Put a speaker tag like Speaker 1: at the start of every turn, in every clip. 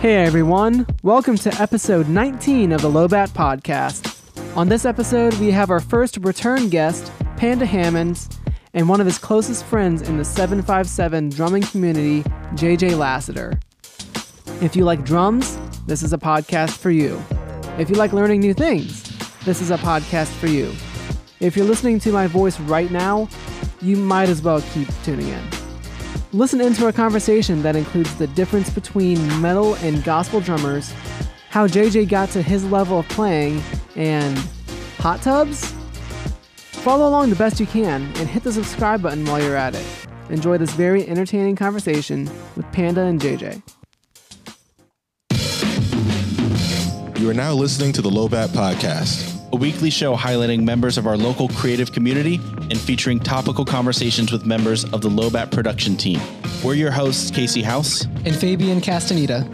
Speaker 1: Hey everyone, welcome to episode 19 of the Lobat Podcast. On this episode, we have our first return guest, Panda Hammonds, and one of his closest friends in the 757 drumming community, JJ Lassiter. If you like drums, this is a podcast for you. If you like learning new things, this is a podcast for you. If you're listening to my voice right now, you might as well keep tuning in. Listen into a conversation that includes the difference between metal and gospel drummers, how JJ got to his level of playing, and hot tubs? Follow along the best you can and hit the subscribe button while you're at it. Enjoy this very entertaining conversation with Panda and JJ.
Speaker 2: You are now listening to the Lobat Podcast.
Speaker 3: a weekly show highlighting members of our local creative community and featuring topical conversations with members of the Lobat production team. We're your hosts, Casey House.
Speaker 4: and Fabian Castaneda.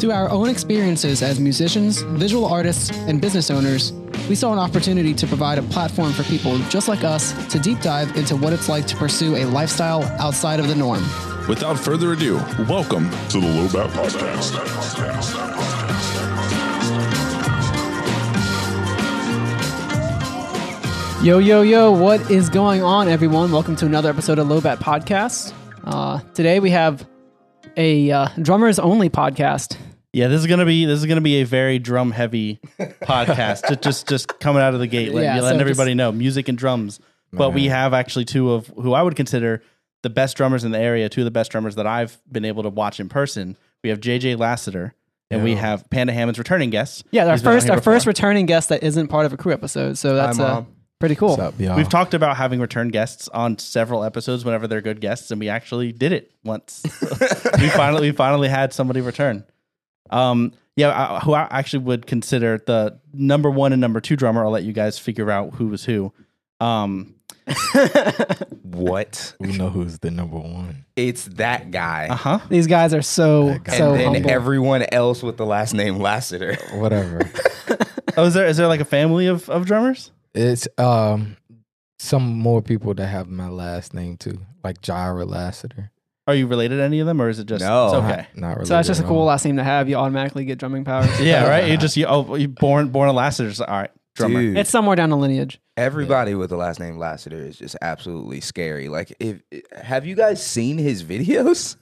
Speaker 4: Through our own experiences as musicians, visual artists, and business owners, we saw an opportunity to provide a platform for people just like us to deep dive into what it's like to pursue a lifestyle outside of the norm.
Speaker 2: Without further ado, welcome to the Lobat Podcast.
Speaker 1: Yo, yo, yo, what is going on, everyone? Welcome to another episode of Lobat Podcast. Uh, today we have a uh, drummers only podcast.
Speaker 3: Yeah, this is gonna be this is gonna be a very drum heavy podcast. Ju- just just coming out of the gate, letting,
Speaker 1: Yeah,
Speaker 3: letting
Speaker 1: so
Speaker 3: everybody
Speaker 1: just-
Speaker 3: know music and drums. But we have actually two of who I would consider the best drummers in the area. Two of the best drummers that I've been able to watch in person. We have JJ Lassiter and we have Panda Hammond's returning guests.
Speaker 1: Yeah, our
Speaker 3: He's been on
Speaker 1: first
Speaker 3: here
Speaker 1: our first
Speaker 3: before.
Speaker 1: returning guest that isn't part of a crew episode. So that's uh, pretty cool.
Speaker 3: We've talked about having return guests on several episodes whenever they're good guests, and we actually did it once. we finally we finally had somebody return. Um, yeah, I, who I actually would consider the number one and number two drummer. I'll let you guys figure out who was who. Um,
Speaker 5: What?
Speaker 6: We know who's the number one.
Speaker 5: It's that guy.
Speaker 3: uh huh.
Speaker 1: These guys are so
Speaker 5: And
Speaker 1: so
Speaker 5: then
Speaker 1: humble.
Speaker 5: everyone else with the last name Lassiter.
Speaker 6: Whatever.
Speaker 3: Oh, is there is there like a family of of drummers?
Speaker 6: it's um some more people that have my last name too, like Jira Lassiter.
Speaker 3: Are you related to any of them, or is it just
Speaker 5: No.
Speaker 3: It's okay.
Speaker 6: Not, not really.
Speaker 1: so that's just a cool last name to have. You automatically get drumming powers.
Speaker 3: Yeah, right. You just you oh you born born a Lassiter. All right, drummer.
Speaker 5: Dude,
Speaker 1: it's somewhere down the lineage.
Speaker 5: everybody with the last name Lassiter is just absolutely scary. Like, if have you guys seen his videos?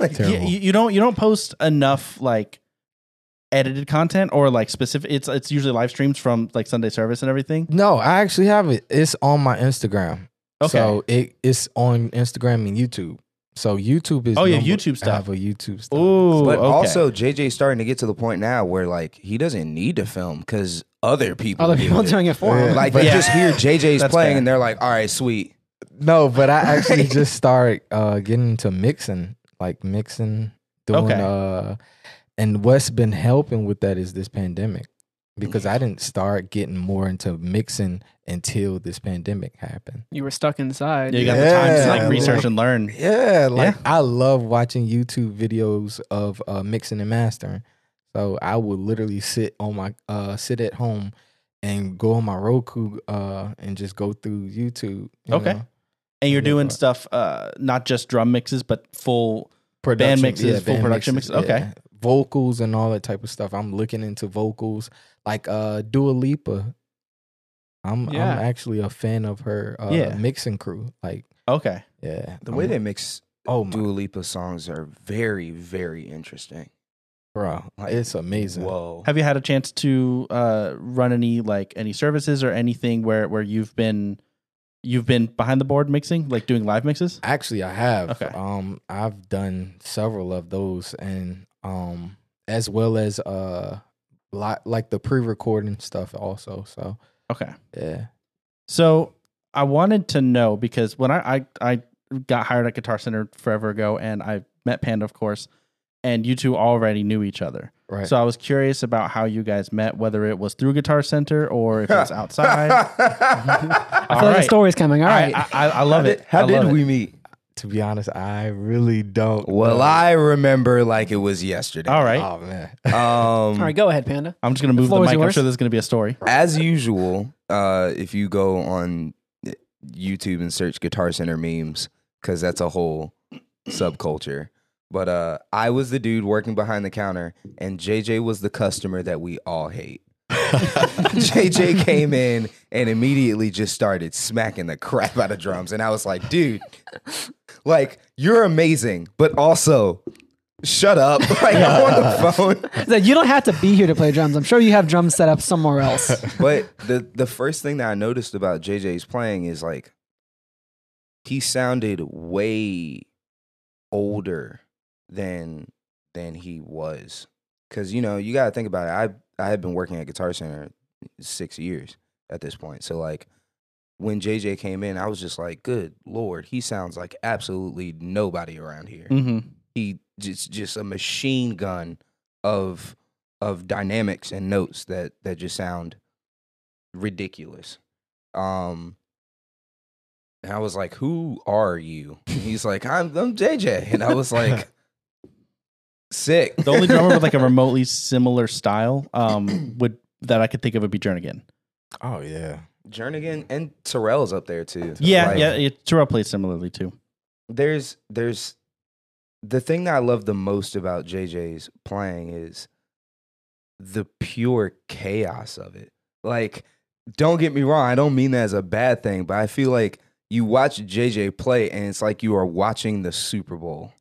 Speaker 5: Like,
Speaker 3: Yeah, you, you don't you don't post enough like edited content or like specific it's it's usually live streams from like Sunday service and everything.
Speaker 6: No, I actually have it. It's on my Instagram.
Speaker 3: Okay.
Speaker 6: So it it's on Instagram and YouTube. So YouTube is
Speaker 3: Oh, yeah,
Speaker 6: number-
Speaker 3: YouTube stuff.
Speaker 6: I have a YouTube stuff.
Speaker 3: Ooh,
Speaker 5: but
Speaker 3: okay.
Speaker 5: also JJ's starting to get to the point now where like he doesn't need to film because other people
Speaker 1: Other
Speaker 5: do
Speaker 1: people
Speaker 5: it.
Speaker 1: doing it for him.
Speaker 6: Yeah.
Speaker 5: Like
Speaker 3: But-
Speaker 5: they just hear JJ's
Speaker 3: That's
Speaker 5: playing
Speaker 3: fair.
Speaker 5: and they're like, all right, sweet.
Speaker 6: No, but I actually just started uh, getting into mixing, like mixing, doing.
Speaker 3: Okay.
Speaker 6: Uh, and what's been helping with that is this pandemic, because I didn't start getting more into mixing until this pandemic happened.
Speaker 1: You were stuck inside.
Speaker 3: Yeah, you got the time to
Speaker 6: Yeah,
Speaker 3: like research
Speaker 6: like-
Speaker 3: and learn.
Speaker 6: Yeah, like
Speaker 3: Yeah.
Speaker 6: I love watching YouTube videos of uh, mixing and mastering. So I would literally sit on my uh, sit at home and go on my Roku uh, and just go through YouTube. you
Speaker 3: Okay.
Speaker 6: know,
Speaker 3: And you're
Speaker 6: Yeah.
Speaker 3: doing stuff uh not just drum mixes but full
Speaker 6: production-
Speaker 3: mixes, full production mixes, okay.
Speaker 6: vocals and all that type of stuff. I'm looking into vocals like uh Dua Lipa. I'm
Speaker 1: Yeah.
Speaker 6: I'm actually a fan of her uh,
Speaker 3: Yeah.
Speaker 6: mixing crew. Like
Speaker 3: Okay.
Speaker 6: yeah,
Speaker 5: The way
Speaker 6: I'm-
Speaker 5: they mix
Speaker 6: oh my
Speaker 5: Dua Lipa songs are very, very interesting.
Speaker 6: bro,
Speaker 5: Like,
Speaker 6: it's amazing.
Speaker 5: Whoa.
Speaker 3: Have you had a chance to uh run any like any services or anything where where you've been you've been behind the board mixing, like doing live mixes?
Speaker 6: Actually, I have.
Speaker 3: Okay.
Speaker 6: Um, I've done several of those, and um, as well as uh, li- like the pre-recording stuff also. So
Speaker 3: Okay.
Speaker 6: yeah,
Speaker 3: So I wanted to know because when I, I I got hired at Guitar Center forever ago, and I met Panda, of course, and you two already knew each other.
Speaker 6: right.
Speaker 3: So I was curious about how you guys met, whether it was through Guitar Center or if it was outside.
Speaker 1: I feel like a story's coming. All right.
Speaker 3: I, I, I love
Speaker 5: How
Speaker 3: it.
Speaker 5: did, how
Speaker 3: I
Speaker 5: did
Speaker 3: love
Speaker 5: we
Speaker 3: It.
Speaker 5: meet?
Speaker 6: to be honest, I really don't.
Speaker 5: Well,
Speaker 6: know.
Speaker 5: I remember like it was yesterday.
Speaker 3: All right,
Speaker 6: Oh man.
Speaker 5: Um,
Speaker 1: All right, go ahead, Panda.
Speaker 3: I'm just gonna move the
Speaker 1: floor is
Speaker 3: mic. I'm
Speaker 1: yours.
Speaker 3: sure there's gonna be a story.
Speaker 5: As usual, uh, if you go on YouTube and search Guitar Center memes, because that's a whole subculture. But uh, I was the dude working behind the counter, and JJ was the customer that we all hate. JJ came in and immediately just started smacking the crap out of drums. And I was like, dude, like, you're amazing, but also shut up. Like, I'm on the phone.
Speaker 1: He's like, you don't have to be here to play drums. I'm sure you have drums set up somewhere else.
Speaker 5: But the, the first thing that I noticed about JJ's playing is like, he sounded way older than than he was. Cause you know, you gotta think about it. I I had been working at Guitar Center six years at this point. So like when JJ came in, I was just like, good lord, he sounds like absolutely nobody around here.
Speaker 3: hmm
Speaker 5: He just just a machine gun of of dynamics and notes that that just sound ridiculous. Um and I was like, "Who are you?" And he's like, "I'm I'm JJ," and I was like, "Sick."
Speaker 3: The only drummer with like a remotely similar style um, would that I could think of would be Jernigan.
Speaker 6: Oh yeah.
Speaker 5: Jernigan and Terrell's up there too.
Speaker 3: Yeah,
Speaker 5: Like,
Speaker 3: yeah. It, Terrell plays similarly too.
Speaker 5: There's there's the thing that I love the most about JJ's playing is the pure chaos of it. Like, don't get me wrong, I don't mean that as a bad thing, but I feel like you watch JJ play and it's like you are watching the Super Bowl.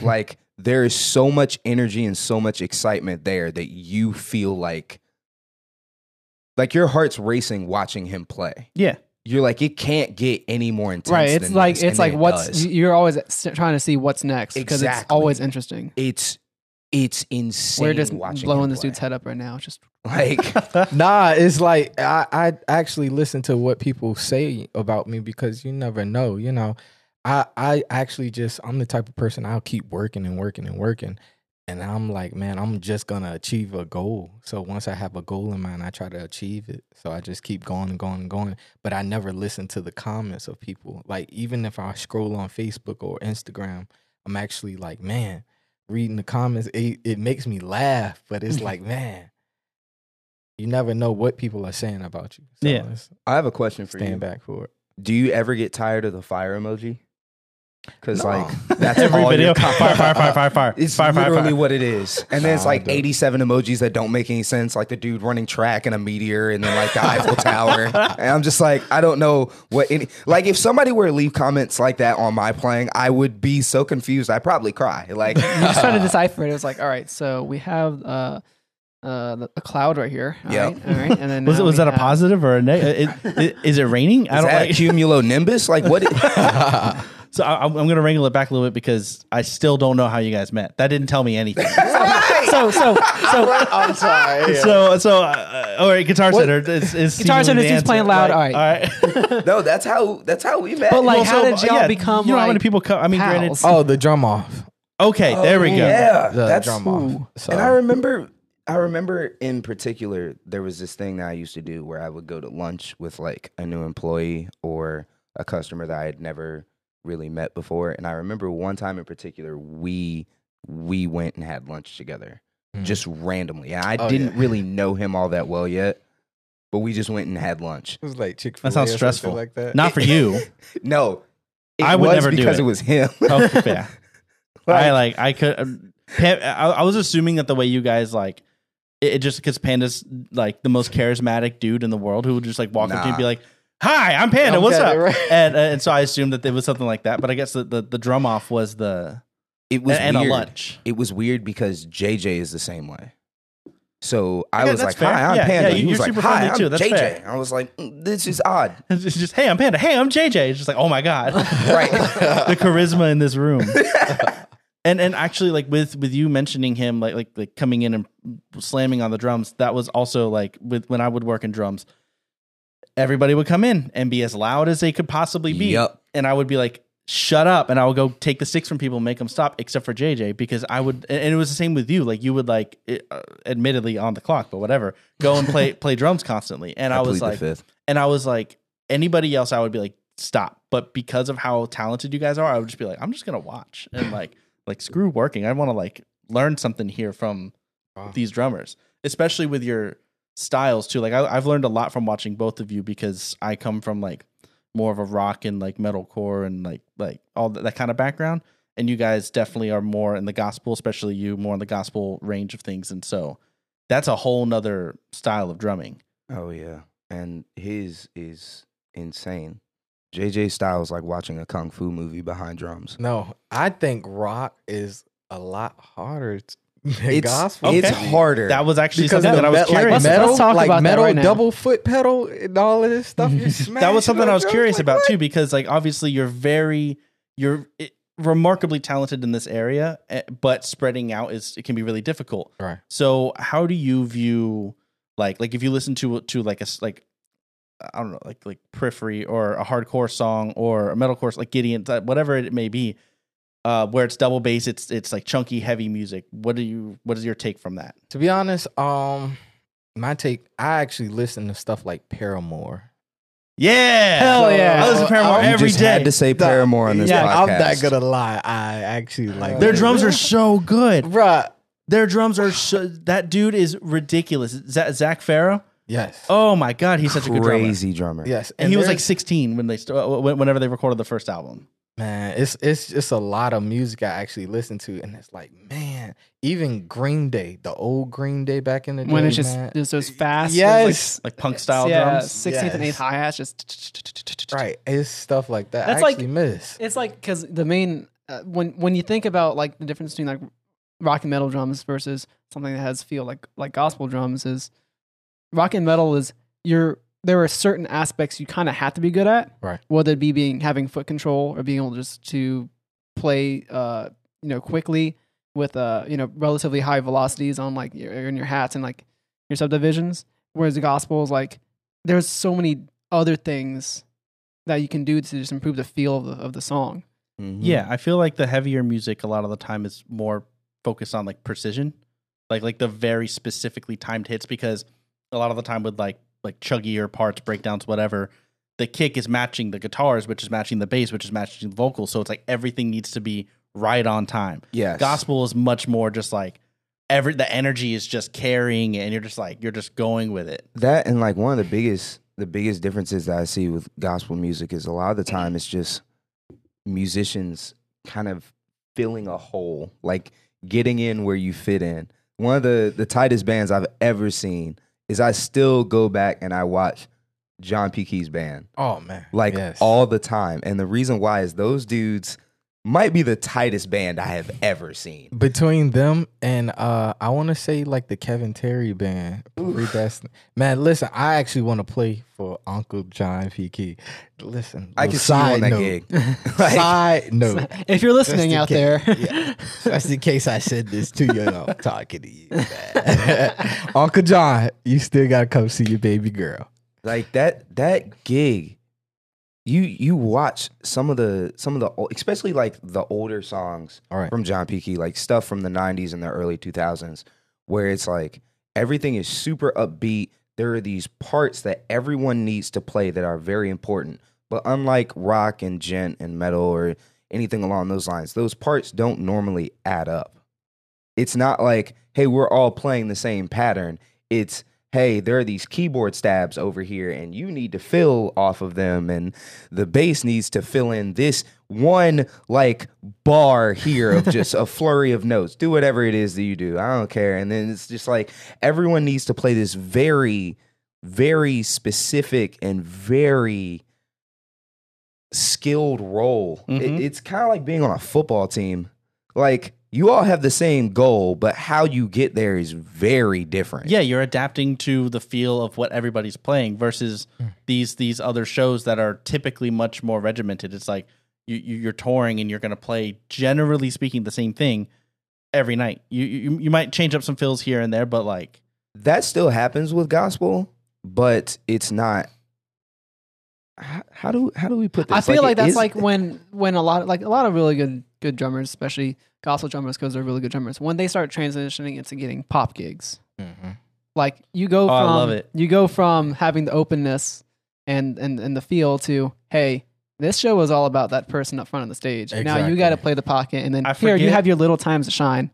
Speaker 1: Hmm.
Speaker 5: like there is so much energy and so much excitement there that you feel like like your heart's racing watching him play.
Speaker 3: Yeah.
Speaker 5: you're like it can't get any more intense.
Speaker 1: right. It's
Speaker 5: than
Speaker 1: like
Speaker 5: this,
Speaker 1: it's
Speaker 5: and
Speaker 1: like
Speaker 5: it
Speaker 1: what's
Speaker 5: does.
Speaker 1: you're always s- trying to see what's next because it's
Speaker 5: Exactly.
Speaker 1: always interesting.
Speaker 5: it's it's insane.
Speaker 1: We're just
Speaker 5: watching
Speaker 1: blowing
Speaker 5: him
Speaker 1: this dude's
Speaker 5: play.
Speaker 1: head up right now. It's Just
Speaker 5: Like
Speaker 6: Nah, it's like I, I actually listen to what people say about me because you never know, you know. I I actually just I'm the type of person I'll keep working and working and working. And I'm like, man, I'm just gonna achieve a goal. So once I have a goal in mind, I try to achieve it. So I just keep going and going and going. But I never listen to the comments of people. Like even if I scroll on Facebook or Instagram, I'm actually like, man, reading the comments, it, it makes me laugh. But it's like, man, you never know what people are saying about you. So
Speaker 3: Yeah.
Speaker 6: it's
Speaker 5: I have a question for
Speaker 6: stand
Speaker 5: you.
Speaker 6: back for it.
Speaker 5: Do you ever get tired of the fire emoji? Because
Speaker 6: No.
Speaker 5: like that's
Speaker 3: Every
Speaker 5: all
Speaker 3: video.
Speaker 5: Your
Speaker 3: Fire,
Speaker 5: com-
Speaker 3: fire, fire, fire, fire.
Speaker 5: It's
Speaker 3: fire, fire,
Speaker 5: literally
Speaker 3: fire.
Speaker 5: what it is, and then it's
Speaker 6: Nah, I
Speaker 5: like
Speaker 6: don't.
Speaker 5: eighty-seven emojis that don't make any sense, like the dude running track and a meteor, and then like the Eiffel Tower. And I'm just like, I don't know what any. Like, if somebody were to leave comments like that on my playing, I would be so confused. I would probably cry. Like,
Speaker 1: I'm just trying to decipher it. It was like, all right, so we have uh, uh, the- a cloud right here. All
Speaker 5: Yeah.
Speaker 1: right, all right, and then
Speaker 3: Was it
Speaker 1: now
Speaker 3: was
Speaker 1: we
Speaker 3: that a
Speaker 1: have-
Speaker 3: positive or a negative? Is, it raining? I
Speaker 5: Is
Speaker 3: don't
Speaker 5: that
Speaker 3: like.
Speaker 5: cumulonimbus? Like what?
Speaker 3: So I, I'm going to wrangle it back a little bit because I still don't know how you guys met. That didn't tell me anything.
Speaker 1: So so so
Speaker 6: I'm sorry.
Speaker 3: So so uh, all right, Guitar Center is, is
Speaker 1: Guitar Center
Speaker 3: seemingly the
Speaker 1: seems playing
Speaker 3: answer.
Speaker 1: loud.
Speaker 3: Like,
Speaker 1: all right.
Speaker 3: all right.
Speaker 5: no, that's how that's how we met.
Speaker 1: But like,
Speaker 3: Well,
Speaker 1: how
Speaker 3: so,
Speaker 1: did y'all
Speaker 3: yeah,
Speaker 1: become?
Speaker 3: You know
Speaker 1: like,
Speaker 3: how many people come? I mean, granted,
Speaker 1: pals?
Speaker 6: Oh, the drum off.
Speaker 3: okay, there we go.
Speaker 5: Oh, yeah,
Speaker 6: The
Speaker 5: that's
Speaker 6: drum off. So
Speaker 5: And I remember, I remember in particular, there was this thing that I used to do where I would go to lunch with like a new employee or a customer that I had never really met before. And I remember one time in particular, we we went and had lunch together
Speaker 6: Mm.
Speaker 5: just randomly. And I
Speaker 6: Oh,
Speaker 5: didn't
Speaker 6: yeah.
Speaker 5: really know him all that well yet, but we just went and had lunch.
Speaker 6: it was like Chick Fil A.
Speaker 3: That sounds stressful.
Speaker 6: Like that.
Speaker 3: Not for you.
Speaker 5: No, it
Speaker 3: I would
Speaker 5: was
Speaker 3: never do
Speaker 5: because
Speaker 3: it.
Speaker 5: it. was him.
Speaker 3: Oh, yeah.
Speaker 5: Like-
Speaker 3: I like I could. Um, Pan, I, I was assuming that the way you guys like it, it just because Panda's like the most charismatic dude in the world who would just like walk up to you and be
Speaker 5: Nah.
Speaker 3: like, "Hi, I'm Panda.
Speaker 6: I'm
Speaker 3: what's
Speaker 6: Panda,
Speaker 3: up?"
Speaker 6: right.
Speaker 3: And, uh, and so I assumed that it was something like that. But I guess the the, the drum off was the
Speaker 5: It was
Speaker 3: and, and a
Speaker 5: weird.
Speaker 3: lunch.
Speaker 5: it was weird because JJ is the same way. So I
Speaker 3: Okay,
Speaker 5: was
Speaker 3: that's
Speaker 5: like,
Speaker 3: fair.
Speaker 5: "Hi, I'm
Speaker 3: Yeah,
Speaker 5: Panda."
Speaker 3: yeah,
Speaker 5: he
Speaker 3: you're
Speaker 5: was like,
Speaker 3: super
Speaker 5: "Hi,
Speaker 3: friendly
Speaker 5: I'm
Speaker 3: too. That's
Speaker 5: JJ."
Speaker 3: fair.
Speaker 5: I was like, "Mm, "This is odd,
Speaker 3: It's just, hey, I'm Panda. Hey, I'm JJ. It's just like, oh my god,
Speaker 5: right?"
Speaker 3: the charisma in this room. and and actually, like with with you mentioning him, like like like coming in and slamming on the drums, that was also like with when I would work in drums. Everybody would come in and be as loud as they could possibly be,
Speaker 5: Yup.
Speaker 3: and I would be like, "Shut up!" And I would go take the sticks from people, and make them stop, except for JJ, because I would. And and it was the same with you. Like you would like, it, uh, admittedly on the clock, but whatever, go and play play drums constantly. And I,
Speaker 5: I
Speaker 3: was
Speaker 5: plead the
Speaker 3: like,
Speaker 5: fifth.
Speaker 3: and I was like, anybody else, I would be like, stop. But because of how talented you guys are, I would just be like, I'm just gonna watch and like, like screw working. I want to like learn something here from
Speaker 6: Wow.
Speaker 3: these drummers, especially with your styles too. Like I, I've learned a lot from watching both of you because I come from like more of a rock and like metalcore and like like all that, that kind of background, and you guys definitely are more in the gospel, especially you more in the gospel range of things, and so that's a whole nother style of drumming.
Speaker 5: Oh yeah, and his is insane. JJ style is like watching a kung fu movie behind drums.
Speaker 6: No, I think rock is a lot harder t- than
Speaker 5: It's
Speaker 6: gospel.
Speaker 5: it's
Speaker 3: Okay.
Speaker 5: harder.
Speaker 3: That was actually
Speaker 6: Because
Speaker 3: something that
Speaker 6: of
Speaker 3: I
Speaker 6: the
Speaker 3: was
Speaker 6: me-
Speaker 3: curious
Speaker 6: like
Speaker 3: about.
Speaker 6: metal,
Speaker 1: Let's talk
Speaker 6: like
Speaker 1: about that
Speaker 6: metal
Speaker 1: right now.
Speaker 6: double foot pedal and all of this stuff. you
Speaker 3: that was
Speaker 6: smashing
Speaker 3: something I
Speaker 6: on
Speaker 3: was
Speaker 6: drums,
Speaker 3: curious
Speaker 6: like, "Oh
Speaker 3: about
Speaker 6: what?
Speaker 3: too, because like obviously you're very you're it, remarkably talented in this area, eh, but spreading out is it can be really difficult.
Speaker 6: Right.
Speaker 3: So how do you view like like if you listen to to like a s- like I don't know like like periphery or a hardcore song or a metalcore like Gideon that- whatever it may be, uh, where it's double bass, it's it's like chunky heavy music. What do you what is your take from that?
Speaker 6: To be honest, um, my take. I actually listen to stuff like Paramore.
Speaker 3: Yeah,
Speaker 1: Hell yeah.
Speaker 3: I listen to Paramore
Speaker 6: You
Speaker 5: you
Speaker 3: every
Speaker 5: just
Speaker 3: day.
Speaker 5: had to say Paramore on this
Speaker 6: yeah,
Speaker 5: podcast.
Speaker 6: I'm not gonna lie. I actually like
Speaker 3: Their drums are so good.
Speaker 6: bruh.
Speaker 3: Their drums are so, that dude is ridiculous. Z- Zach Farrow.
Speaker 6: Yes.
Speaker 3: Oh my god, he's such a good drummer.
Speaker 5: crazy drummer.
Speaker 6: Yes,
Speaker 3: And he was like
Speaker 6: there's-
Speaker 3: 16 when they st- when- whenever they recorded the first album.
Speaker 6: man, it's it's just a lot of music I actually listen to, and it's like, man, even Green Day, the old Green Day back in the day,
Speaker 1: when it's just
Speaker 6: man.
Speaker 1: just those fast,
Speaker 6: yes,
Speaker 3: Like punk style
Speaker 1: yeah,
Speaker 3: drums.
Speaker 1: sixteenth and eighth
Speaker 6: Yes.
Speaker 1: hi hats, just
Speaker 6: right, it's stuff like that.
Speaker 1: That's
Speaker 6: I
Speaker 1: like-
Speaker 6: actually miss.
Speaker 1: It's like because the main uh, when when you think about like the difference between like rock and metal drums versus something that has feel like like gospel drums is rock and metal is you're there are certain aspects you kind of have to be good at,
Speaker 6: Right.
Speaker 1: Whether it be being having foot control or being able just to play, uh, you know, quickly with uh, you know, relatively high velocities on like your in your hats and like your subdivisions. Whereas the gospel is like there's so many other things that you can do to just improve the feel of the, of the song.
Speaker 5: Mhm.
Speaker 3: Yeah, I feel like the heavier music a lot of the time is more focused on like precision, like like the very specifically timed hits because a lot of the time with like like chuggier parts, breakdowns, whatever, the kick is matching the guitars, which is matching the bass, which is matching the vocals. So it's like everything needs to be right on time.
Speaker 5: Yes.
Speaker 3: gospel is much more just like every the energy is just carrying it and you're just like you're just going with it
Speaker 5: that and like one of the biggest the biggest differences that I see with gospel music is a lot of the time it's just musicians kind of filling a hole, like getting in where you fit in. One of the the tightest bands I've ever seen is I still go back and I watch John P. Key's band
Speaker 6: Oh man,
Speaker 5: like
Speaker 6: Yes.
Speaker 5: all the time, and the reason why is those dudes might be the tightest band I have ever seen.
Speaker 6: between them and uh, I want to say like the Kevin Terry band, Predestin- Man, listen, I actually want to play for Uncle John P. Key. Listen,
Speaker 5: I
Speaker 6: little
Speaker 5: can see you on that
Speaker 6: note.
Speaker 5: gig. Like-
Speaker 6: side note.
Speaker 1: If you're listening out
Speaker 6: Just in
Speaker 1: there,
Speaker 6: case. Yeah. That's in case I said this to you and I'm talking to you. man. Uncle John, you still gotta come see your baby girl.
Speaker 5: like that that gig you you watch some of the some of the ol- especially like the older songs
Speaker 6: All right.
Speaker 5: from John P. Key, like stuff from the 90s and the early 2000s where it's like everything is super upbeat there are these parts that everyone needs to play that are very important but unlike rock and gent and metal or anything along those lines those parts don't normally add up it's not like hey we're all playing the same pattern it's hey there are these keyboard stabs over here and you need to fill off of them and the bass needs to fill in this one like bar here of just a flurry of notes do whatever it is that you do i don't care and then it's just like everyone needs to play this very very specific and very skilled role It-
Speaker 3: Mhm.
Speaker 5: it's kind of like being on a football team like you all have the same goal, but how you get there is very different.
Speaker 3: yeah you're adapting to the feel of what everybody's playing versus these these other shows that are typically much more regimented it's like you, you you're touring and you're going to play generally speaking the same thing every night you, you you might change up some fills here and there but like
Speaker 5: that still happens with gospel, but it's not. How, how do how do we put this?
Speaker 1: I feel like,
Speaker 5: it
Speaker 1: that's
Speaker 5: is-
Speaker 1: like when when a lot like a lot of really good good drummers, especially gospel drummers, because they're really good drummers. When they start transitioning into getting pop gigs, like you go
Speaker 3: I
Speaker 1: from
Speaker 3: love it.
Speaker 1: you go from having the openness and and and the feel to hey. This show was all about that person up front on the stage. Now you
Speaker 6: Exactly.
Speaker 1: got to play the pocket, and then
Speaker 3: I
Speaker 1: here you
Speaker 3: forget-
Speaker 1: have your little times to shine.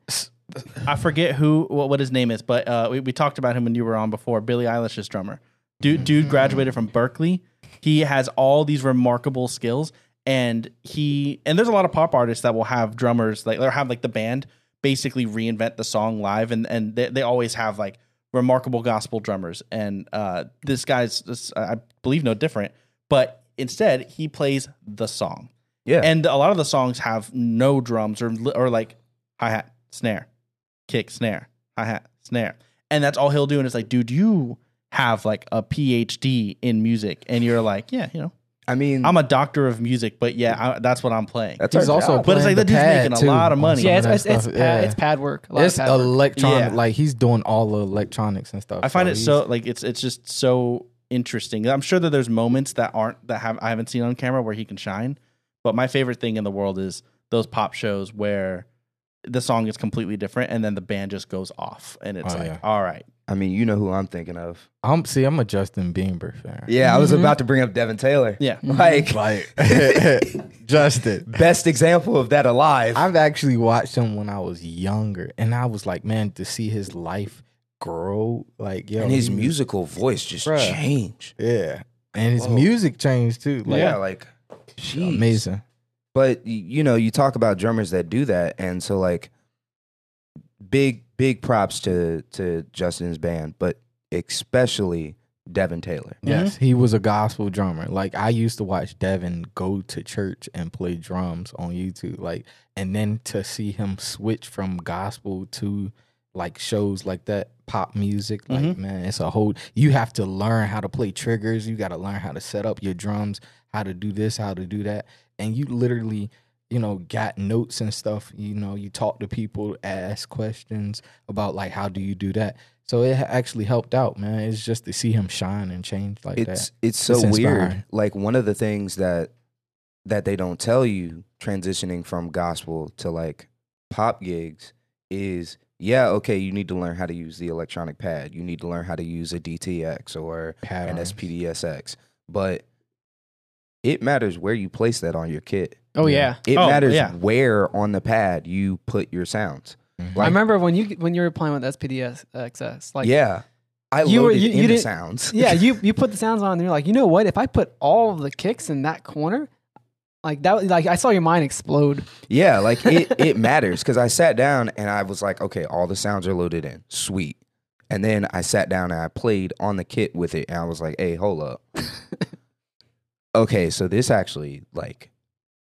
Speaker 3: i forget who what, what his name is but uh we, we talked about him when you were on before billie eilish's drummer dude dude graduated from berkeley he has all these remarkable skills and he and there's a lot of pop artists that will have drummers like they'll have like the band basically reinvent the song live and and they, they always have like remarkable gospel drummers and uh this guy's this, i believe no different but instead he plays the song
Speaker 5: Yeah.
Speaker 3: and a lot of the songs have no drums or or like hi hat, snare, kick, snare, hi hat, snare, and that's all he'll do. And it's like, dude, you have like a PhD in music, and you're like, yeah, you know,
Speaker 5: I mean,
Speaker 3: I'm a doctor of music, but yeah, I, that's what I'm playing.
Speaker 5: that's
Speaker 6: He's
Speaker 5: our
Speaker 6: also
Speaker 5: job.
Speaker 3: But it's
Speaker 6: playing
Speaker 3: like, that
Speaker 6: the
Speaker 3: dude's
Speaker 6: pad,
Speaker 3: making a
Speaker 6: too,
Speaker 3: lot of
Speaker 6: on
Speaker 3: money.
Speaker 6: some
Speaker 3: Yeah,
Speaker 6: of
Speaker 1: yeah, it's
Speaker 6: that
Speaker 1: it's, it's,
Speaker 6: stuff.
Speaker 1: pad,
Speaker 6: Yeah.
Speaker 1: it's pad work. A lot
Speaker 6: It's
Speaker 1: of pad work.
Speaker 6: electronic.
Speaker 3: Yeah.
Speaker 6: Like he's doing all the electronics and stuff.
Speaker 3: I find
Speaker 6: so
Speaker 3: it
Speaker 6: he's-
Speaker 3: so like it's it's just so interesting. I'm sure that there's moments that aren't that have I haven't seen on camera where he can shine. But my favorite thing in the world is those pop shows where the song is completely different and then the band just goes off and it's
Speaker 6: Oh,
Speaker 3: like,
Speaker 6: yeah.
Speaker 3: all right,
Speaker 5: I mean, you know who I'm thinking of.
Speaker 6: I'm see. I'm a Justin Bieber fan.
Speaker 5: Yeah, I was
Speaker 1: Mhm.
Speaker 5: about to bring up Devin Taylor.
Speaker 3: yeah,
Speaker 5: Like
Speaker 6: Like Justin.
Speaker 5: best example of that alive.
Speaker 6: I've actually watched him when I was younger, and I was like, man, to see his life grow, like yo,
Speaker 5: and his
Speaker 6: he-
Speaker 5: musical voice just
Speaker 6: Bruh.
Speaker 5: changed.
Speaker 6: yeah, and his
Speaker 5: Whoa.
Speaker 6: music changed too. Like,
Speaker 5: Oh. yeah, like jeez. Mm-hmm.
Speaker 6: amazing.
Speaker 5: But y- you know, you talk about drummers that do that, and so like big big props to to Justin's band, but especially Devin Taylor.
Speaker 6: Yes, he was a gospel drummer. Like I used to watch Devin go to church and play drums on YouTube. Like, and then to see him switch from gospel to like shows like that pop music like
Speaker 3: Mm-hmm.
Speaker 6: man it's a whole you have to learn how to play triggers you got to learn how to set up your drums how to do this how to do that and you literally you know got notes and stuff you know you talk to people ask questions about like how do you do that so it ha- actually helped out man it's just to see him shine and change like
Speaker 5: It's
Speaker 6: that
Speaker 5: it's so
Speaker 6: It's
Speaker 5: weird.
Speaker 6: inspiring.
Speaker 5: Like one of the things that that they don't tell you transitioning from gospel to like pop gigs is yeah, okay, you need to learn how to use the electronic pad. You need to learn how to use a DTX or an
Speaker 6: pattern
Speaker 5: SPDSX. But it matters where you place that on your kit.
Speaker 1: Oh yeah.
Speaker 5: It
Speaker 3: Oh,
Speaker 5: matters
Speaker 3: yeah.
Speaker 5: where on the pad you put your sounds.
Speaker 6: Mhm.
Speaker 1: Mm-hmm. I
Speaker 5: Like-
Speaker 1: remember when you when you were playing with SPDS XS, like
Speaker 5: yeah. I
Speaker 1: You were-
Speaker 5: loaded
Speaker 1: you- you
Speaker 5: in the
Speaker 1: didn't-
Speaker 5: sounds.
Speaker 1: yeah, you you put the sounds on, and you're like, you know what? If I put all of the kicks in that corner, like that, was- like I saw your mind explode.
Speaker 5: Yeah, like it it matters because I sat down and I was like, okay, all the sounds are loaded in, sweet. And then I sat down and I played on the kit with it, and I was like, hey, hold up. okay, so this actually like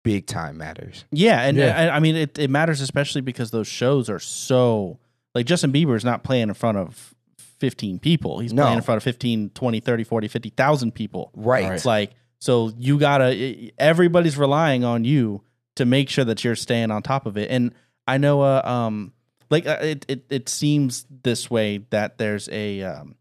Speaker 5: big time matters.
Speaker 3: yeah, and
Speaker 6: Yeah.
Speaker 3: and I mean it, it matters especially because those shows are so like Justin Bieber is not playing in front of 15 people. He's
Speaker 5: No.
Speaker 3: playing in front of 15, 20, 30, 40, 50,000 people.
Speaker 5: Right.
Speaker 3: It's like so you gotta. e, Everybody's relying on you to make sure that you're staying on top of it. And I know, uh, um, like uh, it, it, it seems this way that there's a, um,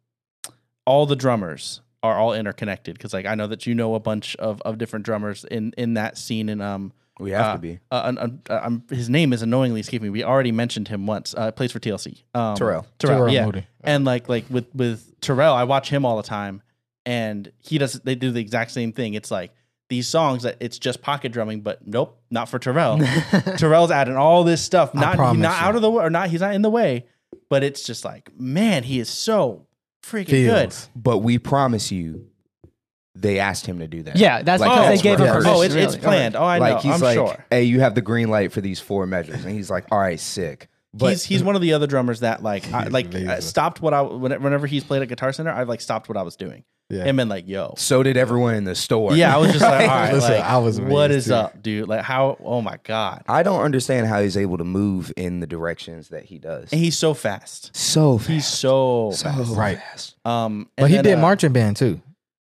Speaker 3: all the drummers are all interconnected because like I know that you know a bunch of of different drummers in in that scene and um.
Speaker 5: We have
Speaker 3: uh,
Speaker 5: to be.
Speaker 3: Uh, an- an- uh, um, his name is annoyingly escaping. me. We already mentioned him once. Uh, plays for TLC. Um,
Speaker 5: Terrell.
Speaker 3: Terrell.
Speaker 6: Terrell
Speaker 3: yeah.
Speaker 6: Moody.
Speaker 3: And like like with with Terrell, I watch him all the time, and he does. They do the exact same thing. It's like these songs that it's just pocket drumming, but nope, not for Terrell. Terrell's adding all this stuff. Not he's
Speaker 6: promise
Speaker 3: not
Speaker 6: you.
Speaker 3: out of the way, or not. He's not in the way, but it's just like man, he is so freaking good.
Speaker 6: Feels.
Speaker 5: But we promise you, they asked him to do that.
Speaker 1: Yeah, that's
Speaker 5: Like,
Speaker 1: because
Speaker 5: that's
Speaker 1: they gave him
Speaker 5: right.
Speaker 1: permission.
Speaker 3: Oh, it's, it's
Speaker 1: really.
Speaker 3: planned. Oh, I know.
Speaker 5: like he's
Speaker 3: I'm
Speaker 5: like,
Speaker 3: sure.
Speaker 5: hey, you have the green light for these four measures, and he's like, all right, sick. But
Speaker 3: he's he's one of the other drummers that like I,
Speaker 6: He's
Speaker 3: like I
Speaker 6: amazing.
Speaker 3: stopped what I whenever whenever he's played at Guitar Center, I've like stopped what I was doing
Speaker 6: Yeah.
Speaker 3: and been like, yo,
Speaker 5: so did everyone in the store.
Speaker 3: yeah, I was just like, all right,
Speaker 6: Listen,
Speaker 3: like,
Speaker 6: I was
Speaker 3: what
Speaker 6: amazed,
Speaker 3: is
Speaker 6: too.
Speaker 3: up, dude? Like how? Oh my god,
Speaker 5: I don't understand how he's able to move in the directions that he does.
Speaker 3: and he's so fast.
Speaker 5: so fast.
Speaker 3: He's so,
Speaker 5: so
Speaker 3: fast.
Speaker 6: Right.
Speaker 5: fast.
Speaker 3: Um,
Speaker 6: But
Speaker 3: and
Speaker 6: he
Speaker 3: then,
Speaker 6: did
Speaker 3: uh,
Speaker 6: marching band too.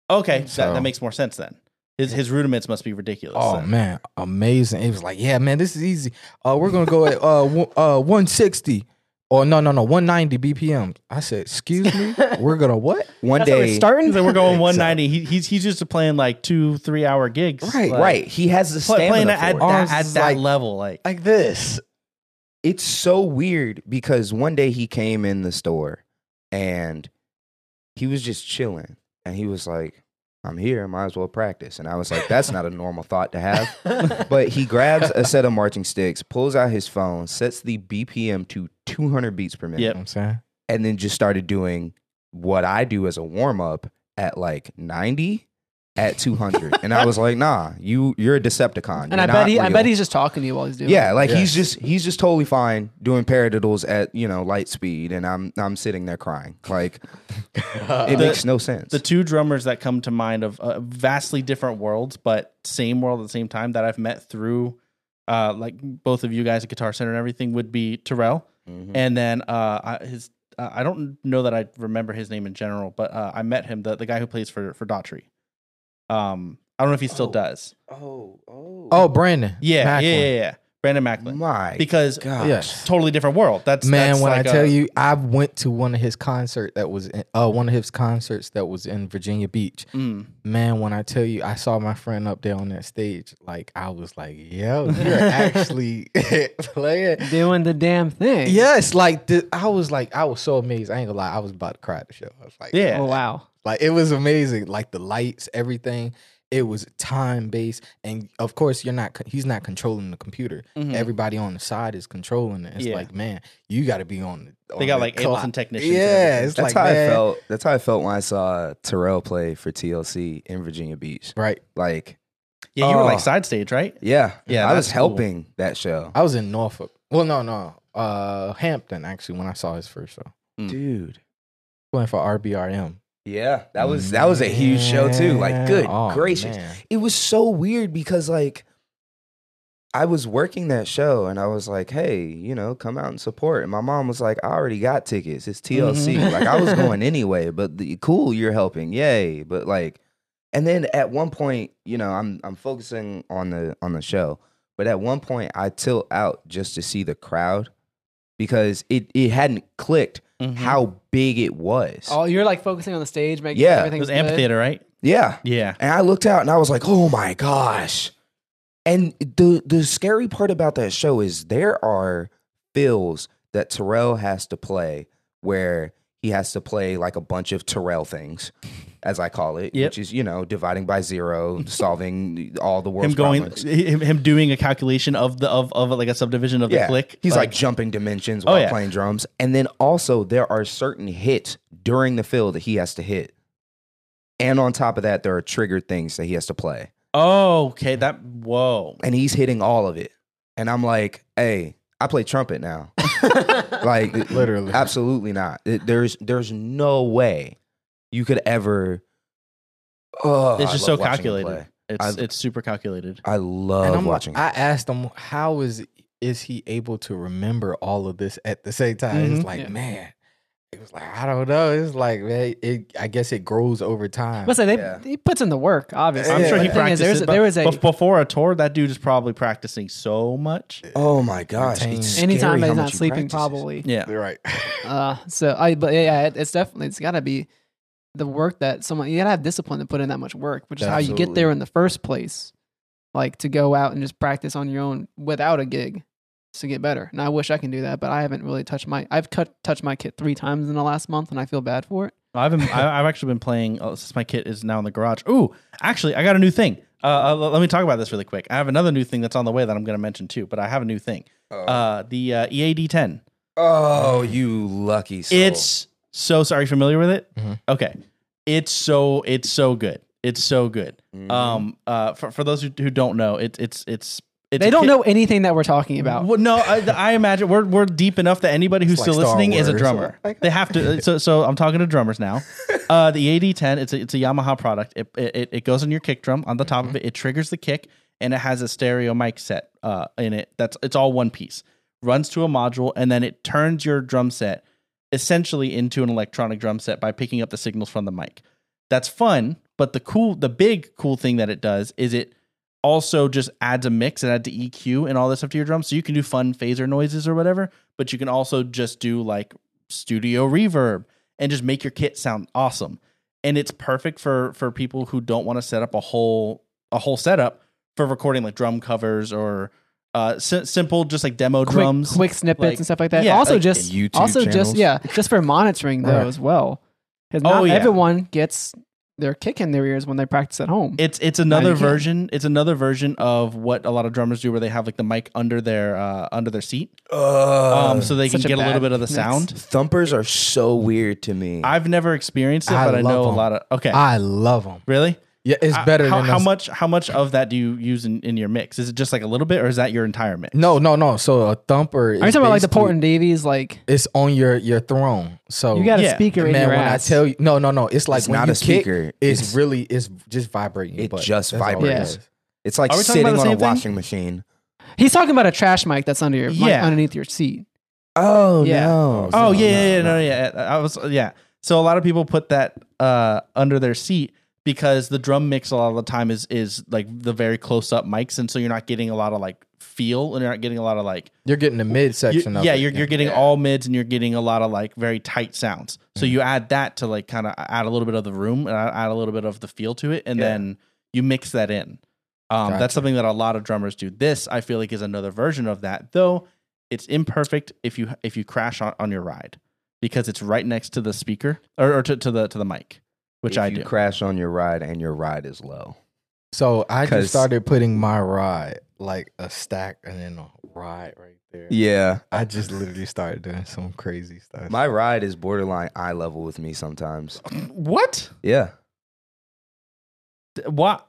Speaker 3: Okay, that,
Speaker 6: So-
Speaker 3: that makes more sense then. His his rudiments must be ridiculous.
Speaker 6: Oh
Speaker 3: then.
Speaker 6: man, amazing! He was like, "Yeah, man, this is easy. Uh, we're gonna go at uh, one- uh 160 or no, no, no, 190 BPM." I said, "Excuse me, we're gonna what?"
Speaker 5: One
Speaker 1: That's how it's
Speaker 5: day,
Speaker 1: starting.
Speaker 3: Then we're going 190. He, he's he's used to playing like two three hour gigs.
Speaker 6: Right,
Speaker 3: like,
Speaker 5: right? He has the
Speaker 3: Play, playing
Speaker 5: stamina. for
Speaker 3: at,
Speaker 5: it.
Speaker 3: at that,
Speaker 6: Arms
Speaker 3: at
Speaker 6: is
Speaker 3: that
Speaker 6: like-
Speaker 3: level, like
Speaker 6: Like this.
Speaker 5: it's so weird because one day he came in the store and he was just chilling, and he was like, "I'm here, might as well practice." And I was like, "That's not a normal thought to have." But he grabs a set of marching sticks, pulls out his phone, sets the BPM to 200 beats per minute,
Speaker 6: You know what I'm saying,
Speaker 5: and then just started doing what I do as a warm up at like 90 at 200. and I was like, nah, you you're a Decepticon.
Speaker 4: And I bet he, I bet he's just talking to you while he's doing.
Speaker 5: yeah,
Speaker 4: it.
Speaker 5: like
Speaker 6: Yeah.
Speaker 5: he's just he's just totally fine doing paradiddles at you know light speed, and I'm I'm sitting there crying. Like it makes no sense.
Speaker 3: the two drummers that come to mind of uh, vastly different worlds, but same world at the same time that I've met through, uh, like both of you guys at Guitar Center and everything would be Terrell,
Speaker 6: Mm-hmm.
Speaker 3: and then uh, I- his uh, I don't know that I remember his name in general, but uh, I met him the the guy who plays for for Daughtry. Um, I don't know if he still does.
Speaker 5: oh oh
Speaker 6: Oh, Brandon.
Speaker 3: Yeah, yeah,
Speaker 6: Macklin.
Speaker 3: yeah, yeah. Brandon Macklin.
Speaker 5: my
Speaker 3: because
Speaker 5: gosh.
Speaker 6: Yes.
Speaker 3: totally different world. That's
Speaker 6: Man,
Speaker 3: that's
Speaker 6: when
Speaker 3: like uh,
Speaker 6: I tell
Speaker 3: a-
Speaker 6: you, I went to one of his concert that was in, uh, one of his concerts that was in Virginia Beach.
Speaker 3: Mm.
Speaker 6: Man, when I tell you, I saw my friend up there on that stage. Like I was like, "Yo, you're actually playing."
Speaker 1: Doing the damn thing.
Speaker 6: Yes, like the, I was like, I was so amazed. I ain't gonna lie, I was about to cry at the show. I was like,
Speaker 3: yeah,
Speaker 1: Oh wow.
Speaker 6: like it was amazing. Like the lights, everything. It was time based, and of course, you're not. He's not controlling the computer.
Speaker 5: Mm-hmm.
Speaker 3: Mhm.
Speaker 6: Everybody on the side is controlling it. It's
Speaker 3: Yeah.
Speaker 6: like, man, you got to be on. the
Speaker 3: They
Speaker 6: on
Speaker 3: got,
Speaker 6: the
Speaker 3: like,
Speaker 6: clock.
Speaker 3: Ableton technicians and
Speaker 6: Yeah,
Speaker 3: everything.
Speaker 6: it's
Speaker 5: That's
Speaker 6: like
Speaker 5: how
Speaker 6: man,
Speaker 5: I felt. That's how I felt when I saw Terrell play for TLC in Virginia Beach.
Speaker 6: Right.
Speaker 5: Like,
Speaker 3: yeah. You were
Speaker 5: Oh.
Speaker 3: like side stage, right?
Speaker 5: yeah,
Speaker 3: Yeah,
Speaker 5: I was
Speaker 3: that's cool.
Speaker 5: helping that show,
Speaker 6: I was in Norfolk. Well, no, no, uh, Hampton actually. When I saw his first show,
Speaker 5: Mm. dude.
Speaker 6: going for RBRM.
Speaker 5: Yeah, that was that was a huge show too. Like,
Speaker 6: Man.
Speaker 5: good
Speaker 6: Oh,
Speaker 5: gracious,
Speaker 6: man.
Speaker 5: it was so weird because like, I was working that show and I was like, hey, you know, come out and support. And my mom was like, I already got tickets. It's TLC.
Speaker 1: Mhm.
Speaker 5: Like, I was going anyway. But the, cool, you're helping, yay. But like, and then at one point, you know, I'm I'm focusing on the on the show. But at one point, I tilt out just to see the crowd because it it hadn't clicked
Speaker 3: Mhm.
Speaker 5: how big it was.
Speaker 1: Oh, you're like focusing on the stage, making
Speaker 5: Yeah.
Speaker 1: everything
Speaker 3: It was
Speaker 1: good.
Speaker 3: amphitheater, right?
Speaker 5: Yeah.
Speaker 3: Yeah.
Speaker 5: And I looked out and I was like, oh my gosh. And the the scary part about that show is there are fills that Terrell has to play where he has to play like a bunch of Terrell things, as I call it,
Speaker 3: Yep.
Speaker 5: which is, you know, dividing by zero, solving all the world's
Speaker 3: him going,
Speaker 5: problems.
Speaker 3: him, him doing a calculation of the of, of like a subdivision of the click.
Speaker 5: He's like, jumping dimensions while
Speaker 3: Oh, yeah.
Speaker 5: playing drums. And then also there are certain hits during the fill that he has to hit. And on top of that, there are triggered things that he has to play.
Speaker 3: oh, okay, that whoa.
Speaker 5: and he's hitting all of it. And I'm like, hey, I play trumpet now. like
Speaker 6: Literally.
Speaker 5: absolutely not. It- There's there's no way you could ever. Oh,
Speaker 3: It's
Speaker 5: I
Speaker 3: just so
Speaker 5: love watching him
Speaker 3: calculated.
Speaker 5: play.
Speaker 3: It's
Speaker 5: I-
Speaker 3: it's super calculated.
Speaker 5: I
Speaker 6: and
Speaker 5: love
Speaker 6: I'm
Speaker 5: watching.
Speaker 6: watching. I asked him, how is is he able to remember all of this at the same time?
Speaker 3: Mhm.
Speaker 6: It's like,
Speaker 1: Yeah.
Speaker 6: man, it was like I don't know. It's like, man, it. I guess it grows over time.
Speaker 1: Listen, they,
Speaker 5: Yeah.
Speaker 1: he puts in the work, obviously.
Speaker 3: I'm
Speaker 5: Yeah.
Speaker 3: sure he
Speaker 1: The thing is,
Speaker 3: practices.
Speaker 1: there's-
Speaker 3: but-
Speaker 1: there was a
Speaker 3: but before a tour, that dude is probably practicing so much.
Speaker 5: oh my gosh!
Speaker 6: Retain.
Speaker 5: It's scary
Speaker 1: anytime
Speaker 5: how
Speaker 1: he's
Speaker 5: much
Speaker 1: not
Speaker 5: he
Speaker 1: sleeping,
Speaker 5: practices.
Speaker 1: probably.
Speaker 3: Yeah.
Speaker 6: You're right.
Speaker 1: Uh, so I, but yeah, it, it's definitely it's got to be the work that someone you gotta have discipline to put in that much work, which is how you get
Speaker 6: Absolutely.
Speaker 1: there in the first place. Like to go out and just practice on your own without a gig to get better. And I wish I can do that, but I haven't really touched my. I've cut touched my kit three times in the last month, and I feel bad for it.
Speaker 3: I've been, I- I've actually been playing oh, since my kit is now in the garage. Ooh, actually, I got a new thing. Uh, uh, let me talk about this really quick. I have another new thing that's on the way that I'm going to mention too. But I have a new thing. Uh, the uh, EAD ten.
Speaker 5: Oh, you lucky soul!
Speaker 6: Oh.
Speaker 3: It's so sorry. Familiar with it?
Speaker 6: Mhm.
Speaker 3: Okay. It's so it's so good. It's so good.
Speaker 5: Mhm.
Speaker 6: Mm-hmm.
Speaker 3: Um. Uh. For, for those who, who don't know, it's it's it's it's
Speaker 1: They
Speaker 3: a
Speaker 1: don't
Speaker 3: kit-
Speaker 1: know anything that we're talking about.
Speaker 3: Well, no, I, I imagine we're we're deep enough that anybody who's
Speaker 6: like
Speaker 3: still
Speaker 6: Star
Speaker 3: listening is a
Speaker 6: Wars.
Speaker 3: drummer. They have to. uh, So so I'm talking to drummers now. Uh, the AD10, it's a, it's a Yamaha product. It, it it goes on your kick drum. On the top
Speaker 6: Mm-hmm.
Speaker 3: of it, it triggers the kick, and it has a stereo mic set uh, in it. That's it's all one piece. Runs to a module, and then it turns your drum set essentially into an electronic drum set by picking up the signals from the mic. That's fun, but the cool, the big cool thing that it does is it also just adds a mix and adds the EQ and all this stuff to your drums. So you can do fun phaser noises or whatever, but you can also just do like studio reverb and just make your kit sound awesome. And it's perfect for for people who don't want to set up a whole a whole setup for recording like drum covers or uh si- simple just like demo
Speaker 1: quick,
Speaker 3: drums.
Speaker 1: quick snippets
Speaker 3: like-
Speaker 1: and stuff like that.
Speaker 3: yeah,
Speaker 1: also
Speaker 3: like
Speaker 1: just
Speaker 5: YouTube
Speaker 1: also just
Speaker 5: channels.
Speaker 1: yeah, just for monitoring though
Speaker 6: Right.
Speaker 1: as well. Because
Speaker 3: Oh,
Speaker 1: not
Speaker 3: yeah.
Speaker 1: everyone gets their kick in their ears when they practice at home.
Speaker 3: It's it's another
Speaker 1: you can't.
Speaker 3: version. It's another version of what a lot of drummers do, where they have like the mic under their uh, under their seat,
Speaker 5: Ugh.
Speaker 3: um, so they can
Speaker 1: such a
Speaker 3: get a, little
Speaker 1: bad
Speaker 3: bit of the
Speaker 1: mix.
Speaker 3: sound.
Speaker 5: thumpers are so weird to me.
Speaker 3: I've never experienced it,
Speaker 6: I
Speaker 3: but I
Speaker 6: love
Speaker 3: know a
Speaker 6: them.
Speaker 3: lot of. Okay,
Speaker 6: I love him.
Speaker 3: really?
Speaker 6: Yeah, it's
Speaker 3: I-
Speaker 6: better
Speaker 3: how,
Speaker 6: than
Speaker 3: how
Speaker 6: us-
Speaker 3: much how much of that do you use in, in your mix is it just like a little bit or is that your entire mix
Speaker 6: No, no, no. So a thumper.
Speaker 1: Are you talking about like the
Speaker 6: portent?
Speaker 1: Portland Davies? Like
Speaker 6: It's on your your throne. So
Speaker 1: you got a
Speaker 3: yeah.
Speaker 1: speaker in
Speaker 6: Oh. man,
Speaker 1: your
Speaker 6: when
Speaker 1: ass.
Speaker 6: I tell you, no, no, no. It's like
Speaker 5: It's
Speaker 6: when
Speaker 5: not
Speaker 6: you
Speaker 5: a
Speaker 6: kick,
Speaker 5: speaker.
Speaker 6: it's,
Speaker 5: It's-
Speaker 6: really it's just vibrating.
Speaker 5: It
Speaker 6: but
Speaker 5: just
Speaker 6: that's all
Speaker 1: vibrates.
Speaker 6: is.
Speaker 5: It's like
Speaker 3: Are we talking
Speaker 5: sitting
Speaker 3: about the
Speaker 5: on a
Speaker 3: same thing?
Speaker 5: washing machine.
Speaker 1: he's talking about a trash mic that's under your mic-
Speaker 3: Yeah.
Speaker 1: underneath your seat.
Speaker 5: Oh
Speaker 1: Yeah.
Speaker 5: no!
Speaker 3: oh
Speaker 6: No,
Speaker 3: yeah yeah yeah,
Speaker 6: no,
Speaker 3: no, yeah i was yeah so a lot of people put that uh under their seat because the drum mix a lot of the time is is like the very close up mics and so you're not getting a lot of like feel and you're not getting a lot of like
Speaker 6: You're getting the
Speaker 3: you-
Speaker 6: midsection. of
Speaker 3: yeah,
Speaker 6: it.
Speaker 3: you're you're getting all mids and you're getting a lot of like very tight sounds. So
Speaker 6: Mm-hmm.
Speaker 3: you add that to like kind of add a little bit of the room and add a little bit of the feel to it, and
Speaker 6: Yeah.
Speaker 3: then you mix that in. Um,
Speaker 6: Gotcha.
Speaker 3: That's something that a lot of drummers do. This I feel like is another version of that, though. It's imperfect if you if you crash on, on your ride because it's right next to the speaker or, or to, to the to the mic, which
Speaker 5: if
Speaker 3: I
Speaker 5: you
Speaker 3: do.
Speaker 5: crash on your ride and your ride is low.
Speaker 6: So I
Speaker 5: 'Cause-
Speaker 6: just started putting my ride like a stack and then a ride right there.
Speaker 5: Yeah,
Speaker 6: I just literally started doing some crazy stuff.
Speaker 5: my ride is borderline eye level with me sometimes.
Speaker 3: what?
Speaker 5: Yeah,
Speaker 3: Th- What?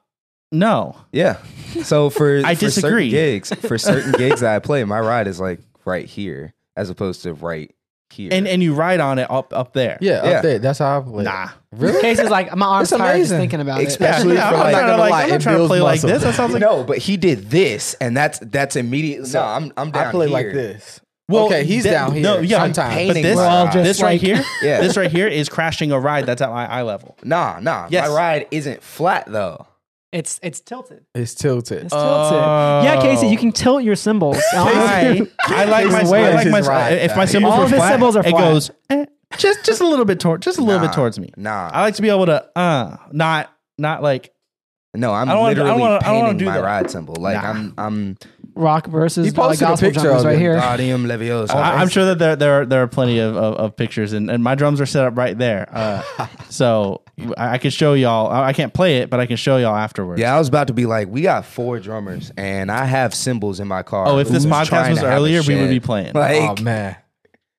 Speaker 3: No.
Speaker 5: yeah. So for
Speaker 3: I
Speaker 5: for certain
Speaker 3: disagree.
Speaker 5: gigs for certain gigs that I play, my ride is like right here as opposed to right here.
Speaker 3: And and you ride on it up up there.
Speaker 6: yeah,
Speaker 5: Yeah.
Speaker 6: up there. That's how I play.
Speaker 3: Nah.
Speaker 6: Really?
Speaker 1: Casey's like my arms
Speaker 6: It's
Speaker 1: tired just
Speaker 6: amazing.
Speaker 1: thinking about it.
Speaker 5: Especially
Speaker 3: Yeah, I'm
Speaker 5: for
Speaker 3: not
Speaker 5: like,
Speaker 3: trying to,
Speaker 6: gonna
Speaker 3: like,
Speaker 6: lie,
Speaker 3: I'm not
Speaker 6: it
Speaker 3: trying to
Speaker 6: builds
Speaker 3: play like
Speaker 6: muscle.
Speaker 3: this. That sounds like
Speaker 5: no, but he did this, and that's that's immediately. No, I'm I'm down
Speaker 6: I play
Speaker 5: here.
Speaker 6: like this. okay, he's
Speaker 3: that-
Speaker 6: down here.
Speaker 3: No, yeah,
Speaker 6: sometimes.
Speaker 5: painting
Speaker 3: but this,
Speaker 5: We're all just
Speaker 3: this right
Speaker 1: like-
Speaker 3: here,
Speaker 5: Yeah.
Speaker 3: this right here is crashing a ride that's at my eye level.
Speaker 5: Nah, nah.
Speaker 3: Yes.
Speaker 5: My ride isn't flat though.
Speaker 1: It's it's tilted.
Speaker 6: It's tilted. Oh,
Speaker 1: It's tilted. Yeah, Casey, you can tilt your cymbals.
Speaker 3: I, I like my,
Speaker 6: Casey's
Speaker 3: I like
Speaker 6: wearing
Speaker 3: my
Speaker 6: his ride.
Speaker 3: if my cymbals
Speaker 1: All
Speaker 3: were
Speaker 1: of his
Speaker 3: flat,
Speaker 1: cymbals are
Speaker 3: it
Speaker 1: flat.
Speaker 3: goes eh, just just a little bit toward just a little bit
Speaker 5: Nah,
Speaker 3: towards me.
Speaker 5: Nah.
Speaker 3: I like to be able to uh not not like
Speaker 5: no, I'm
Speaker 3: I don't wanna- I
Speaker 5: literally
Speaker 3: don't wanna- I don't
Speaker 5: painting
Speaker 3: wanna do
Speaker 5: my
Speaker 3: that.
Speaker 5: ride symbol. Like
Speaker 3: Nah.
Speaker 5: I'm I'm
Speaker 1: Rock versus
Speaker 6: He
Speaker 1: uh,
Speaker 6: posted a
Speaker 1: gospel
Speaker 6: picture
Speaker 1: drummers
Speaker 6: of
Speaker 1: right
Speaker 6: it.
Speaker 1: here.
Speaker 5: Guardian Leviosa.
Speaker 3: I, am sure that there there are, there are plenty of, of, of pictures and, and my drums are set up right there. Uh, so I, I can show y'all. I, I can't play it, but I can show y'all afterwards.
Speaker 5: Yeah, I was about to be like, we got four drummers, and I have cymbals in my car.
Speaker 3: Oh, if this
Speaker 5: Who's
Speaker 3: podcast
Speaker 5: trying
Speaker 3: was
Speaker 5: to have a
Speaker 3: earlier, we would
Speaker 5: shed?
Speaker 3: be playing.
Speaker 5: Like,
Speaker 6: oh man.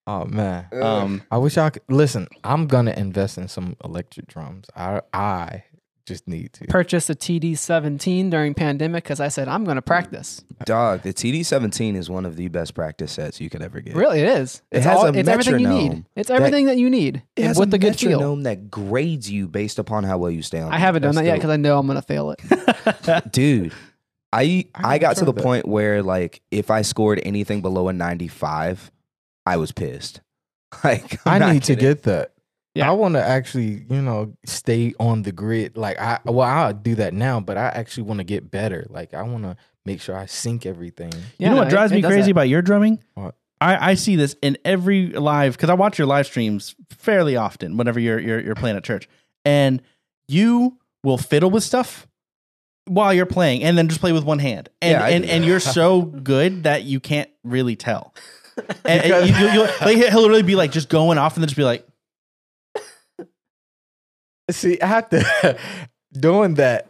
Speaker 6: Oh man.
Speaker 3: Um,
Speaker 6: I wish I could listen. I'm gonna invest in some electric drums. I I just need to.
Speaker 1: Purchased a TD seventeen during pandemic because I said I'm going to practice.
Speaker 5: dog, the TD-17 is one of the best practice sets you could ever get.
Speaker 1: Really, it is.
Speaker 5: It
Speaker 1: It's
Speaker 5: has
Speaker 1: all,
Speaker 5: a
Speaker 1: it's everything you need.
Speaker 5: metronome
Speaker 1: It's everything that, you need
Speaker 5: It has
Speaker 1: with
Speaker 5: a
Speaker 1: the good feel.
Speaker 5: metronome that grades you based upon how well you stay on.
Speaker 1: I
Speaker 5: it.
Speaker 1: haven't done that
Speaker 5: That's
Speaker 1: yet
Speaker 5: dope.
Speaker 1: because I know I'm going to fail it.
Speaker 5: dude i
Speaker 6: I
Speaker 5: i, got to
Speaker 6: tried
Speaker 5: the
Speaker 6: that.
Speaker 5: point where like if i scored anything below a 95 i was pissed like I'm
Speaker 6: I
Speaker 5: not
Speaker 6: need to
Speaker 5: kidding.
Speaker 6: get that.
Speaker 1: Yeah.
Speaker 6: I want to actually, you know, stay on the grid. Like I, well, I'll do that now, but I actually want to get better. Like I want to make sure I sync everything.
Speaker 1: Yeah,
Speaker 3: you know
Speaker 1: no,
Speaker 3: what
Speaker 1: it-
Speaker 3: drives
Speaker 1: it
Speaker 3: me
Speaker 1: does
Speaker 3: crazy
Speaker 1: that.
Speaker 3: about your drumming?
Speaker 6: What?
Speaker 3: I, I see this in every live because I watch your live streams fairly often whenever you're, you're you're playing at church, and you will fiddle with stuff while you're playing, and then just play with one hand, and
Speaker 5: Yeah, I
Speaker 3: and,
Speaker 5: do
Speaker 3: and
Speaker 5: that.
Speaker 3: you're so good that you can't really tell. And, and you, you, you'll- like, he'll literally be like just going off, and then just be like,
Speaker 6: See, after doing that,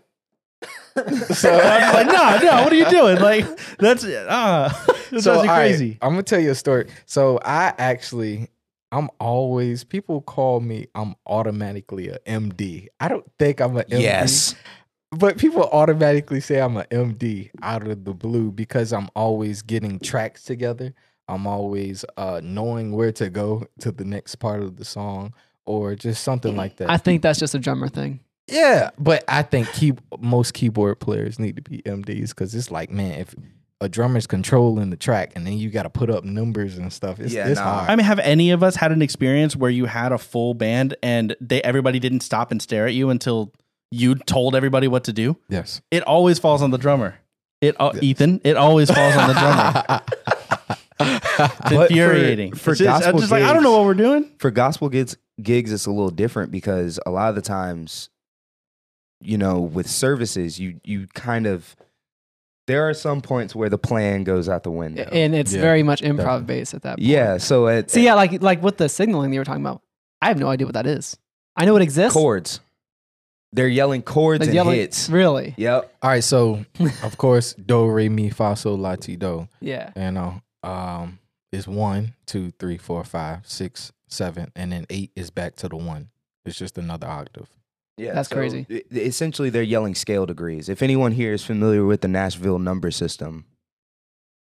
Speaker 6: so
Speaker 3: I'm just like, no, no, what are you doing? Like that's uh, that's crazy.
Speaker 6: I'm gonna tell you a story. So I actually, I'm always people call me. I'm automatically a MD. I don't think I'm a MD.
Speaker 5: yes
Speaker 6: but people automatically say I'm an MD out of the blue because I'm always getting tracks together. I'm always uh, knowing where to go to the next part of the song or just something like that.
Speaker 1: I think that's just a drummer thing.
Speaker 6: yeah, but I think key- most keyboard players need to be MDs because it's like, man, if a drummer's controlling the track and then you got to put up numbers and stuff, it's,
Speaker 5: Yeah,
Speaker 6: it's
Speaker 5: nah.
Speaker 6: hard.
Speaker 3: I mean, have any of us had an experience where you had a full band and they everybody didn't stop and stare at you until you told everybody what to do?
Speaker 6: yes.
Speaker 3: It always falls on the drummer. It al- Ethan. It always falls on the drummer. It's
Speaker 5: But for-
Speaker 3: infuriating.
Speaker 5: for
Speaker 3: It's just, I'm
Speaker 5: gospel
Speaker 3: just like I don't
Speaker 5: gigs-
Speaker 3: know what we're doing.
Speaker 5: for gospel gigs gigs it's a little different because a lot of the times you know with services you you kind of there are some points where the plan goes out the window
Speaker 1: And it's
Speaker 6: Yeah,
Speaker 1: very much improv
Speaker 6: definitely.
Speaker 1: based at that point.
Speaker 5: yeah so at
Speaker 1: See, yeah, like like with the signaling you were talking about, I have no idea what that is. I know it exists.
Speaker 5: chords they're yelling chords
Speaker 1: Like
Speaker 5: and
Speaker 1: yelling-
Speaker 5: hits
Speaker 1: Really?
Speaker 5: yep
Speaker 6: All right, so of course, do, re, mi, fa, sol, la, ti, do.
Speaker 1: Yeah.
Speaker 6: You know, um, it's one, two, three, four, five, six, seven, and then eight is back to the one. It's just another octave.
Speaker 5: Yeah,
Speaker 4: That's crazy.
Speaker 5: e- essentially, they're yelling scale degrees. If anyone here is familiar with the Nashville number system,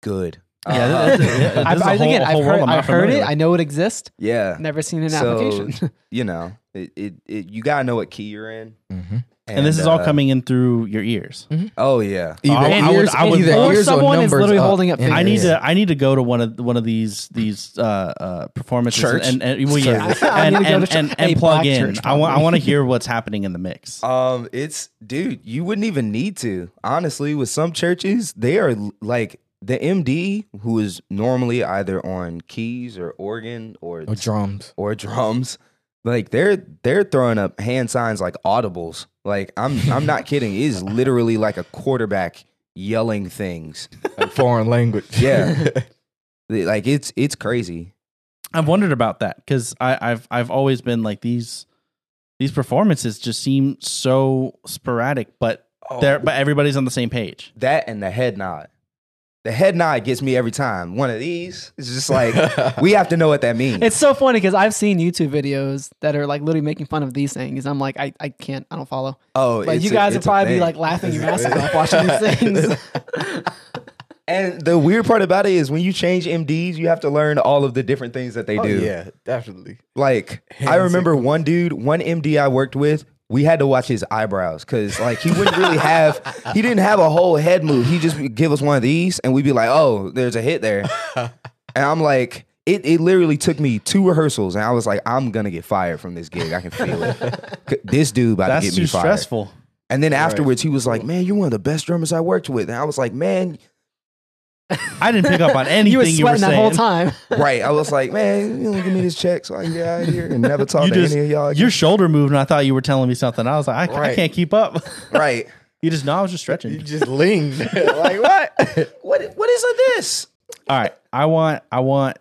Speaker 5: good.
Speaker 3: Yeah,
Speaker 5: Uh,
Speaker 3: that- that's- yeah, that-
Speaker 1: I've,
Speaker 3: This is a
Speaker 1: I-
Speaker 3: whole-
Speaker 1: again,
Speaker 3: a
Speaker 1: I've
Speaker 3: whole
Speaker 1: heard,
Speaker 3: world I'm not
Speaker 1: I've heard it.
Speaker 3: familiar with.
Speaker 1: I know it exists.
Speaker 5: yeah.
Speaker 1: Never seen an
Speaker 5: So-
Speaker 1: application.
Speaker 5: You know, it, it, it you gotta know what key you're in.
Speaker 6: Mm-hmm.
Speaker 3: and this is all
Speaker 5: uh,
Speaker 3: coming in through your ears.
Speaker 5: Oh yeah,
Speaker 3: Oh, I would- I would love-
Speaker 1: Or someone is literally holding up
Speaker 3: I need
Speaker 1: fingers.
Speaker 3: to. I need to go to one of one of these these uh, uh, performances
Speaker 5: Church?
Speaker 3: and and, well, yeah,
Speaker 1: Church. I
Speaker 3: and,
Speaker 1: need to go
Speaker 3: and,
Speaker 1: to
Speaker 3: and,
Speaker 1: church.
Speaker 3: and
Speaker 1: A
Speaker 3: plug
Speaker 1: black
Speaker 3: in.
Speaker 1: church,
Speaker 3: I want. I
Speaker 1: probably.
Speaker 3: want to hear what's happening in the mix.
Speaker 5: Um, it's dude, you wouldn't even need to. Honestly, with some churches, they are l- like the MD who is normally either on keys or organ or
Speaker 6: Or drums.
Speaker 5: or drums. Like they're they're throwing up hand signs like audibles. Like I'm I'm not kidding. It is literally like a quarterback yelling things.
Speaker 6: Like foreign language.
Speaker 5: Yeah. like it's it's crazy.
Speaker 3: I've wondered about that because I've I've always been like these these performances just seem so sporadic, but
Speaker 1: Oh.
Speaker 3: they're but everybody's on the same page.
Speaker 5: That and the head nod. The head nod gets me every time. One of these. It's just like we have to know what that means.
Speaker 1: It's so funny because I've seen YouTube videos that are like literally making fun of these things. I'm like, I, I can't, I don't follow.
Speaker 5: oh,
Speaker 1: But
Speaker 5: it's
Speaker 1: you
Speaker 5: a-
Speaker 1: guys would
Speaker 5: it's a
Speaker 1: probably be
Speaker 5: thing.
Speaker 1: like laughing your asses off watching these things.
Speaker 5: And the weird part about it is when you change MDs, you have to learn all of the different things that they
Speaker 6: Oh,
Speaker 5: do.
Speaker 6: yeah, definitely.
Speaker 5: Like I
Speaker 6: Hands
Speaker 5: remember one dude, one MD I worked with, we had to watch his eyebrows because like he wouldn't really have, he didn't have a whole head move. He just would give us one of these, and we'd be like, "Oh, there's a hit there," and I'm like. It, it literally took me two rehearsals, and I was like, "I'm gonna get fired from this gig. I can feel it. C- This dude about
Speaker 3: That's
Speaker 5: to get me
Speaker 3: too
Speaker 5: fired."
Speaker 3: stressful.
Speaker 5: And then afterwards, he was like, "Man, you're one of the best drummers I worked with." And I was like, "Man,
Speaker 3: I didn't pick up on anything
Speaker 1: you
Speaker 3: you
Speaker 1: were
Speaker 3: were,
Speaker 1: sweating
Speaker 3: saying
Speaker 1: that whole time.
Speaker 5: Right. I was like, man, you don't give me this check so I can get out of here and never talk
Speaker 3: You
Speaker 5: to
Speaker 3: just,
Speaker 5: any of y'all again.
Speaker 3: your shoulder moved, and I thought you were telling me something. I was like, I, I
Speaker 6: Right.
Speaker 3: can't keep up.
Speaker 5: Right.
Speaker 3: You just know I was just
Speaker 6: You
Speaker 3: stretching.
Speaker 6: just leaned. like what?
Speaker 5: What what is this?
Speaker 3: All right, I want, I want,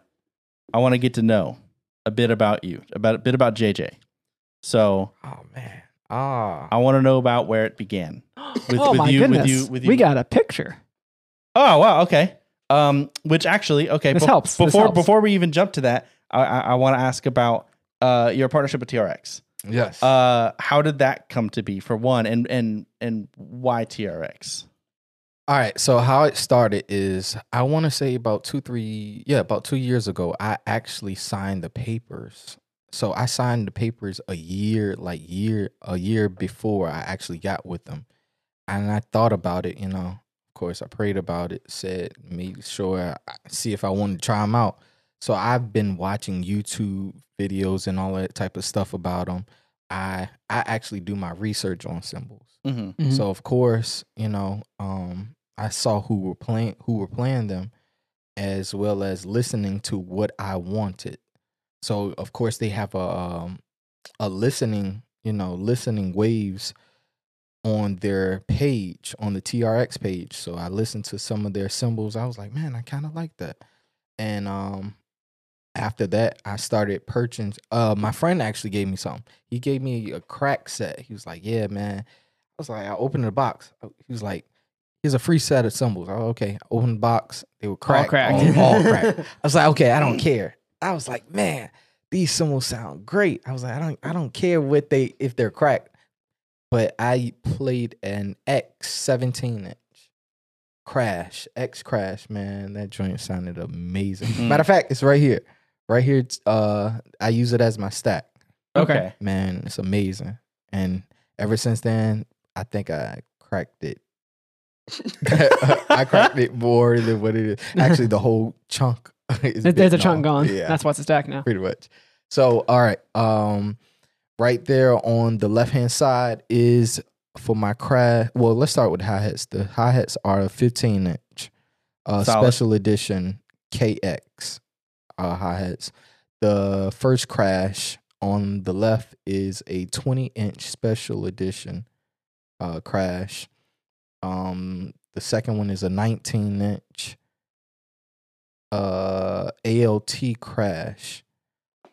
Speaker 3: I want to get to know a bit about you, about a bit about JJ. So
Speaker 6: Oh man. Ah.
Speaker 3: I want to know about where it began. With,
Speaker 1: oh
Speaker 3: with
Speaker 1: my
Speaker 3: you,
Speaker 1: goodness.
Speaker 3: With you, with you.
Speaker 1: We got a picture.
Speaker 3: Oh wow, okay. Um, which actually, okay,
Speaker 1: This
Speaker 3: bef-
Speaker 1: helps, this
Speaker 3: Before
Speaker 1: helps.
Speaker 3: before we even jump to that, I I, I want to ask about uh your partnership with TRX.
Speaker 6: Yes.
Speaker 3: Uh, how did that come to be for one, and and and why TRX?
Speaker 6: All right. So how it started is I want to say about two, three, yeah, about two years ago, I actually signed the papers. So I signed the papers a year, like year, a year before I actually got with them. And I thought about it, you know, of course, I prayed about it, said, made sure, I see if I wanted to try them out. So I've been watching YouTube videos and all that type of stuff about them. I, I actually do my research on symbols.
Speaker 3: Mm-hmm.
Speaker 1: Mhm.
Speaker 6: So of course, you know, um, I saw who were playing who were playing them, as well as listening to what I wanted. So of course they have a um, a listening, you know, listening waves on their page on the TRX page. So I listened to some of their symbols. I was like, man, I kind of like that. And um, after that, I started purchasing. Uh, my friend actually gave me something. He gave me a crack set. He was like, yeah, man. I was like, I opened the box. Oh, He was like, here's a free set of symbols. Oh, okay. I opened the box. They were cracked.
Speaker 1: cracked.
Speaker 6: All, all cracked. I was like, okay, I don't care. I was like, man, these symbols sound great. I was like, I don't, I don't care what they if they're cracked. But I played an X seventeen inch crash. X crash, man. That joint sounded amazing.
Speaker 3: Mm.
Speaker 6: Matter of fact, it's right here. Right here, it's, uh, I use it as my stack
Speaker 1: Okay.
Speaker 6: man, it's amazing. And ever since then, I think I cracked it. I cracked it more than what it is. Actually, the whole chunk. Is
Speaker 1: There- There's a
Speaker 6: bitten
Speaker 1: chunk
Speaker 6: off.
Speaker 1: gone.
Speaker 6: Yeah,
Speaker 1: That's what's a stack now.
Speaker 6: pretty much. So, all right. Um, right there on the left hand side is for my crash. Well, let's start with hi hats. The hi hats are a 15 inch, uh,
Speaker 3: Solid.
Speaker 6: special edition KX uh, hi hats. The first crash on the left is a 20 inch special edition uh, crash. Um, the second one is a 19 inch uh, ALT crash.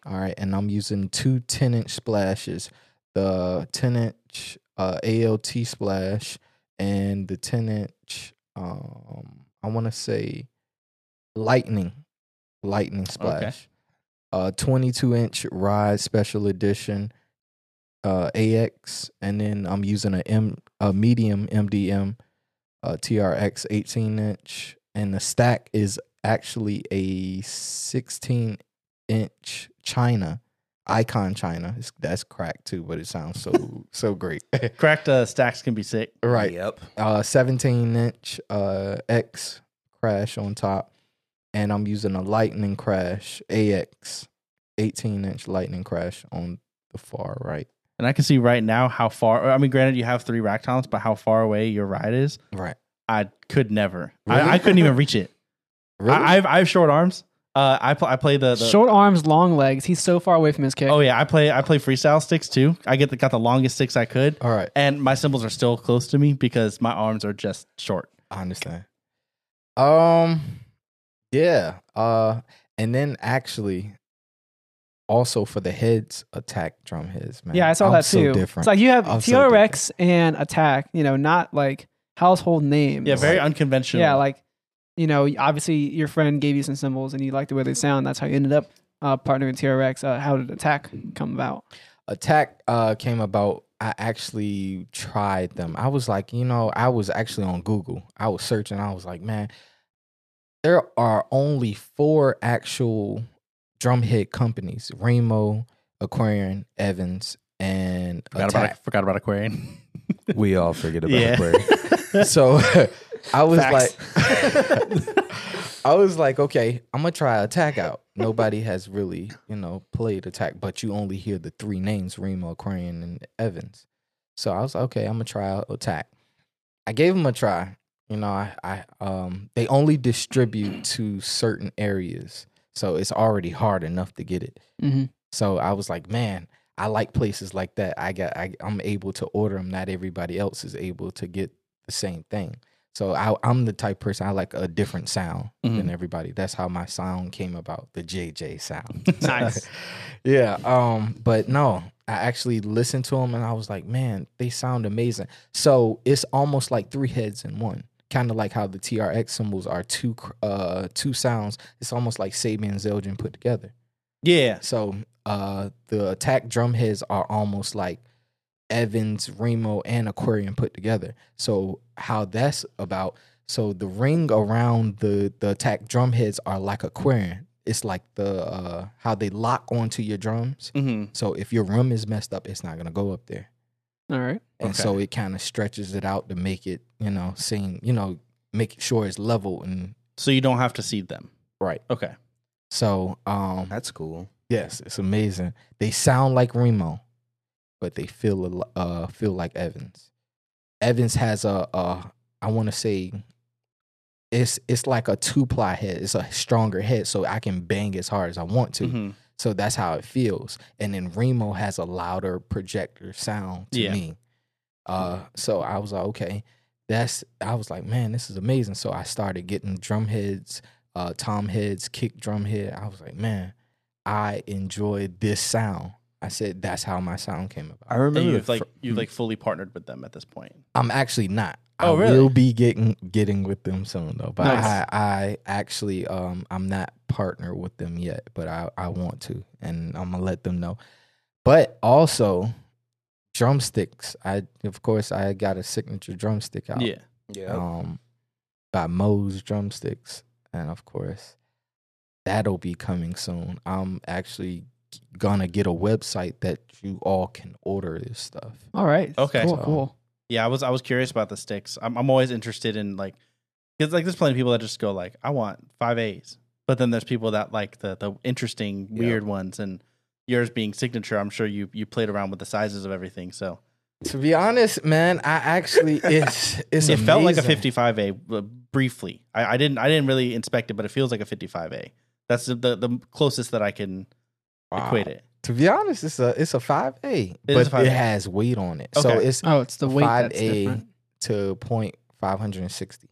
Speaker 6: All right, and I'm using two 10 inch splashes the 10 inch uh, ALT splash and the 10 inch, um, I want to say lightning, lightning splash. Uh, 22 inch ride special edition uh, AX, and then I'm using a M a medium MDM uh, TRX 18 inch, and the stack is actually a 16 inch China Icon China. It's, that's cracked too, but it sounds so so great.
Speaker 3: Cracked uh, stacks can be sick.
Speaker 6: right,
Speaker 5: Yep.
Speaker 6: uh 17 inch uh X crash on top and I'm using a lightning crash AX 18 inch lightning crash on the far right.
Speaker 3: And I can see right now how far. I mean, granted, you have three rack talents, but how far away your ride is,
Speaker 6: Right.
Speaker 3: I could never.
Speaker 6: Really?
Speaker 3: I, I couldn't even reach it. I, I have I have short arms. Uh, I play I play the, the
Speaker 1: Short arms, long legs. He's so far away from his kick.
Speaker 3: Oh yeah, I play I play freestyle sticks too. I get the, got the longest sticks I could,
Speaker 6: All right,
Speaker 3: and my cymbals are still close to me because my arms are just short.
Speaker 6: I understand. Um yeah, uh and then actually also for the heads attack drum heads, man.
Speaker 1: yeah, I saw
Speaker 6: I'm
Speaker 1: that
Speaker 6: so
Speaker 1: too.
Speaker 6: Different.
Speaker 1: It's like you have
Speaker 6: I'm so
Speaker 1: TRX and Attack. You know, not like household names.
Speaker 3: Yeah, very
Speaker 1: Like,
Speaker 3: unconventional.
Speaker 1: Yeah, like you know, obviously your friend gave you some symbols and you liked the way they sound. That's how you ended up uh, partnering with TRX. Uh, how did Attack come about?
Speaker 6: attack uh came about i actually tried them i was like you know i was actually on google i was searching i was like man there are only four actual drumhead companies remo aquarian evans and
Speaker 3: forgot
Speaker 6: attack
Speaker 3: about forgot about Aquarian.
Speaker 5: We all forget about
Speaker 3: Yeah.
Speaker 5: Aquarius.
Speaker 6: so I was
Speaker 3: Facts.
Speaker 6: like, I was like, okay, I'm gonna try attack out. Nobody has really, you know, played attack, but you only hear the three names: Remo, Crane, and Evans. So I was like, okay, I'm gonna try out attack. I gave them a try. You know, I, I um, they only distribute to certain areas, so it's already hard enough to get it.
Speaker 1: Mm-hmm.
Speaker 6: So I was like, man, I like places like that. I got, I, I'm able to order them. Not everybody else is able to get the same thing. So I, I'm the type of person I like a different sound than
Speaker 3: Mhm.
Speaker 6: everybody. That's how my sound came about, the JJ sound.
Speaker 3: Nice.
Speaker 6: yeah. Um. But no, I actually listened to them and I was like, man, they sound amazing. So it's almost like three heads in one. Kind of like how the TRX symbols are two, cr- uh, two sounds. It's almost like Sabian and Zeldin put together.
Speaker 3: yeah,
Speaker 6: So uh, the attack drum heads are almost like Evans, Remo, and Aquarium put together. So how that's about? So the ring around the the attack drum heads are like Aquarium. It's like the uh, how they lock onto your drums.
Speaker 3: hmm
Speaker 6: So if your rim is messed up, it's not gonna go up there.
Speaker 1: All right.
Speaker 6: And
Speaker 3: Okay.
Speaker 6: so it kind of stretches it out to make it, you know, seem, you know, make sure it's level and
Speaker 3: so you don't have to seed them.
Speaker 6: right.
Speaker 3: Okay,
Speaker 6: So um
Speaker 5: That's cool.
Speaker 6: Yes, it's amazing. They sound like Remo, but they feel a lo- uh feel like Evans. Evans has a uh I want to say it's it's like a two ply head. It's a stronger head, so I can bang as hard as I want to.
Speaker 3: Mhm.
Speaker 6: So that's how it feels. And then Remo has a louder projector sound to
Speaker 3: Yeah.
Speaker 6: me. Uh, so I was like, okay, that's. I was like, man, this is amazing. So I started getting drum heads, uh, tom heads, kick drum head. I was like, man, I enjoy this sound. I said, that's how my sound came about.
Speaker 5: I
Speaker 3: And
Speaker 5: remember the
Speaker 3: you've like
Speaker 5: fir-
Speaker 3: you've like fully partnered with them at this point.
Speaker 6: I'm actually not.
Speaker 3: Oh,
Speaker 6: I
Speaker 3: really?
Speaker 6: will be getting getting with them soon though. But
Speaker 3: Nice.
Speaker 6: I, I actually um I'm not partnered with them yet, but I, I want to and I'm gonna let them know. But also drumsticks. I of course I got a signature drumstick out
Speaker 3: Yeah,
Speaker 5: yeah.
Speaker 6: um by Moe's drumsticks. And of course that'll be coming soon. I'm actually gonna get a website that you all can order this stuff.
Speaker 1: All right.
Speaker 3: Okay.
Speaker 1: Cool.
Speaker 6: So-
Speaker 1: Cool.
Speaker 3: yeah. I was I was curious about the sticks. I'm I'm always interested in like because like there's plenty of people that just go like I want five A's, but then there's people that like the the interesting
Speaker 5: Yeah.
Speaker 3: weird ones and yours being signature. I'm sure you you played around with the sizes of everything. So
Speaker 6: To be honest, man, I actually it's it's
Speaker 3: it felt like a
Speaker 6: amazing.
Speaker 3: 55A uh, briefly. I, I didn't I didn't really inspect it, but it feels like a 55A. That's the the, the closest that I can
Speaker 6: Wow.
Speaker 3: equate it.
Speaker 6: To be honest, it's a it's a five A,
Speaker 3: It is
Speaker 6: but
Speaker 3: a 5A.
Speaker 6: it has weight on it, so
Speaker 3: Okay.
Speaker 6: it's
Speaker 1: Oh, it's the weight that's
Speaker 6: 5A
Speaker 1: different.
Speaker 6: to point five hundred and sixty.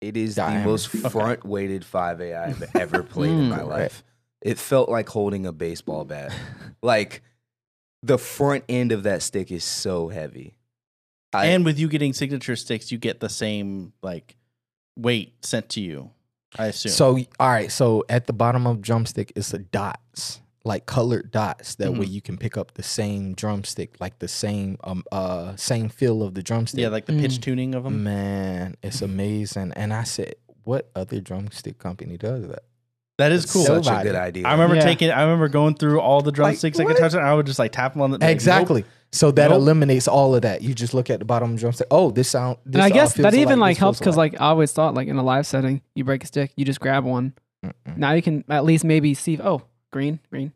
Speaker 5: It is
Speaker 6: Diamond.
Speaker 5: the most
Speaker 3: Okay.
Speaker 5: front weighted 5A I've ever played in
Speaker 1: Mm.
Speaker 5: my
Speaker 6: Correct.
Speaker 5: life. It felt like holding a baseball bat. Like the front end of that stick is so heavy. I-
Speaker 3: and with you getting signature sticks, you get the same like weight sent to you. I assume.
Speaker 6: So all right, so at the bottom of drumstick, it's a dots like colored dots that way
Speaker 3: Mhm.
Speaker 6: you can pick up the same drumstick, like the same um uh same feel of the drumstick.
Speaker 3: Yeah, like um, mm-hmm. the pitch tuning of
Speaker 5: Mm.
Speaker 3: them.
Speaker 6: man, it's amazing. And I said, what other drumstick company does that?
Speaker 3: That is cool.
Speaker 5: Such a
Speaker 6: Nobody.
Speaker 5: good idea.
Speaker 3: I remember
Speaker 1: Yeah.
Speaker 3: taking. I remember going through all the drumsticks I
Speaker 6: what?
Speaker 3: could touch, and I would just like tap them on the like,
Speaker 6: Exactly. So that
Speaker 3: Nope.
Speaker 6: eliminates all of that. You just look at the bottom of the drumstick. Oh, this sound. This
Speaker 1: and I
Speaker 6: uh,
Speaker 1: guess
Speaker 6: feels
Speaker 1: that
Speaker 6: alike,
Speaker 1: even
Speaker 6: this
Speaker 1: like helps
Speaker 6: feels
Speaker 1: because
Speaker 6: alike.
Speaker 1: like I always thought like in a live setting, you break a stick, you just grab one.
Speaker 6: Mm-mm.
Speaker 1: Now you can at least maybe see oh green green.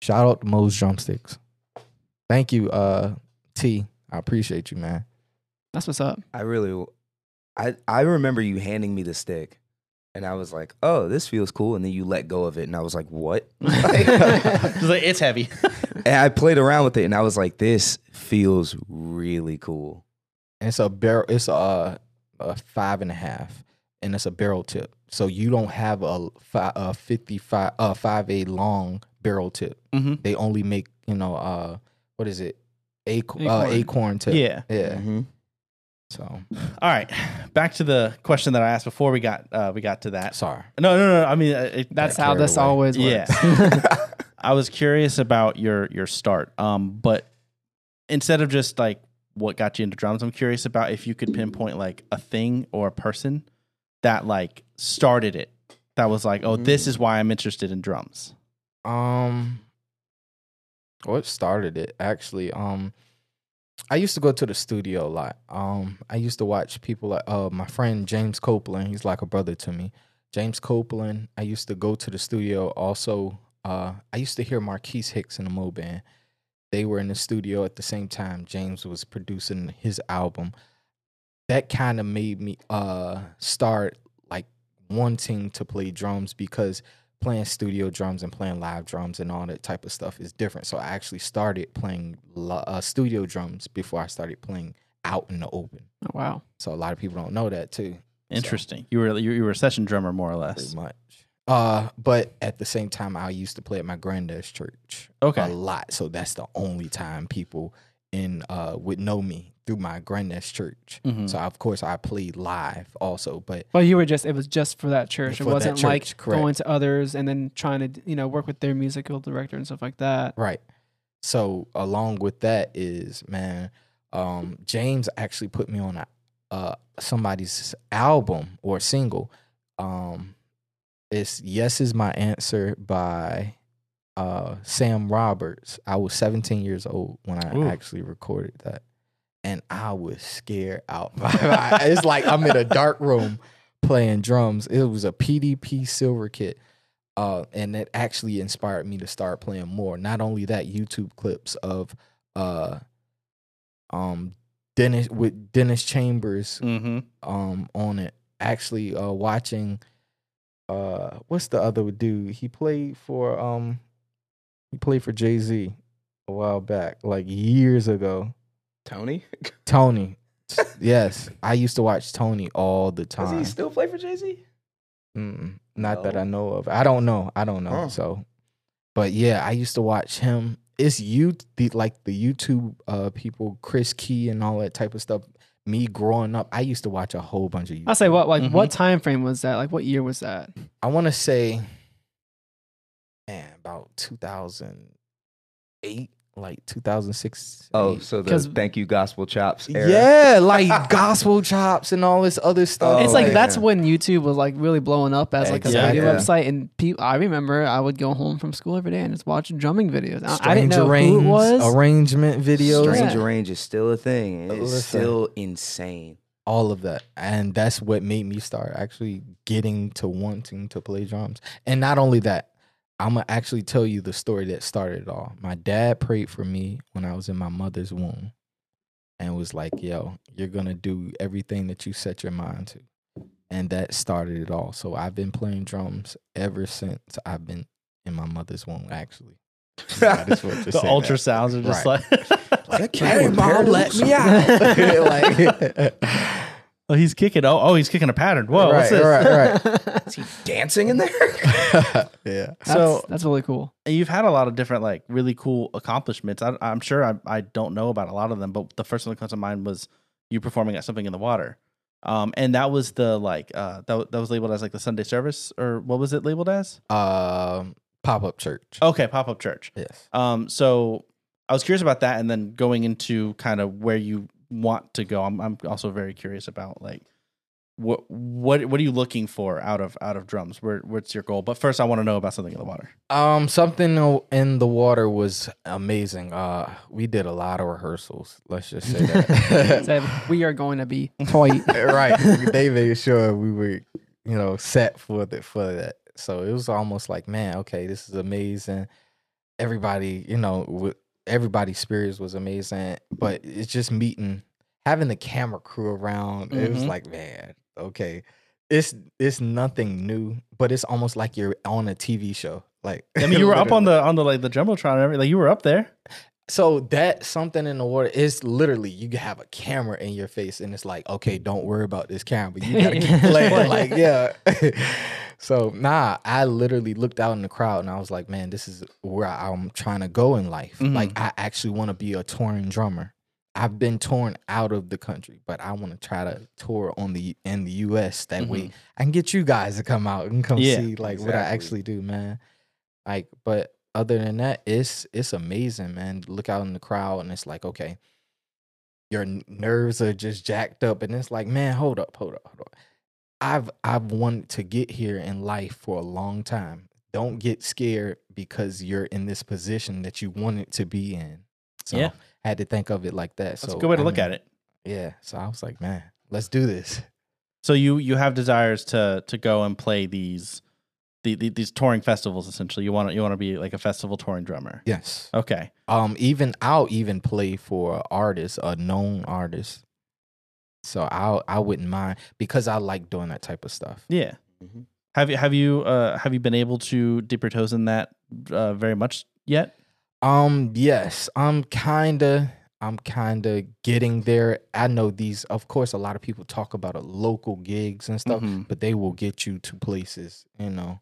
Speaker 6: Shout out to Moe's drumsticks. Thank you, uh, T. I appreciate you, man.
Speaker 1: That's what's up.
Speaker 5: I really, I I remember you handing me the stick, and I was like, "Oh, this feels cool," and then you let go of it, and I was like, "What?"
Speaker 3: Nope. Just like, it's heavy.
Speaker 5: and I played around with it, and I was like, "This feels really cool."
Speaker 6: It's a barrel. It's a, a five and a half, and it's a barrel tip. So you don't have a, fi- a fifty-five, uh, five a long barrel tip.
Speaker 1: Mm-hmm.
Speaker 3: Mhm.
Speaker 6: They only make you know, uh, what is it, acorn, Uh,
Speaker 1: Acorn.
Speaker 6: acorn tip.
Speaker 3: yeah.
Speaker 6: yeah.
Speaker 5: Mm-hmm.
Speaker 6: So
Speaker 3: All right. Back to the question that I asked before we got uh, we got to that.
Speaker 6: sorry.
Speaker 3: No, no, no. I mean, uh, it,
Speaker 1: That's
Speaker 3: that's
Speaker 1: how
Speaker 6: carried
Speaker 1: this
Speaker 6: away.
Speaker 1: always
Speaker 3: yeah.
Speaker 1: works.
Speaker 3: I was curious about your your start. Um, but instead of just like what got you into drums, I'm curious about if you could pinpoint like a thing or a person that like started it. That was like, oh, this is why I'm interested in drums.
Speaker 6: Um, what started it actually? Um, I used to go to the studio a lot. Um, I used to watch people like uh my friend James Copeland. He's like a brother to me. James Copeland. I used to go to the studio. Also, uh, I used to hear Marquise Hicks and the Mo Band. They were in the studio at the same time. James was producing his album. That kind of made me uh start like wanting to play drums because playing studio drums and playing live drums and all that type of stuff is different. So I actually started playing li- uh, studio drums before I started playing out in the open.
Speaker 1: Oh, wow.
Speaker 6: So a lot of people don't know that too,
Speaker 3: Interesting. You were you, you were a session drummer more or
Speaker 6: pretty
Speaker 3: less.
Speaker 6: much. Uh, but at the same time, I used to play at my granddad's church a
Speaker 3: Okay.
Speaker 6: lot. So that's the only time people in uh would know me through my granddad's church.
Speaker 3: Mhm.
Speaker 6: So of course I played live also, but
Speaker 1: Well, you were just it was just for that church.
Speaker 6: For
Speaker 1: it
Speaker 6: that
Speaker 1: wasn't like
Speaker 6: church, correct.
Speaker 1: going to others and then trying to you know work with their musical director and stuff like that.
Speaker 6: Right. So along with that is man, um, James actually put me on a uh, somebody's album or single. Um, it's "Yes Is My Answer" by uh, Sam Roberts. I was 17 years old when I
Speaker 3: Ooh.
Speaker 6: actually recorded that, and I was scared out. it's like I'm in a dark room playing drums. It was a PDP silver kit uh, and it actually inspired me to start playing more. Not only that, YouTube clips of uh, um, Dennis with Dennis Chambers
Speaker 3: Mm-hmm.
Speaker 6: um on it. Actually, uh, watching uh, what's the other dude? He played for um, he played for Jay Z a while back, like years ago.
Speaker 5: Tony,
Speaker 6: Tony. yes, I used to watch Tony all the
Speaker 5: does
Speaker 6: time.
Speaker 5: he still play for Jay Z?
Speaker 6: Mm-mm, not that
Speaker 5: No.
Speaker 6: I know of. I don't know. I don't know.
Speaker 5: Huh.
Speaker 6: So, but yeah, I used to watch him. It's you the like the YouTube uh people, Chris Key and all that type of stuff. Me growing up, I used to watch a whole bunch of. YouTube.
Speaker 1: I say what like
Speaker 3: Mhm.
Speaker 6: Mm-hmm.
Speaker 1: what time frame was that? Like what year was that?
Speaker 6: I want to say, man, about two thousand eight, like two thousand six.
Speaker 5: Oh, so the
Speaker 1: 'Cause-
Speaker 5: thank you gospel chops. Era.
Speaker 6: yeah, like gospel chops and all this other stuff.
Speaker 5: Oh,
Speaker 1: it's like
Speaker 5: yeah.
Speaker 1: that's when YouTube was like really blowing up as like
Speaker 6: Exactly.
Speaker 1: a
Speaker 5: Yeah.
Speaker 1: video website, and people. I remember I would go home from school every day and just watch drumming videos. I- I, didn't know who it
Speaker 6: Arrange-
Speaker 1: was.
Speaker 6: arrangement videos.
Speaker 5: Strange
Speaker 1: Yeah.
Speaker 5: Range is still a thing. and It's
Speaker 6: Listen.
Speaker 5: still insane.
Speaker 6: all of that and that's what made me start actually getting to wanting to play drums and not only that i'm gonna actually tell you the story that started it all my dad prayed for me when i was in my mother's womb and was like yo you're gonna do everything that you set your mind to and that started it all so i've been playing drums ever since i've been in my mother's womb actually I just wanted to
Speaker 3: The
Speaker 6: say that.
Speaker 3: ultrasounds are just
Speaker 6: Right.
Speaker 3: like,
Speaker 6: Like,
Speaker 5: kid with paradox.
Speaker 6: out like
Speaker 3: oh, he's kicking. Oh, oh, he's kicking a pattern. Whoa, what's
Speaker 6: right,
Speaker 3: this?
Speaker 6: right right
Speaker 5: Is he dancing in there?
Speaker 6: yeah
Speaker 1: That's,
Speaker 3: So-
Speaker 1: that's really cool.
Speaker 3: And you've had a lot of different like really cool accomplishments. I, I'm sure I, I don't know about a lot of them, but the first one that comes to mind was you performing at something in the water, um, and that was the like uh, that wa- that was labeled as like the Sunday service or what was it labeled as?
Speaker 6: um pop up
Speaker 5: Oh.
Speaker 6: church.
Speaker 3: Okay, pop up church.
Speaker 6: Yes.
Speaker 3: Um, so I was curious about that, and then going into kind of where you want to go. I'm, I'm also very curious about like what what what are you looking for out of out of drums? Where what's your goal? But first, I want to know about something in the water.
Speaker 6: Um, something o- in the water was amazing. Uh, we did a lot of rehearsals. Let's just say that.
Speaker 1: Said, we are going to be tight.
Speaker 6: right. They made sure we were, you know, set for the for that. So it was almost like, man, okay, this is amazing. Everybody, you know, w- everybody's spirits was amazing, but it's just meeting, having the camera crew around. It was
Speaker 3: Mhm.
Speaker 6: like, man, okay, it's it's nothing new, but it's almost like you're on a TV show. Like,
Speaker 3: I mean, you were up on
Speaker 6: literally.
Speaker 3: the on the like the jumbotron and everything. Like you were up there.
Speaker 6: So that something in the water is literally you have a camera in your face and it's like, okay, don't worry about this camera. You gotta keep playing. like, yeah. so nah, I literally looked out in the crowd and I was like, man, this is where I'm trying to go in life.
Speaker 3: Mhm.
Speaker 6: Like I actually want to be a touring drummer. I've been torn out of the country, but I want to try to tour on the in the US. That way I can get you guys to come out and come
Speaker 3: Yeah,
Speaker 6: see like what I
Speaker 5: exactly.
Speaker 6: actually do, man like but other than that it's it's amazing man look out in the crowd and it's like okay your n- nerves are just jacked up and it's like man hold up hold up hold up i've i've wanted to get here in life for a long time don't get scared because you're in this position that you wanted to be in so
Speaker 3: Yeah.
Speaker 6: i had to think of it like that
Speaker 3: That's
Speaker 6: so
Speaker 3: a good way to look at it.
Speaker 6: yeah so i was like man let's do this
Speaker 3: So you you have desires to to go and play these the, the these touring festivals. Essentially, you want to you want to be like a festival touring drummer.
Speaker 6: yes
Speaker 3: Okay.
Speaker 6: Um, even I'll even play for artists, a known artist. So I I wouldn't mind because I like doing that type of stuff.
Speaker 3: Yeah.
Speaker 5: Mhm.
Speaker 3: Have you have you uh, have you been able to dip your toes in that uh, very much yet?
Speaker 6: Um, yes, I'm kinda I'm kinda getting there. I know these, of course, a lot of people talk about uh, local gigs and stuff,
Speaker 3: Mhm.
Speaker 6: but they will get you to places, you know,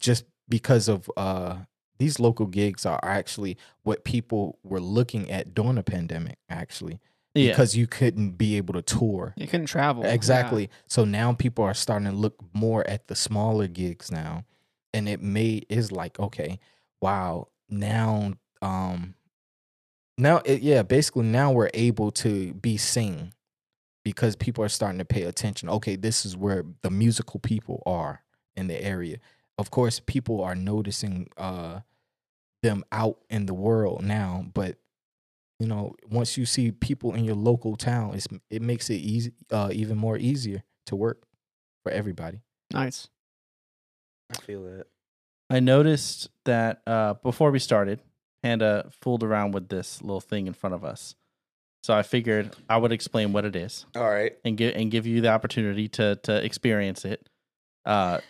Speaker 6: just because of uh these local gigs are actually what people were looking at during the pandemic, actually. Because you couldn't be able to tour.
Speaker 1: You couldn't travel.
Speaker 6: Exactly. So now people are starting to look more at the smaller gigs now, and it made is like okay, wow, now um, now it, yeah, basically now we're able to be seen because people are starting to pay attention. Okay, this is where the musical people are in the area. Of course, people are noticing uh them out in the world now, but you know, once you see people in your local town, it's it makes it easy, uh, even more easier to work for everybody.
Speaker 1: Yeah. Nice.
Speaker 5: I feel that.
Speaker 3: I noticed that uh, before we started, Panda fooled around with this little thing in front of us. So I figured I would explain what it is
Speaker 5: All right.
Speaker 3: and give and give you the opportunity to to experience it. Uh,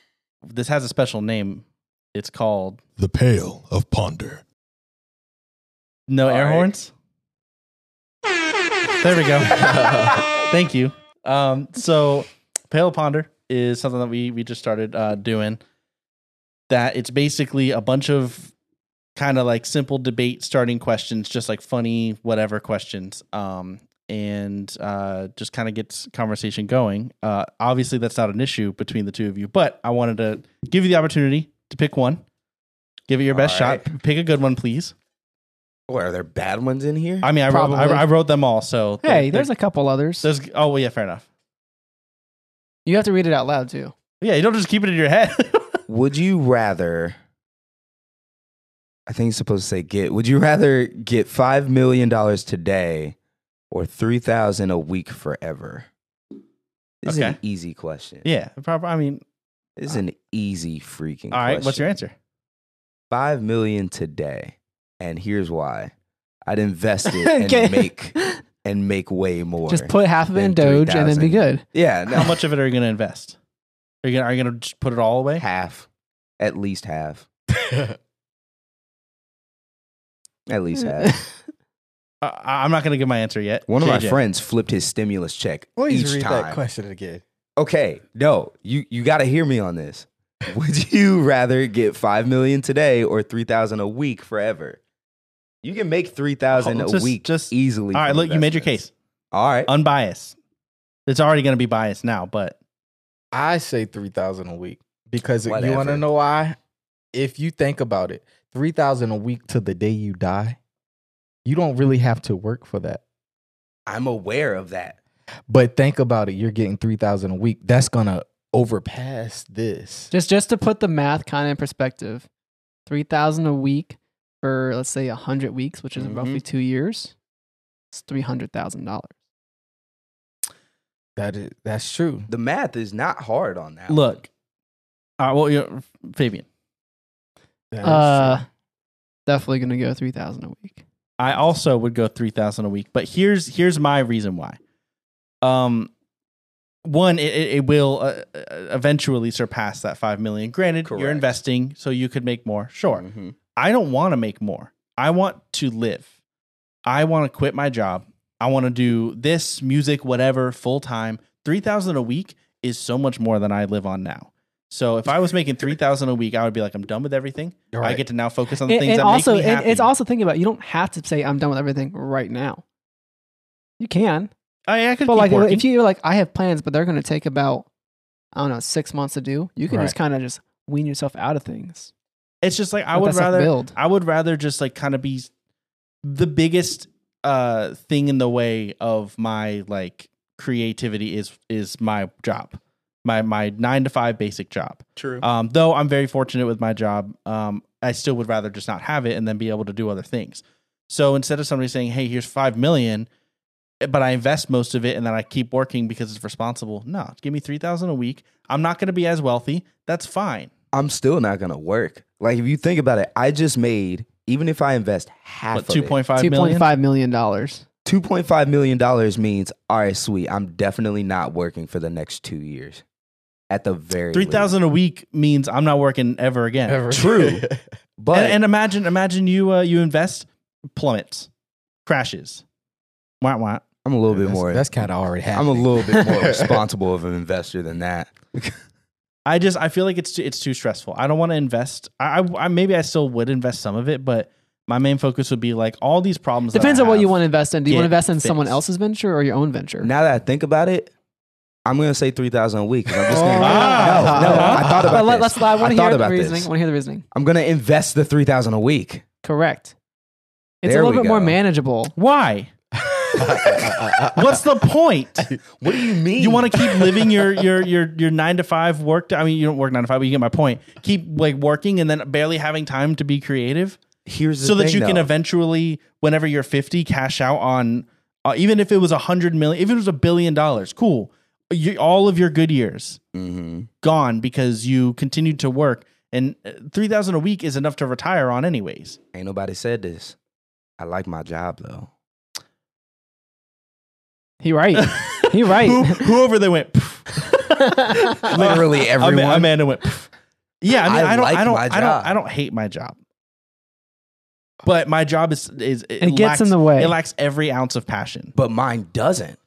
Speaker 3: this has a special name. It's called
Speaker 2: The Pale of Ponder.
Speaker 3: no
Speaker 5: All
Speaker 3: air
Speaker 5: right.
Speaker 3: horns. There we go. Thank you. Um, so Pale Ponder is something that we we just started uh, doing. That it's basically a bunch of kind of like simple debate starting questions, just like funny whatever questions, um, and uh, just kind of gets conversation going. Uh, obviously, that's not an issue between the two of you, but I wanted to give you the opportunity to pick one. Give it your best
Speaker 5: All right.
Speaker 3: shot. Pick a good one, please.
Speaker 5: What are there bad ones in here?
Speaker 3: I mean, I wrote, I,
Speaker 1: Probably.
Speaker 3: I wrote them all, so
Speaker 1: Hey,
Speaker 3: they're-
Speaker 1: there's a couple others.
Speaker 3: there's oh well, yeah, fair enough.
Speaker 1: You have to read it out loud too.
Speaker 3: Yeah, you don't just keep it in your head.
Speaker 5: Would you rather? I think you're supposed to say get. Would you rather get five million dollars today or three thousand a week forever? This is an
Speaker 3: Okay.
Speaker 5: easy question.
Speaker 3: yeah, prob- I mean,
Speaker 5: This is an easy freaking.
Speaker 3: all right. What's your answer?
Speaker 5: Five million today, and here's why. I'd invest it and
Speaker 1: Okay.
Speaker 5: make and make way more.
Speaker 1: Just put half of it in
Speaker 5: Then
Speaker 1: Doge and then be
Speaker 5: 3,000.
Speaker 1: good.
Speaker 5: yeah, no,
Speaker 3: How much of it are you going to invest? Are you going are you going to just put it all away?
Speaker 5: half, at least half, at least half.
Speaker 3: I, I- I'm not going to give my answer yet.
Speaker 5: One of my
Speaker 3: JJ.
Speaker 5: friends flipped his stimulus check each time.
Speaker 6: question again.
Speaker 5: Okay, no, you you got to hear me on this. Would you rather get five million today or three thousand a week forever? You can make three thousand
Speaker 3: Oh,
Speaker 5: a
Speaker 3: just-
Speaker 5: week
Speaker 3: just-
Speaker 5: just easily.
Speaker 3: All right,
Speaker 5: from
Speaker 3: look, you made your
Speaker 5: investments.
Speaker 3: case. Uh,
Speaker 5: All right,
Speaker 3: Unbiased. It's already going to be biased now, but
Speaker 6: I say three thousand a week because you want
Speaker 5: Whatever.
Speaker 6: to know why. if you think about it, three thousand a week to the day you die, you don't really have to work for that.
Speaker 5: I'm aware of that.
Speaker 6: But think about it, you're getting three thousand a week. That's gonna overpass this.
Speaker 1: Just just to put the math kind of in perspective, three thousand a week for let's say hundred weeks, which is
Speaker 5: Mhm.
Speaker 3: Mm-hmm.
Speaker 1: roughly two years. It's three hundred thousand dollars.
Speaker 6: That is that's true.
Speaker 5: The math is not hard on that.
Speaker 3: Look, uh, well, you Fabian,
Speaker 6: That is
Speaker 1: Uh, definitely gonna go three thousand a week.
Speaker 3: I also would go three thousand a week, but here's here's my reason why. Um, one, it, it it will uh, uh, eventually surpass that five million. Granted, you're
Speaker 5: Correct.
Speaker 3: investing, so you could make more. Sure,
Speaker 5: Mhm.
Speaker 3: I don't want to make more. I want to live. I want to quit my job. I want to do this music, whatever, full time. Three thousand a week is so much more than I live on now. So if I was making three thousand a week, I would be like, I'm done with everything.
Speaker 6: You're
Speaker 3: I
Speaker 6: right.
Speaker 3: get to now focus on the
Speaker 1: And,
Speaker 3: things
Speaker 1: and
Speaker 3: that
Speaker 1: also,
Speaker 3: make me
Speaker 1: and
Speaker 3: happy.
Speaker 1: it's also thinking about it, you don't have to say I'm done with everything right now. You can,
Speaker 3: I, I could
Speaker 1: but
Speaker 3: keep
Speaker 1: like
Speaker 3: working.
Speaker 1: if you're like I have plans, but they're gonna take about I don't know six months to do. You can just kind of just wean yourself out of things.
Speaker 3: it's just like I
Speaker 1: Let
Speaker 3: would
Speaker 1: that stuff
Speaker 3: rather
Speaker 1: build.
Speaker 3: I would rather just like kind of be the biggest uh thing in the way of my like creativity is is my job. My my 9 to 5 basic job.
Speaker 5: True.
Speaker 3: Um though I'm very fortunate with my job, um I still would rather just not have it and then be able to do other things. So instead of somebody saying, "Hey, here's 5 million, eh, but I invest most of it and then I keep working because it's responsible." No, give me 3,000 a week. I'm not going to be as wealthy. That's fine.
Speaker 5: I'm still not gonna work. Like if you think about it, I just made even if I invest half
Speaker 3: But
Speaker 5: of it,
Speaker 3: 2.5
Speaker 1: Two point
Speaker 3: million.
Speaker 1: five million dollars.
Speaker 5: two point five million dollars means all right, sweet. I'm definitely not working for the next two years, at the very
Speaker 3: Three thousand a week means I'm not working ever again.
Speaker 6: Ever.
Speaker 5: True. least. But
Speaker 3: and, and imagine, imagine you uh, you invest, plummets, crashes, wah wah.
Speaker 5: I'm a little bit
Speaker 6: That's-
Speaker 5: more.
Speaker 6: That's kind of already
Speaker 5: I'm
Speaker 6: happening.
Speaker 5: a little bit more responsible of an investor than that.
Speaker 3: I just I feel like it's too, it's too stressful. I don't want to invest. I, I, I maybe I still would invest some of it, but my main focus would be like all these problems. that
Speaker 1: Depends
Speaker 3: I
Speaker 1: on what you
Speaker 3: have.
Speaker 1: want to invest in. Do you want to
Speaker 3: get
Speaker 1: invest in someone
Speaker 3: fixed.
Speaker 1: else's venture or your own venture?
Speaker 5: Now that I think about it, I'm gonna say three thousand a week. 'cause I'm just gonna,
Speaker 3: Ah.
Speaker 5: no, no, I thought about
Speaker 1: But let,
Speaker 5: this.
Speaker 1: let's. I want to
Speaker 5: thought
Speaker 1: hear the
Speaker 5: about
Speaker 1: reasoning.
Speaker 5: this.
Speaker 1: I want to hear the reasoning.
Speaker 5: I'm gonna invest the three thousand a week.
Speaker 1: Correct. It's
Speaker 5: There
Speaker 1: a little
Speaker 5: we
Speaker 1: bit more
Speaker 5: go.
Speaker 1: manageable.
Speaker 3: Why? What's the point?
Speaker 5: What do you mean?
Speaker 3: You want to keep living your your your your nine to five work. I mean, you don't work nine to five, but you get my point. Keep like working and then barely having time to be creative.
Speaker 5: here's the
Speaker 3: so that
Speaker 5: thing,
Speaker 3: you can
Speaker 5: though.
Speaker 3: eventually, whenever you're 50, cash out on uh, even if it was a hundred million, if it was a billion dollars, cool. You, all of your good years
Speaker 5: Mm-hmm.
Speaker 3: gone because you continued to work, and uh, three thousand a week is enough to retire on, anyways.
Speaker 5: Ain't nobody said this. I like my job though.
Speaker 1: He right. He right.
Speaker 3: Who, whoever they went, pff.
Speaker 5: Literally everyone.
Speaker 3: Ama- Amanda went. pff. Yeah, I mean,
Speaker 5: I
Speaker 3: I, don't,
Speaker 5: like
Speaker 3: I don't,
Speaker 5: my
Speaker 3: I
Speaker 5: job.
Speaker 3: don't, I don't hate my job, but my job is is it,
Speaker 1: It gets
Speaker 3: lacks,
Speaker 1: in the way.
Speaker 3: It lacks every ounce of passion.
Speaker 5: but mine doesn't.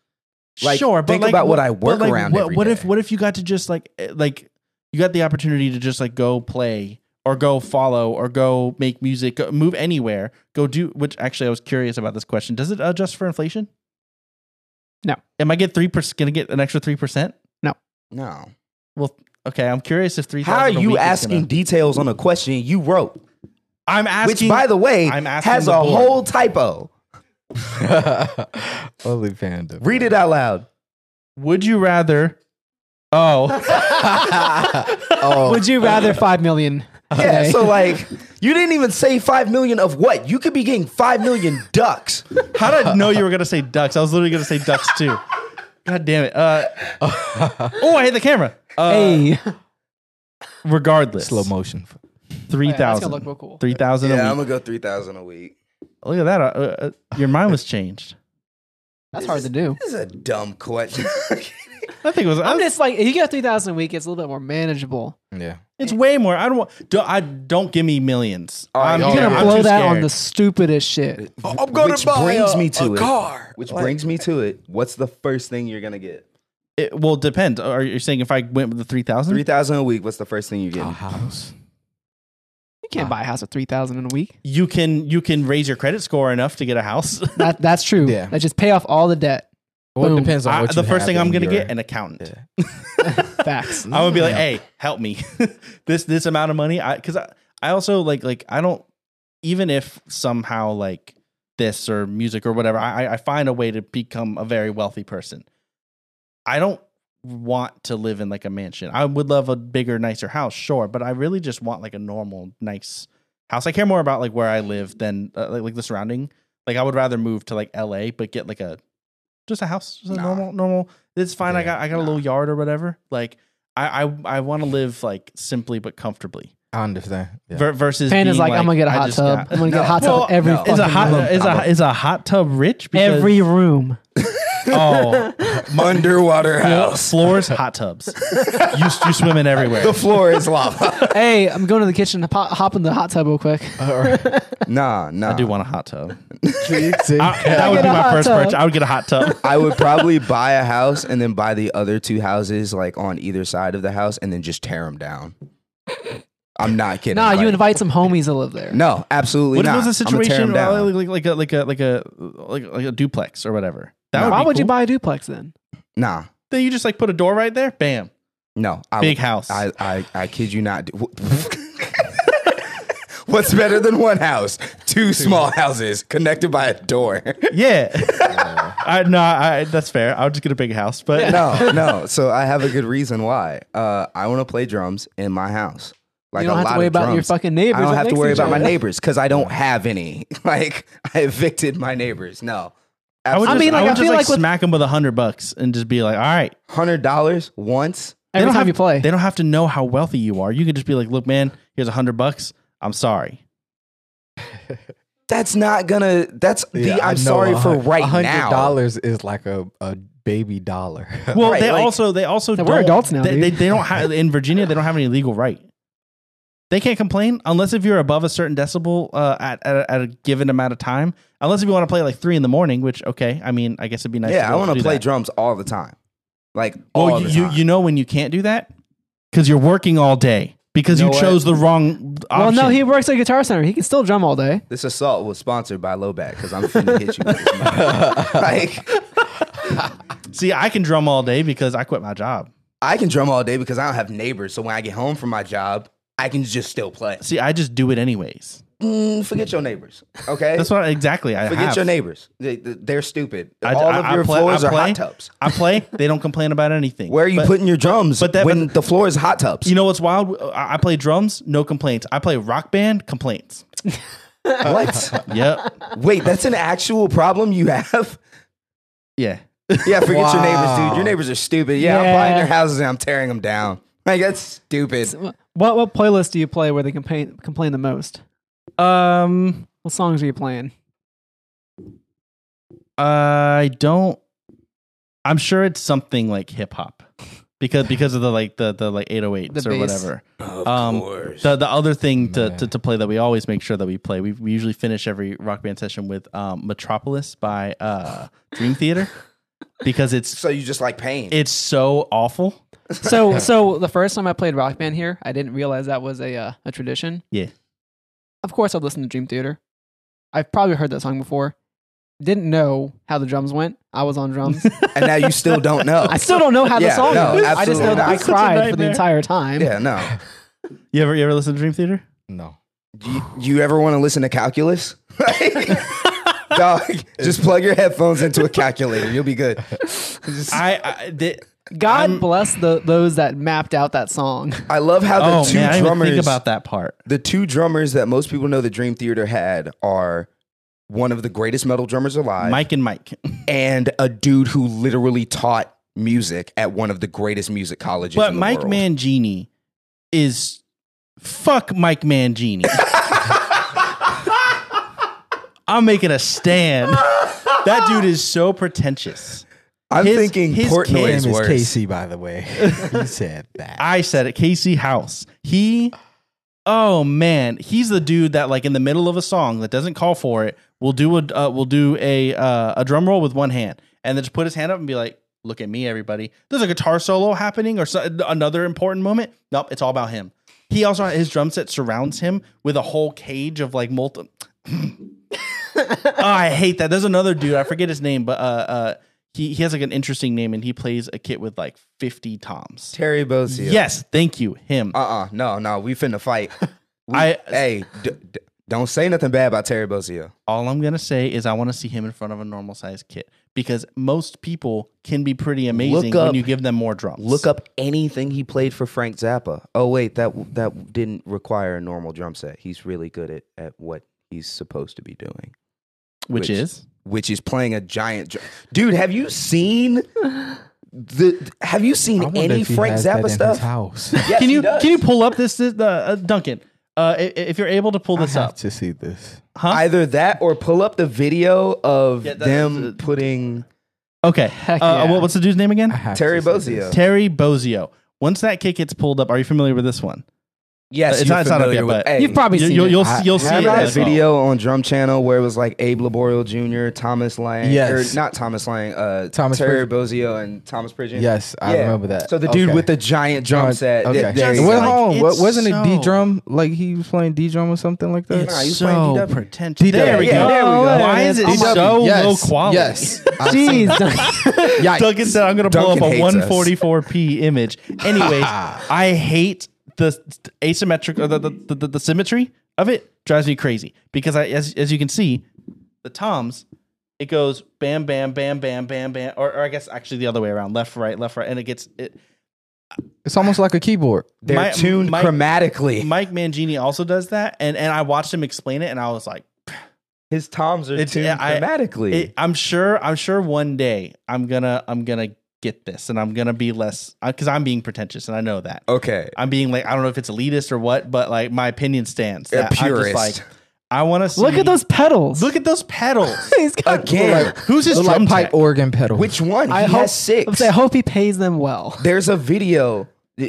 Speaker 5: Like,
Speaker 3: sure, but
Speaker 5: think
Speaker 3: like,
Speaker 5: about what
Speaker 3: wh-
Speaker 5: I
Speaker 3: but,
Speaker 5: work
Speaker 3: like,
Speaker 5: around
Speaker 3: What,
Speaker 5: every
Speaker 3: what if
Speaker 5: day.
Speaker 3: what if you got to just like eh, like you got the opportunity to just like go play or go follow or go make music, go, move anywhere, go do. Which actually, I was curious about this question. Does it adjust for inflation?
Speaker 1: No.
Speaker 3: Am I get three percent? Gonna get an extra three percent?
Speaker 5: No.
Speaker 3: Well, okay. I'm curious if three.
Speaker 5: How are you asking details on a question you wrote,
Speaker 3: I'm asking.
Speaker 5: which, by the way,
Speaker 3: I'm asking
Speaker 5: has
Speaker 3: the
Speaker 5: a
Speaker 3: board.
Speaker 5: whole typo?
Speaker 6: Holy panda.
Speaker 5: Read it out loud.
Speaker 3: would you rather? Oh,
Speaker 6: Oh,
Speaker 1: Would you rather five million?
Speaker 5: Yeah.
Speaker 1: today?
Speaker 5: So like, you didn't even say five million of what? You could be getting five million ducks.
Speaker 3: how did I know you were gonna say ducks? I was literally gonna say ducks too. God damn it! Uh, oh, I hit the camera. Uh,
Speaker 1: hey,
Speaker 3: regardless,
Speaker 6: slow motion.
Speaker 3: three thousand.
Speaker 1: look real cool.
Speaker 3: Three thousand a week.
Speaker 5: go three thousand a week.
Speaker 3: Look at that. Uh, uh, your mind was changed.
Speaker 1: that's hard to do.
Speaker 5: This is a dumb question.
Speaker 3: I think it was. I
Speaker 1: I'm
Speaker 3: was-
Speaker 1: just like, if you get three thousand a week, it's a little bit more manageable.
Speaker 6: Yeah.
Speaker 3: it's way more. I don't want. Don't, I don't give me millions.
Speaker 5: All right,
Speaker 3: I'm,
Speaker 5: y'all
Speaker 1: You're gonna
Speaker 5: Oh, I'm
Speaker 1: blow
Speaker 3: too
Speaker 1: that on
Speaker 3: scared.
Speaker 1: the stupidest shit.
Speaker 5: I'm gonna which brings me to it. Which brings me to it. What's the first thing you're gonna get?
Speaker 3: It, well, depends. Are you saying if I went with the three
Speaker 5: Three
Speaker 3: thousand?
Speaker 5: thousand a week. What's the first thing you're getting?
Speaker 6: house.
Speaker 1: You can't buy a house with three thousand in a week.
Speaker 3: You can you can raise your credit score enough to get a house.
Speaker 1: That that's true.
Speaker 6: Yeah.
Speaker 1: That just pay off all the debt.
Speaker 6: Well, it
Speaker 1: Boom.
Speaker 6: depends on
Speaker 3: I,
Speaker 6: what
Speaker 3: the
Speaker 6: you
Speaker 3: first
Speaker 6: have
Speaker 3: thing
Speaker 6: in
Speaker 3: I'm gonna
Speaker 6: your-
Speaker 3: get an accountant.
Speaker 6: Yeah.
Speaker 1: Facts.
Speaker 3: I'm gonna be like,
Speaker 6: Yeah.
Speaker 3: hey, help me. this this amount of money, I because I, I also like like I don't even if somehow like this or music or whatever I I- I find a way to become a very wealthy person. I don't want to live in like a mansion. I would love a bigger, nicer house, sure, but I really just want like a normal, nice house. I care more about like where I live than uh, like like the surrounding. Like I would rather move to like L.A. but get like a just a house, just a
Speaker 5: Nah.
Speaker 3: normal, normal. It's fine. I
Speaker 5: Yeah,
Speaker 3: got I got a little yard or whatever. Like I I, I want to live like simply but comfortably.
Speaker 6: I understand. Yeah.
Speaker 3: Ver- versus
Speaker 1: Panda's
Speaker 3: being
Speaker 1: like, I'm gonna get a
Speaker 3: I
Speaker 1: hot
Speaker 3: just
Speaker 1: tub.
Speaker 3: got-
Speaker 1: I'm gonna get a hot tub
Speaker 3: Well,
Speaker 1: every
Speaker 5: no.
Speaker 1: fucking
Speaker 3: is a hot
Speaker 1: room.
Speaker 3: is a is a hot tub rich because
Speaker 1: every room.
Speaker 3: oh
Speaker 5: Underwater house.
Speaker 3: floors hot tubs. You you swim in everywhere.
Speaker 5: The floor is lava.
Speaker 1: hey, I'm going to the kitchen to pop, hop in the hot tub real quick.
Speaker 5: nah, nah.
Speaker 3: I do want a hot tub. I-
Speaker 6: Exactly.
Speaker 3: that would
Speaker 1: Get
Speaker 3: be
Speaker 1: a
Speaker 3: my
Speaker 1: hot
Speaker 3: first
Speaker 1: tub.
Speaker 3: purchase. I would get a hot tub.
Speaker 5: I would probably buy a house and then buy the other two houses like on either side of the house and then just tear them down. I'm not kidding.
Speaker 1: nah, you
Speaker 5: like-
Speaker 1: invite some homies to live there.
Speaker 5: No, absolutely
Speaker 3: What if it
Speaker 5: not.
Speaker 3: was a
Speaker 5: I'ma tear
Speaker 3: situation
Speaker 5: 'em down.
Speaker 3: uh, like like a like a like a like, like a duplex or whatever? That
Speaker 5: No.
Speaker 3: would
Speaker 1: Why
Speaker 3: be
Speaker 1: would you
Speaker 3: cool.
Speaker 1: buy a duplex then?
Speaker 5: Nah,
Speaker 3: Then you just like put a door right there. Bam,
Speaker 5: no. I,
Speaker 3: big house.
Speaker 5: I, I, I kid you not. What's better than one house? Two small houses connected by a door.
Speaker 3: yeah. I no, I that's fair. I would just get a big house, but
Speaker 5: no, no. So I have a good reason why. Uh, I want to play drums in my house. Like
Speaker 1: You don't
Speaker 5: a
Speaker 1: have
Speaker 5: lot
Speaker 1: to worry
Speaker 5: of
Speaker 1: about your
Speaker 5: drums.
Speaker 1: fucking neighbors.
Speaker 5: I don't
Speaker 1: right
Speaker 5: have to
Speaker 1: next
Speaker 5: worry
Speaker 1: each
Speaker 5: about my
Speaker 1: other.
Speaker 5: neighbors because I don't have any. Like I evicted my neighbors. No,
Speaker 3: I would just, I
Speaker 1: mean, like,
Speaker 3: would
Speaker 1: I
Speaker 3: just
Speaker 1: feel
Speaker 3: like,
Speaker 1: like with-
Speaker 3: smack them with a hundred bucks and just be like, all right.
Speaker 5: hundred dollars once.
Speaker 1: Every
Speaker 3: don't
Speaker 1: time
Speaker 3: have,
Speaker 1: you play.
Speaker 3: They don't have to know how wealthy you are. You could just be like, look, man, here's a hundred bucks. I'm sorry.
Speaker 5: That's not gonna. That's
Speaker 6: Yeah,
Speaker 5: the.
Speaker 6: I
Speaker 5: I'm
Speaker 6: know
Speaker 5: sorry
Speaker 6: a
Speaker 5: for
Speaker 6: hun-
Speaker 5: right
Speaker 6: a hundred
Speaker 5: now.
Speaker 6: dollars is like a, a baby dollar.
Speaker 3: Well,
Speaker 5: Right,
Speaker 3: they
Speaker 5: like-
Speaker 3: also they also
Speaker 1: We're
Speaker 3: don't-
Speaker 1: adults now,
Speaker 3: They,
Speaker 1: dude.
Speaker 3: they, they don't have in Virginia. They don't have any legal right. They can't complain unless if you're above a certain decibel uh, at, at, a, at a given amount of time. Unless if you want to play like three in the morning, which okay, I mean, I guess it'd be nice.
Speaker 5: yeah, I
Speaker 3: want to do
Speaker 5: play
Speaker 3: that.
Speaker 5: drums all the time. Like all
Speaker 3: Well,
Speaker 5: the
Speaker 3: you, you
Speaker 5: time.
Speaker 3: you know when you can't do that because you're working all day because you,
Speaker 5: know what?
Speaker 3: chose the wrong. Option.
Speaker 1: Well, no, he works at Guitar Center. He can still drum all day.
Speaker 5: this assault was sponsored by Lowback because I'm finna hit you. With this mic. like
Speaker 3: see. I can drum all day because I quit my job.
Speaker 5: I can drum all day because I don't have neighbors. So when I get home from my job, I can just still play.
Speaker 3: See, I just do it anyways.
Speaker 5: Mm, forget your neighbors. Okay.
Speaker 3: That's what I, exactly I
Speaker 5: Forget
Speaker 3: have.
Speaker 5: your neighbors. They, they're stupid.
Speaker 3: I,
Speaker 5: All
Speaker 3: I-
Speaker 5: of
Speaker 3: I
Speaker 5: your
Speaker 3: play-
Speaker 5: floors
Speaker 3: I
Speaker 5: are
Speaker 3: play-
Speaker 5: hot tubs.
Speaker 3: I play. They don't complain about anything.
Speaker 5: Where are you
Speaker 3: But
Speaker 5: putting your drums
Speaker 3: but that-
Speaker 5: when
Speaker 3: but-
Speaker 5: the floor is hot tubs?
Speaker 3: You know what's wild? Uh, I I play drums, no complaints. I play rock band, complaints. uh,
Speaker 5: what?
Speaker 3: Yep.
Speaker 5: Wait, that's an actual problem you have?
Speaker 3: yeah.
Speaker 5: Yeah, forget your neighbors,
Speaker 6: Wow.
Speaker 5: dude. Your neighbors are stupid. Yeah, I'm
Speaker 1: Yeah.
Speaker 5: buying their houses and I'm tearing them down. Like, that's stupid.
Speaker 1: What what playlist do you play where they complain complain the most?
Speaker 3: Um,
Speaker 1: What songs are you playing?
Speaker 3: I don't. I'm sure it's something like hip hop, because because of the like the the like 808s
Speaker 1: The
Speaker 3: or
Speaker 1: bass.
Speaker 3: whatever.
Speaker 5: Of
Speaker 3: Um,
Speaker 5: course.
Speaker 3: The the other thing to,
Speaker 6: Man.
Speaker 3: to to play that we always make sure that we play. We we usually finish every rock band session with um Metropolis by uh Dream Theater because it's
Speaker 5: so you just like pain.
Speaker 3: it's so awful.
Speaker 1: So so the first time I played Rock Band here, I didn't realize that was a uh, a tradition.
Speaker 3: Yeah.
Speaker 1: Of course, I've listened to Dream Theater. I've probably heard that song before. Didn't know how the drums went. I was on drums.
Speaker 5: and now you still don't know.
Speaker 1: I still don't know how the
Speaker 5: Yeah,
Speaker 1: song
Speaker 5: no,
Speaker 1: goes. I just
Speaker 5: absolutely
Speaker 1: know that I
Speaker 5: not.
Speaker 1: cried for the
Speaker 3: nightmare.
Speaker 1: entire time.
Speaker 5: yeah, no.
Speaker 3: You ever you ever listen to Dream Theater?
Speaker 6: no.
Speaker 5: You, you ever want to listen to calculus? Dog, just plug your headphones into a calculator. You'll be good.
Speaker 3: I, I the,
Speaker 1: God bless the, those that mapped out that song.
Speaker 5: I love how the
Speaker 3: oh
Speaker 5: two
Speaker 3: man, I didn't even
Speaker 5: drummers
Speaker 3: think about that part.
Speaker 5: the two drummers that most people know the Dream Theater had are one of the greatest metal drummers alive
Speaker 3: Mike and Mike.
Speaker 5: and a dude who literally taught music at one of the greatest music colleges.
Speaker 3: But
Speaker 5: in the
Speaker 3: Mike
Speaker 5: world.
Speaker 3: Mangini is fuck Mike Mangini. I'm making a stand. That dude is so pretentious.
Speaker 5: I'm
Speaker 3: his-
Speaker 5: thinking
Speaker 3: his
Speaker 5: Portnoy
Speaker 3: kid
Speaker 5: is
Speaker 6: His name is
Speaker 5: worse.
Speaker 6: Casey, by the way. he said that.
Speaker 3: I said it, Casey House. He, oh man, he's the dude that like in the middle of a song that doesn't call for it will do a uh, will do a uh, a drum roll with one hand and then just put his hand up and be like, "Look at me, everybody." There's a guitar solo happening or so, another important moment. Nope, it's all about him. He also his drum set surrounds him with a whole cage of like multi. oh, I hate that. There's another dude. I forget his name, but uh, uh, he he has like an interesting name, and he plays a kid with like 50 toms.
Speaker 5: Terry Uh-uh. Bozzio.
Speaker 3: Yes, thank you. Him.
Speaker 5: Uh uh no, no, we finna fight. We,
Speaker 3: I-
Speaker 5: hey, d- d- don't say nothing bad about Terry Bozzio.
Speaker 3: All I'm gonna say is I want to see him in front of a normal sized kid because most people can be pretty amazing
Speaker 5: up-
Speaker 3: when you give them more drums.
Speaker 5: Look up anything he played for Frank Zappa. Oh wait, that that didn't require a normal drum set. He's really good at at what he's supposed to be doing,
Speaker 3: which,
Speaker 5: which-
Speaker 3: is
Speaker 5: which is playing a giant drum. Dude, have you seen the? Have you
Speaker 6: I
Speaker 5: seen
Speaker 6: wonder
Speaker 5: any
Speaker 6: if he
Speaker 5: Frank
Speaker 6: has that in
Speaker 5: Zappa
Speaker 6: his
Speaker 5: stuff?
Speaker 6: house.
Speaker 5: Yes,
Speaker 3: can
Speaker 5: he
Speaker 3: you
Speaker 5: does.
Speaker 3: can you pull up this this- the uh, Duncan? Uh, i- i- if you're able to pull
Speaker 6: I
Speaker 3: this
Speaker 6: have
Speaker 3: up,
Speaker 6: to see this.
Speaker 3: huh?
Speaker 5: either that or pull up the video of
Speaker 3: Yeah, that-
Speaker 5: them
Speaker 3: uh,
Speaker 5: putting
Speaker 3: okay.
Speaker 1: Heck
Speaker 3: uh,
Speaker 1: yeah.
Speaker 3: what, what's the dude's name
Speaker 6: I
Speaker 3: again?
Speaker 6: have
Speaker 5: Terry
Speaker 6: to see
Speaker 5: Bozzio.
Speaker 6: this.
Speaker 3: Terry Bozzio. Once that kick gets pulled up, are you familiar with this one?
Speaker 5: Yes,
Speaker 3: It's
Speaker 5: you're
Speaker 3: not- it's not up
Speaker 5: familiar
Speaker 3: yet,
Speaker 5: with-
Speaker 3: but-
Speaker 5: Hey,
Speaker 1: You've probably
Speaker 3: You,
Speaker 1: seen
Speaker 3: you'll
Speaker 1: it.
Speaker 3: you'll, see- you'll see
Speaker 5: Remember
Speaker 3: it.
Speaker 5: that
Speaker 3: as well.
Speaker 5: video on Drum Channel where it was like Abe Laborio Jr., Thomas Lang,
Speaker 6: Yes.
Speaker 5: or not Thomas Lang, uh,
Speaker 6: Thomas
Speaker 5: Terry Bozzio and Thomas Pridgeon.
Speaker 6: Yes, I
Speaker 5: Yeah.
Speaker 6: remember that.
Speaker 5: So the dude
Speaker 6: Okay.
Speaker 5: with the giant drum set.
Speaker 6: Okay.
Speaker 5: th- there
Speaker 3: Just
Speaker 5: you
Speaker 6: Well,
Speaker 5: go.
Speaker 3: like-
Speaker 6: hold on, wa-
Speaker 3: it's
Speaker 6: wasn't it D
Speaker 3: so-
Speaker 6: drum? Like he was playing D drum or something like that.
Speaker 3: It's
Speaker 5: Nah, he was playing
Speaker 3: so
Speaker 5: DW.
Speaker 3: pretentious. There we
Speaker 5: Yeah,
Speaker 3: go.
Speaker 5: there we go.
Speaker 3: Why is it
Speaker 5: DW.
Speaker 3: so
Speaker 6: Yes,
Speaker 3: low quality?
Speaker 6: Yes.
Speaker 1: Jeez, Duncan.
Speaker 6: Yikes.
Speaker 3: Duncan said, "I'm going to blow up
Speaker 5: Duncan
Speaker 3: a
Speaker 5: hates us.
Speaker 3: 144p image." Anyways, I hate the asymmetric or the the, the, the symmetry of it drives me crazy because I as as you can see, the toms it goes bam bam bam bam bam bam or, or I guess actually the other way around left right left right and it gets it.
Speaker 6: It's almost like a keyboard.
Speaker 5: They're
Speaker 3: My-
Speaker 5: tuned
Speaker 3: my-
Speaker 5: chromatically.
Speaker 3: Mike Mangini also does that and and I watched him explain it and I was like,
Speaker 5: His toms are
Speaker 3: It's-
Speaker 5: tuned
Speaker 3: I-
Speaker 5: chromatically.
Speaker 3: it, I'm sure I'm sure one day I'm gonna I'm gonna get this and I'm gonna be less because I'm being pretentious and I know that.
Speaker 5: okay.
Speaker 3: I'm being like, I don't know if it's elitist or what, but like my opinion stands.
Speaker 5: A
Speaker 3: that
Speaker 5: purist.
Speaker 3: I'm just like, I want to see.
Speaker 1: Look at those pedals.
Speaker 3: Look at those pedals.
Speaker 1: he's got.
Speaker 5: Again,
Speaker 3: Who's his
Speaker 6: Look
Speaker 3: drum
Speaker 6: like pipe
Speaker 3: tech?
Speaker 6: organ pedal.
Speaker 5: which one? He
Speaker 1: I
Speaker 5: has
Speaker 1: hope I'm
Speaker 5: six.
Speaker 1: saying, I hope he pays them well.
Speaker 5: There's a video.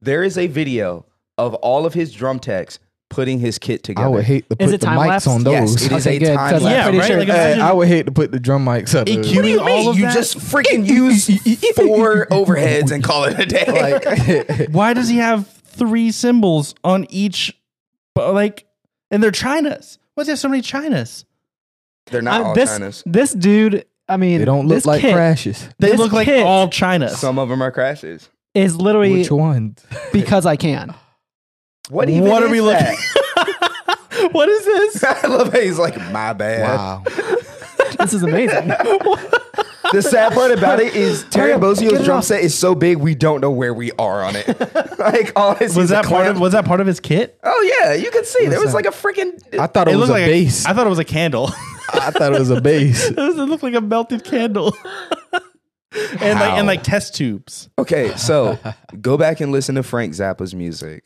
Speaker 5: There is a video of all of his drum techs putting his kit together.
Speaker 6: I would hate to put
Speaker 1: Is
Speaker 6: the
Speaker 1: it time
Speaker 6: mics
Speaker 1: lapse?
Speaker 6: on
Speaker 5: Yes,
Speaker 6: those.
Speaker 5: it is a
Speaker 1: Okay, good,
Speaker 5: time
Speaker 1: 'cause I'm
Speaker 5: lapse.
Speaker 3: Yeah,
Speaker 1: pretty
Speaker 3: right?
Speaker 1: sure
Speaker 3: Like,
Speaker 1: that-
Speaker 3: imagine-
Speaker 6: I would hate to put the drum mics up.
Speaker 3: EQ.
Speaker 6: What do you-
Speaker 5: you
Speaker 3: all of that-
Speaker 5: just freaking use four overheads and call it a day.
Speaker 6: Like,
Speaker 3: Why does he have three symbols on each? But like, and they're chinas. Why does he have so many chinas?
Speaker 5: they're not
Speaker 1: I-
Speaker 5: all
Speaker 1: this
Speaker 5: China's.
Speaker 1: this dude. I mean,
Speaker 6: they don't look
Speaker 1: this
Speaker 6: like
Speaker 1: kid
Speaker 6: crashes.
Speaker 3: They
Speaker 1: This
Speaker 3: look like
Speaker 1: kid-
Speaker 3: all chinas.
Speaker 5: Some of them are crashes.
Speaker 1: Is literally
Speaker 6: Which one?
Speaker 1: because I can.
Speaker 5: What, even
Speaker 3: What are
Speaker 5: is
Speaker 3: we
Speaker 5: that?
Speaker 1: what is this?
Speaker 5: I love how he's like, my bad.
Speaker 6: Wow.
Speaker 1: This is amazing.
Speaker 5: The sad part about it is
Speaker 1: Hurry
Speaker 5: Terry
Speaker 1: up, get
Speaker 5: Bozzio's
Speaker 1: it
Speaker 5: drum
Speaker 1: off.
Speaker 5: set is so big we don't know where we are on it. like all his
Speaker 3: was that part of was that part of his kit?
Speaker 5: Oh yeah, you can see there was
Speaker 6: that?
Speaker 5: like a freaking.
Speaker 6: I thought it, was a
Speaker 3: like
Speaker 6: bass.
Speaker 3: I
Speaker 6: I
Speaker 3: thought it was a candle.
Speaker 6: thought it was a bass.
Speaker 5: Oh
Speaker 3: it was- it looked like a melted candle. and like and like test tubes.
Speaker 5: Okay, so go back and listen to Frank Zappa's music,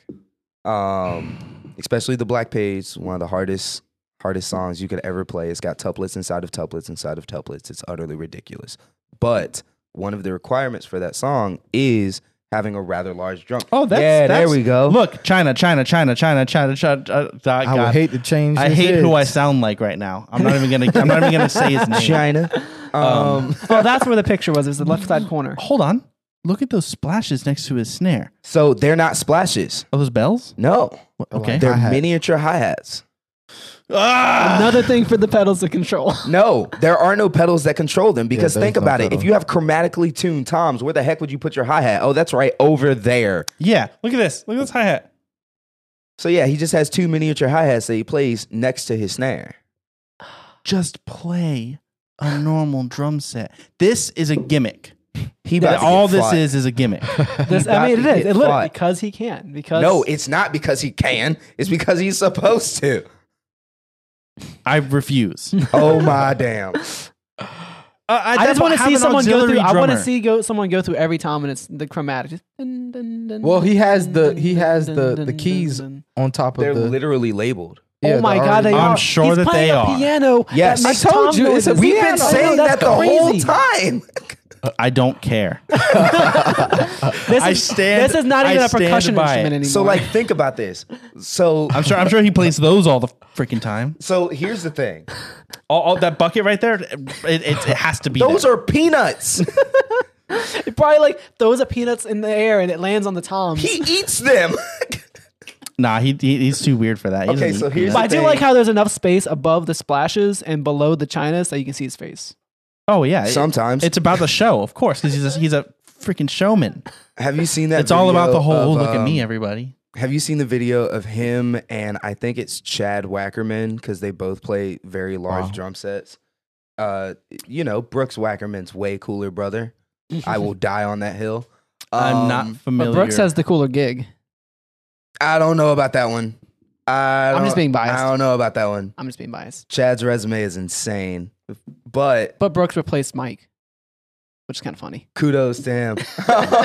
Speaker 5: um, especially the Black Page. One of the hardest, hardest songs you could ever play. It's got tuplets inside of tuplets inside of tuplets. It's utterly ridiculous. But one of the requirements for that song is having a rather large drum.
Speaker 3: Oh, that's,
Speaker 5: yeah.
Speaker 3: that's-
Speaker 5: there we go.
Speaker 3: Look, China, China, China, China, China, China. Uh, I,
Speaker 6: I would hate to change.
Speaker 3: I
Speaker 6: this
Speaker 3: hate who I
Speaker 6: edge.
Speaker 3: sound like right now. I'm not even gonna. I'm not even gonna say his name.
Speaker 5: China. Um,
Speaker 1: well, that's where the picture was. It was the left side corner.
Speaker 3: Hold on. Look at those splashes next to his snare.
Speaker 5: so they're not splashes.
Speaker 3: Are those bells?
Speaker 5: No,
Speaker 3: Okay.
Speaker 5: they're
Speaker 6: Hi-hat.
Speaker 5: miniature hi hats.
Speaker 1: Ah. Another thing for the pedals to control.
Speaker 5: No, there are no pedals that control them because
Speaker 6: there's
Speaker 5: think
Speaker 6: no
Speaker 5: about it.
Speaker 6: pedal.
Speaker 5: If you have chromatically tuned toms, where the heck would you put your hi hat? Oh, that's right, over there.
Speaker 3: Yeah. Look at this. Look at this hi hat.
Speaker 5: So yeah, he just has two miniature hi hats that he plays next to his snare.
Speaker 3: Just play a normal drum set. This is a gimmick.
Speaker 5: He
Speaker 3: That
Speaker 5: about to
Speaker 3: all
Speaker 5: get
Speaker 3: this
Speaker 5: fought.
Speaker 3: is is a gimmick.
Speaker 1: This,
Speaker 5: got
Speaker 1: I mean,
Speaker 5: to
Speaker 1: it is.
Speaker 5: get
Speaker 1: It literally,
Speaker 5: fought.
Speaker 1: because he can. Because
Speaker 5: No, it's not because he can. It's because he's supposed to.
Speaker 3: I refuse.
Speaker 5: Oh my damn!
Speaker 1: I just want to see someone go through. I want to
Speaker 3: drummer.
Speaker 1: see go someone go through every time, and it's the chromatic. Just dun, dun, dun,
Speaker 6: Well, he has
Speaker 1: dun,
Speaker 6: the-
Speaker 1: dun,
Speaker 6: he
Speaker 1: dun,
Speaker 6: has
Speaker 1: dun,
Speaker 6: the-
Speaker 1: dun,
Speaker 6: the
Speaker 1: dun,
Speaker 6: keys
Speaker 1: dun, dun.
Speaker 6: on top of
Speaker 5: They're
Speaker 6: the.
Speaker 5: literally labeled.
Speaker 6: yeah,
Speaker 1: oh
Speaker 6: the
Speaker 1: my god,
Speaker 6: already-
Speaker 1: they
Speaker 3: I'm
Speaker 1: are.
Speaker 3: sure
Speaker 1: He's
Speaker 3: that they
Speaker 1: playing a
Speaker 3: are.
Speaker 1: piano.
Speaker 5: Yes.
Speaker 1: that makes
Speaker 6: I told
Speaker 1: tom
Speaker 6: you, it's a-
Speaker 1: noises.
Speaker 5: We've
Speaker 1: Yeah,
Speaker 5: been
Speaker 1: no,
Speaker 5: saying
Speaker 1: that's
Speaker 5: that the whole
Speaker 1: crazy.
Speaker 5: time.
Speaker 3: I don't care.
Speaker 1: This
Speaker 3: I
Speaker 1: is,
Speaker 3: stand-
Speaker 1: This is not
Speaker 3: I
Speaker 1: even a
Speaker 3: stand
Speaker 1: percussion
Speaker 3: by it.
Speaker 1: instrument anymore.
Speaker 5: so like, think about this. So
Speaker 3: I'm sure. I'm sure he plays those all the freaking time.
Speaker 5: so here's the thing.
Speaker 3: All, all that bucket right there. It, it, it has to be.
Speaker 5: Those
Speaker 3: there.
Speaker 5: are peanuts.
Speaker 1: It probably like throws a peanuts in the air and it lands on the toms.
Speaker 5: he eats them.
Speaker 3: Nah, he, he he's too weird for that. He
Speaker 5: Okay,
Speaker 3: doesn't
Speaker 5: so
Speaker 3: eat
Speaker 5: here's
Speaker 1: but
Speaker 3: peanuts.
Speaker 1: I do
Speaker 5: thing-
Speaker 1: like how there's enough space above the splashes and below the chinas so you can see his face.
Speaker 3: oh yeah, it-
Speaker 5: Sometimes.
Speaker 3: it's about the show, of course, because he's a, he's a freaking showman.
Speaker 5: Have you seen that?
Speaker 3: It's all
Speaker 5: video
Speaker 3: about the whole.
Speaker 5: of,
Speaker 3: "Oh, look at me,
Speaker 5: um,
Speaker 3: everybody.
Speaker 5: Have you seen the video of him and I think it's Chad Wackerman because they both play very large
Speaker 6: Wow.
Speaker 5: drum sets? Uh, you know, Brooks Wackerman's way cooler brother. I will die on that hill.
Speaker 3: I'm not
Speaker 5: Um,
Speaker 3: familiar.
Speaker 1: But Brooks has the cooler gig.
Speaker 5: I don't know about that one. I
Speaker 1: I'm
Speaker 5: don't-
Speaker 1: just being biased.
Speaker 5: I don't know about that one.
Speaker 1: I'm just being biased.
Speaker 5: Chad's resume is insane, but
Speaker 1: But Brooks replaced Mike, which is kind of funny.
Speaker 5: kudos to him. nah,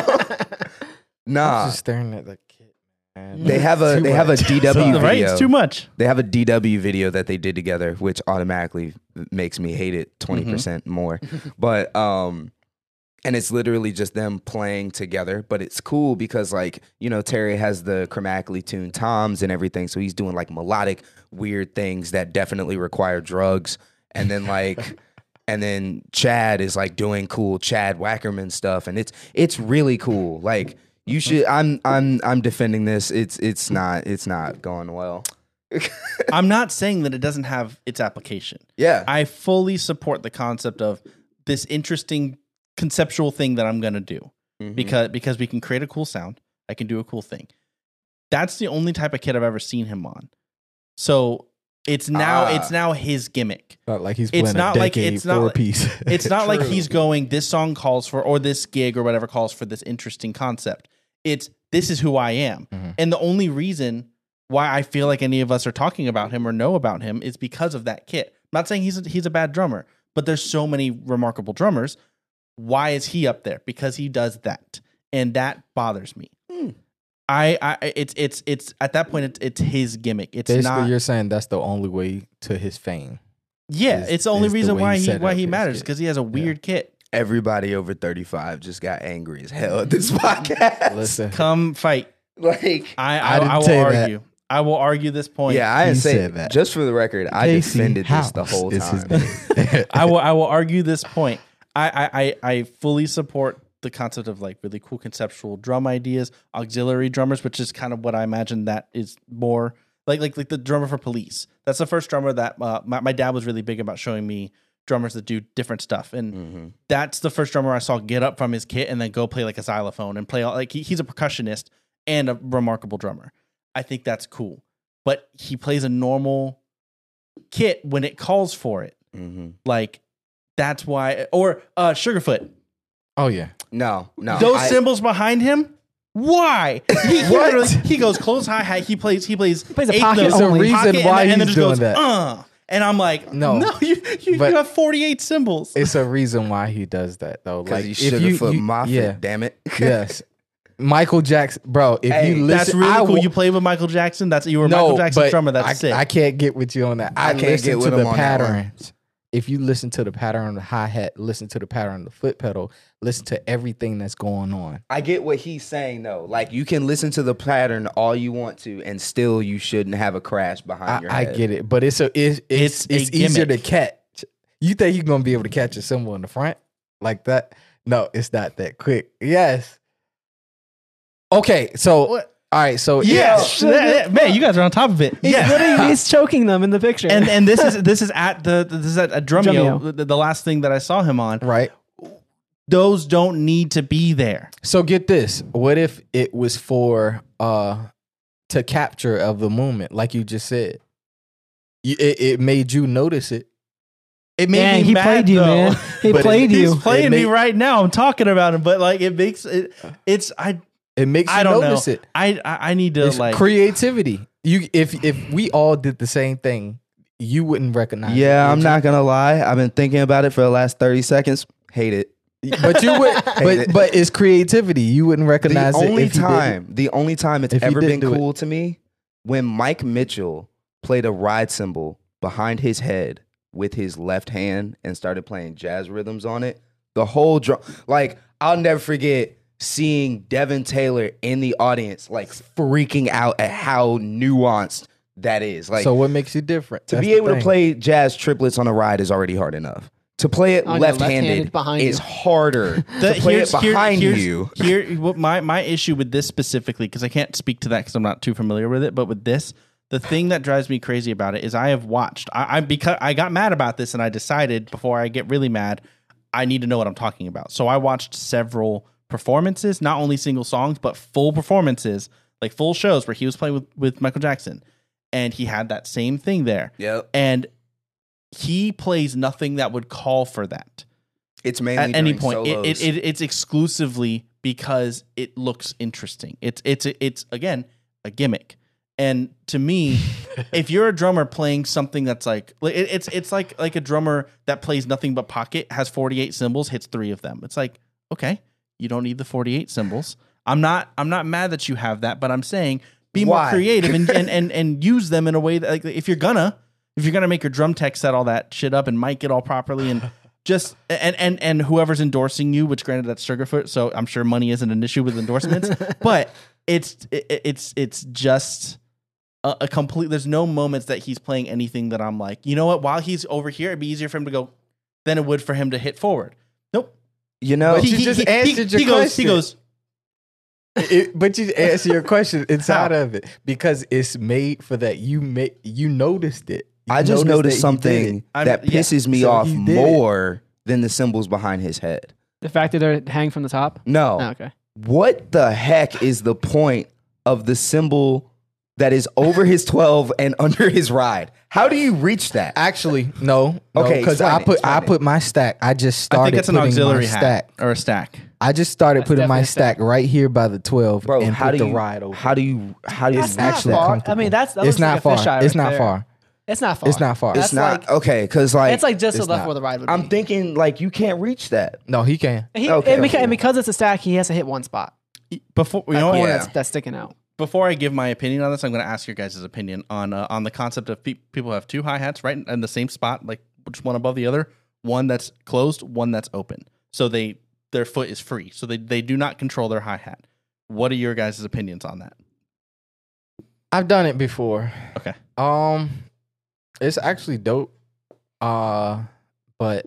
Speaker 6: I'm just staring at that kid. Man.
Speaker 5: Ah. they have a
Speaker 6: Too
Speaker 5: they have a
Speaker 6: much.
Speaker 5: DW
Speaker 3: So-
Speaker 5: video.
Speaker 3: right. It's too much.
Speaker 5: They have a DW video that they did together, which automatically makes me hate it 20% percent more. But um and it's literally just them playing together, but it's cool because like, you know, Terry has the chromatically tuned toms and everything, so he's doing like melodic weird things that definitely require drugs and then like and then Chad is like doing cool Chad Wackerman stuff and it's it's really cool. Like you should I'm I'm I'm defending this. It's it's not it's not going well.
Speaker 3: I'm not saying that it doesn't have its application.
Speaker 5: Yeah.
Speaker 3: I fully support the concept of this interesting conceptual thing that I'm going to do
Speaker 6: Mm-hmm.
Speaker 5: Mm-hmm.
Speaker 3: because because we can create a cool sound. I can do a cool thing. That's the only type of kid I've ever seen him on. So it's now
Speaker 5: Ah.
Speaker 3: it's now his gimmick.
Speaker 6: Not like he's
Speaker 3: It's
Speaker 6: playing
Speaker 3: not
Speaker 6: a
Speaker 3: like-
Speaker 6: decade
Speaker 3: it's not
Speaker 6: four
Speaker 3: like-
Speaker 6: piece.
Speaker 3: It's not like he's going this song calls for or this gig or whatever calls for this interesting concept. It's this is who I am.
Speaker 6: Mhm.
Speaker 3: And the only reason why I feel like any of us are talking about him or know about him is because of that kit. I'm not saying he's a, he's a bad drummer, but there's so many remarkable drummers. Why is he up there? Because he does that, and that bothers me.
Speaker 6: Hmm.
Speaker 3: I, I, it's, it's, it's at that point, it's, it's his gimmick. It's
Speaker 6: Basically,
Speaker 3: not.
Speaker 6: you're saying that's the only way to his fame.
Speaker 3: yeah,
Speaker 6: is-
Speaker 3: it's the only
Speaker 6: is the
Speaker 3: reason
Speaker 6: way
Speaker 3: why
Speaker 6: he
Speaker 3: he
Speaker 6: set
Speaker 3: why
Speaker 6: up
Speaker 3: he
Speaker 6: his
Speaker 3: matters
Speaker 6: kit.
Speaker 3: because he has a weird kit.
Speaker 5: everybody over 35 just got angry as hell at this podcast.
Speaker 6: Listen,
Speaker 3: Come fight.
Speaker 5: Like,
Speaker 3: I
Speaker 6: I
Speaker 3: I,
Speaker 6: didn't
Speaker 3: I will
Speaker 6: say that.
Speaker 3: argue. I will argue this point.
Speaker 5: yeah, I
Speaker 6: He
Speaker 5: didn't say
Speaker 6: said that.
Speaker 5: Just for the record, I
Speaker 6: Casey
Speaker 5: defended this the
Speaker 6: House
Speaker 5: whole
Speaker 6: is his
Speaker 5: time.
Speaker 6: name.
Speaker 3: I will I will argue this point. I, I I I fully support the concept of like really cool conceptual drum ideas, auxiliary drummers, which is kind of what I imagine that is more like like like the drummer for Police. That's the first drummer that uh, my my dad was really big about showing me drummers that do different stuff and that's the first drummer I saw get up from his kit and then go play like a xylophone and play all, like he, he's a percussionist and a remarkable drummer. I think that's cool. But he plays a normal kit when it calls for it.
Speaker 6: Mm-hmm.
Speaker 5: Mhm.
Speaker 3: Like that's why or uh Sugarfoot.
Speaker 6: oh yeah,
Speaker 5: No,
Speaker 6: Oh,
Speaker 5: no.
Speaker 3: Those
Speaker 5: I-
Speaker 3: symbols behind him? Why? He, he literally he goes close high hat, he plays he plays,
Speaker 1: plays a
Speaker 3: eighth
Speaker 1: pocket
Speaker 3: note,
Speaker 1: There's a
Speaker 6: reason why
Speaker 3: and, then- and then just
Speaker 6: he's
Speaker 3: goes
Speaker 6: doing that.
Speaker 3: uh and I'm like no
Speaker 6: No.
Speaker 3: no you you, you
Speaker 6: But-
Speaker 3: have 48 symbols.
Speaker 6: it's a reason why he does that though.
Speaker 5: 'cause
Speaker 6: Like
Speaker 5: you
Speaker 6: if you,
Speaker 5: Sugarfoot
Speaker 6: you-
Speaker 5: Moffitt,
Speaker 6: yeah,
Speaker 5: damn it.
Speaker 6: yes, Michael Jackson, bro. If
Speaker 5: Hey,
Speaker 6: you listen,
Speaker 3: That's really
Speaker 6: I
Speaker 3: cool.
Speaker 6: wa-
Speaker 3: You played with Michael Jackson. That's you were Michael Jackson's
Speaker 6: but
Speaker 3: drummer. That's
Speaker 6: I,
Speaker 3: sick.
Speaker 6: I can't get with you on that. I,
Speaker 5: I can't
Speaker 6: listen
Speaker 5: get with
Speaker 6: to
Speaker 5: him
Speaker 6: the
Speaker 5: on that one.
Speaker 6: patterns. If you listen to the pattern of the hi hat, listen to the pattern of the foot pedal, listen to everything that's going on.
Speaker 5: I get what he's saying though. Like you can listen to the pattern all you want to, and still you shouldn't have a crash behind
Speaker 6: I,
Speaker 5: your
Speaker 6: I
Speaker 5: head.
Speaker 6: get it, but it's a it, it's
Speaker 3: It's a
Speaker 6: it's, easier to
Speaker 3: gimmick.
Speaker 6: catch. You think you're gonna be able to catch a symbol in the front like that? No, it's not that quick. Yes. Okay, so all right, so
Speaker 3: Yes, Yeah, yeah, man, you guys are on top of it.
Speaker 1: He's
Speaker 3: Yeah,
Speaker 1: literally he's choking them in the picture.
Speaker 3: and and this is this is at the this is at a Drumeo,
Speaker 1: Drumeo.
Speaker 3: The, the last thing that I saw him on.
Speaker 6: right.
Speaker 3: Those don't need to be there.
Speaker 6: So get this. What if it was for uh to capture of the moment, like you just said? You, it, it made you notice it.
Speaker 3: It made
Speaker 1: man,
Speaker 3: me
Speaker 1: he
Speaker 3: mad,
Speaker 1: played you,
Speaker 3: though.
Speaker 1: man. He
Speaker 6: But it-
Speaker 1: played
Speaker 3: He's
Speaker 1: you.
Speaker 3: playing
Speaker 6: It
Speaker 3: me
Speaker 6: made-
Speaker 3: right now. I'm talking about him, but like it makes it. It's I
Speaker 6: It makes you
Speaker 3: I don't know.
Speaker 6: notice it.
Speaker 3: I, I I need to
Speaker 6: It's
Speaker 3: like
Speaker 6: creativity. You if if we all did the same thing, you wouldn't recognize.
Speaker 5: Yeah,
Speaker 6: it,
Speaker 5: I'm
Speaker 6: would
Speaker 5: not gonna lie. I've been thinking about it for the last 30 seconds. Hate it.
Speaker 6: you? But you would.
Speaker 5: Hate
Speaker 6: but
Speaker 5: it.
Speaker 6: but it's creativity. You wouldn't
Speaker 5: the
Speaker 6: recognize it.
Speaker 5: only
Speaker 6: if you did it.
Speaker 5: time the only time it's
Speaker 6: If he
Speaker 5: ever
Speaker 6: did
Speaker 5: been
Speaker 6: do it.
Speaker 5: cool to me when mike mitchell played a ride cymbal behind his head with his left hand and started playing jazz rhythms on it the whole drum like i'll never forget seeing devin taylor in the audience like freaking out at how nuanced that is like
Speaker 6: so what makes you different?
Speaker 5: to
Speaker 6: That's
Speaker 5: be
Speaker 6: the
Speaker 5: able to
Speaker 6: thing.
Speaker 5: play jazz triplets on a ride is already hard enough to play it
Speaker 1: On your
Speaker 5: left-handed,
Speaker 1: left-handed behind
Speaker 5: is
Speaker 1: you.
Speaker 5: harder
Speaker 3: The-
Speaker 5: to play it
Speaker 3: here's- here-
Speaker 5: behind
Speaker 3: here's-
Speaker 5: you
Speaker 3: Here, what my my issue with this specifically, because I can't speak to that because I'm not too familiar with it. But with this, the thing that drives me crazy about it is I have watched. I, I because I got mad about this, and I decided before I get really mad, I need to know what I'm talking about. So I watched several performances, not only single songs but full performances. like full shows where he was playing with, with Michael Jackson, and he had that same thing there.
Speaker 5: Yep.
Speaker 3: And he plays nothing that would call for that
Speaker 5: It's mainly
Speaker 3: at any
Speaker 5: during
Speaker 3: point. It,
Speaker 5: solos.
Speaker 3: it, it, it's exclusively because it looks interesting. It's it's it's again a gimmick. And to me, if you're a drummer playing something that's like like, it, it's it's like like a drummer that plays nothing but pocket has 48 cymbals, hits three of them. It's like okay, you don't need the 48 cymbals. I'm not I'm not mad that you have that, but I'm saying be
Speaker 5: Why?
Speaker 3: more creative and, and and and use them in a way that like if you're gonna if you're gonna make your drum tech set all that shit up and mic it all properly and just and and and whoever's endorsing you, which granted that's Sugarfoot, so I'm sure money isn't an issue with endorsements, but it's it, it's it's just a, a complete. There's no moments that he's playing anything that I'm like, you know what? While he's over here, it'd be easier for him to go than it would for him to hit forward. Nope.
Speaker 5: you know,
Speaker 6: But you Oh, just answered your
Speaker 3: he goes.
Speaker 6: question.
Speaker 3: He goes.
Speaker 6: It- but you answer your question inside
Speaker 3: How?
Speaker 6: of it because it's made for that. You make you noticed it. You
Speaker 5: I just
Speaker 6: noticed
Speaker 5: noticed
Speaker 6: that he did
Speaker 5: something
Speaker 6: it.
Speaker 3: I'm-
Speaker 5: that
Speaker 3: yeah.
Speaker 5: pisses me
Speaker 6: So
Speaker 5: off
Speaker 6: he did it.
Speaker 5: more than the symbols behind his head.
Speaker 1: The fact that they're hang from the top.
Speaker 5: No.
Speaker 1: Oh, okay.
Speaker 5: What the heck is the point of the symbol that is over his 12 and under his ride? How do you reach that?
Speaker 6: Actually, no.
Speaker 5: Okay,
Speaker 6: Okay, because
Speaker 5: explain
Speaker 6: I
Speaker 5: it,
Speaker 6: put
Speaker 5: explain
Speaker 6: I
Speaker 5: it.
Speaker 6: put my stack. I just
Speaker 3: I
Speaker 6: started
Speaker 3: think it's an
Speaker 6: putting
Speaker 3: auxiliary
Speaker 6: my
Speaker 3: hat
Speaker 6: stack.
Speaker 3: or a stack.
Speaker 6: I just started
Speaker 1: That's
Speaker 6: putting my
Speaker 1: definitely a stack.
Speaker 6: stack right here by the twelve
Speaker 5: Bro,
Speaker 6: and
Speaker 5: how
Speaker 6: put
Speaker 5: do
Speaker 6: the
Speaker 5: you
Speaker 6: ride over.
Speaker 5: How do you how do you
Speaker 1: That's not
Speaker 5: actually
Speaker 1: far. I
Speaker 6: comfortable.
Speaker 1: mean, that's- that
Speaker 6: it's
Speaker 1: looks
Speaker 6: not
Speaker 1: like a
Speaker 6: far.
Speaker 1: fisheye
Speaker 6: It's
Speaker 1: right
Speaker 6: not
Speaker 1: there.
Speaker 6: far.
Speaker 1: It's not far.
Speaker 6: It's not far.
Speaker 5: It's
Speaker 1: That's
Speaker 5: not
Speaker 1: like-
Speaker 5: okay cuz like,
Speaker 1: It's like just the
Speaker 6: it's
Speaker 1: left
Speaker 6: not.
Speaker 1: where the ride would be.
Speaker 5: I'm thinking like you can't reach that.
Speaker 6: no, he can.
Speaker 1: He,
Speaker 5: Okay.
Speaker 1: and, beca- and because it's a stack, he has to hit one spot.
Speaker 3: Before you
Speaker 1: That
Speaker 3: know
Speaker 1: corner
Speaker 3: what?
Speaker 5: yeah.
Speaker 1: that's, that's sticking out.
Speaker 3: Before I give my opinion on this, I'm going to ask your guys' opinion on uh, on the concept of pe- people who have two hi hats right in, in the same spot, like just one above the other, one that's closed, one that's open. So they their foot is free, so they they do not control their hi hat. What are your guys' opinions on that?
Speaker 6: I've done it before.
Speaker 3: Okay.
Speaker 6: Um, it's actually dope. Uh, but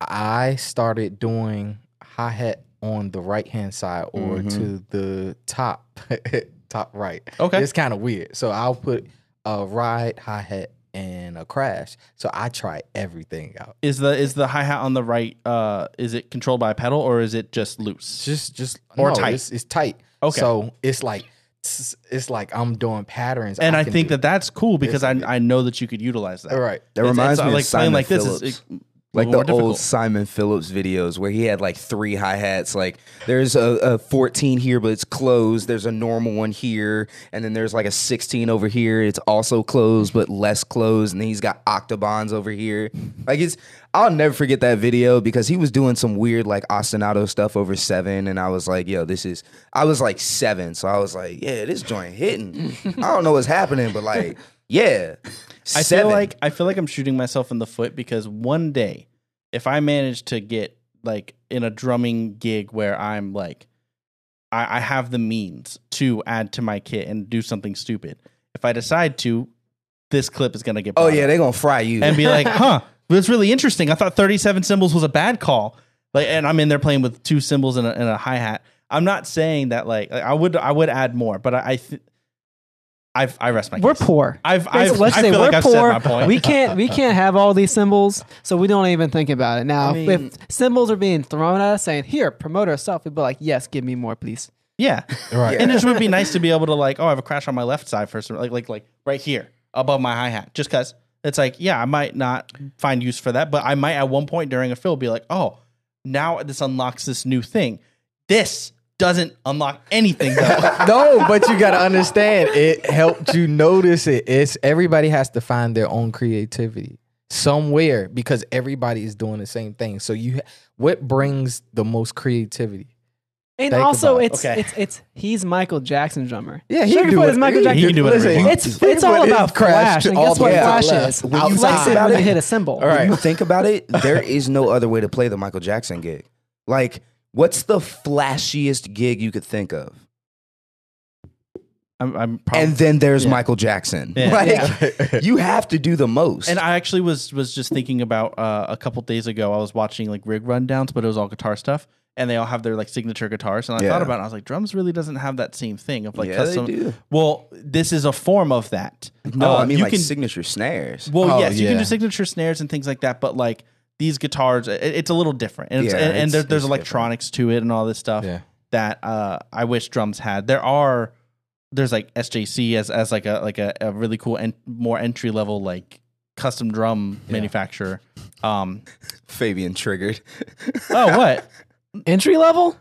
Speaker 6: I started doing hi hat on the right hand side or
Speaker 5: Mhm.
Speaker 6: to the top, top right.
Speaker 3: Okay.
Speaker 6: It's kind of weird. So I'll put a ride, hi hat, and a crash. So I try everything out.
Speaker 3: Is the is the hi hat on the right? Uh, is it controlled by a pedal or is it just
Speaker 6: It's
Speaker 3: loose?
Speaker 6: just just
Speaker 3: Or
Speaker 6: no,
Speaker 3: tight.
Speaker 6: It's, it's tight.
Speaker 3: Okay.
Speaker 6: So it's like it's it's like I'm doing patterns.
Speaker 3: and I
Speaker 6: can
Speaker 3: think
Speaker 6: do.
Speaker 3: that that's cool because I
Speaker 6: It's-
Speaker 3: I know that you could utilize that.
Speaker 6: all right.
Speaker 5: That
Speaker 3: It's-
Speaker 5: reminds
Speaker 3: it's,
Speaker 5: me
Speaker 3: uh,
Speaker 5: of
Speaker 3: like
Speaker 5: Simon
Speaker 3: playing like this
Speaker 5: Phillips.
Speaker 3: is it-
Speaker 5: like the
Speaker 3: more
Speaker 5: old
Speaker 3: difficult.
Speaker 5: Simon Phillips videos where he had like three hi hats. Like there's a, a 14 here, but it's closed. There's a normal one here, and then there's like a 16 over here. It's also closed, but less closed. And then he's got octobons over here. Like it's, I'll never forget that video because he was doing some weird like ostinato stuff over seven, and I was like, yo, this is. I was like seven, so I was like, yeah, this joint hitting. I don't know what's happening, but like, yeah,
Speaker 3: I
Speaker 5: seven.
Speaker 3: feel like I feel like I'm shooting myself in the foot because one day, if I manage to get like in a drumming gig where I'm like, I, I have the means to add to my kit and do something stupid. If I decide to, this clip is gonna get.
Speaker 5: Oh
Speaker 3: brought
Speaker 5: yeah,
Speaker 3: up
Speaker 5: they gonna fry you.
Speaker 3: and be like, huh, that's really interesting. I thought 37 cymbals was a bad call. Like, and I'm in there playing with two cymbals and a, and a hi hat. I'm not saying that like, like, I would I would add more, but I I th- I've, I rest my.
Speaker 1: We're
Speaker 3: case.
Speaker 1: poor.
Speaker 3: I've,
Speaker 1: Basically,
Speaker 3: I've
Speaker 1: let's
Speaker 3: I
Speaker 1: say
Speaker 3: feel
Speaker 1: we're
Speaker 3: like I've
Speaker 1: poor.
Speaker 3: Said my point.
Speaker 1: We can't we can't have all these symbols, so we don't even think about it. Now,
Speaker 5: I
Speaker 1: if-
Speaker 5: mean-
Speaker 1: if symbols are being thrown at us saying, "Here, promote our stuff," we'd be like, "Yes, give me more, please."
Speaker 3: Yeah.
Speaker 6: Right.
Speaker 3: And it just would be nice to be able to like, oh, I have a crash on my left side for some like like like right here above my hi hat. Just cause it's like, yeah, I might not find use for that, but I might at one point during a fill be like, oh, now this unlocks this new thing. This doesn't unlock anything though.
Speaker 6: no, but you gotta understand it helped you notice it. It's everybody has to find their own creativity somewhere because everybody is doing the same thing. So you, what brings the most creativity?
Speaker 1: And
Speaker 6: Think
Speaker 1: also,
Speaker 6: about it.
Speaker 1: it's
Speaker 3: Okay.
Speaker 1: it's it's he's Michael Jackson drummer.
Speaker 6: Yeah,
Speaker 1: he can do Sugarfoot it. is Michael He Jackson.
Speaker 3: can do whatever he wants.
Speaker 1: It's it's all about flash. And guess what
Speaker 5: the way
Speaker 1: flash
Speaker 5: left.
Speaker 1: is?
Speaker 5: When you
Speaker 1: Flex
Speaker 5: think
Speaker 1: it
Speaker 5: about
Speaker 1: when you
Speaker 5: it-
Speaker 1: hit a symbol.
Speaker 6: All right.
Speaker 5: When you think about it, there is no other way to play the Michael Jackson gig. Like, what's the flashiest gig you could think of?
Speaker 3: I'm, I'm probably
Speaker 5: And
Speaker 3: and,
Speaker 5: then there's
Speaker 3: Yeah.
Speaker 5: Michael Jackson.
Speaker 3: Yeah.
Speaker 5: Like, you have to do the most.
Speaker 3: I actually was was just thinking about uh, a couple days ago. I was watching like rig rundowns, but it was all guitar stuff, and they all have their like signature guitars. And I
Speaker 5: Yeah.
Speaker 3: thought about, it, I was like, drums really doesn't have that same thing of like
Speaker 5: yeah, they
Speaker 3: custom.
Speaker 5: do.
Speaker 3: Well, this is a form of that.
Speaker 5: No,
Speaker 3: Uh,
Speaker 5: I mean
Speaker 3: you
Speaker 5: like
Speaker 3: can,
Speaker 5: signature snares.
Speaker 3: well,
Speaker 6: Oh,
Speaker 3: yes, you can
Speaker 6: yeah.
Speaker 3: do signature snares and things like that, but like these guitars, it, it's a little different, and, it's,
Speaker 5: Yeah,
Speaker 3: and, and
Speaker 5: it's-
Speaker 3: there, there's
Speaker 5: it's
Speaker 3: electronics to it and all this stuff
Speaker 6: Yeah.
Speaker 3: that uh, I wish drums had. There are there's like SJC as as like a like a, a really cool and more entry level like custom drum manufacturer. Um,
Speaker 5: Fabian triggered.
Speaker 3: oh, what
Speaker 6: Entry level?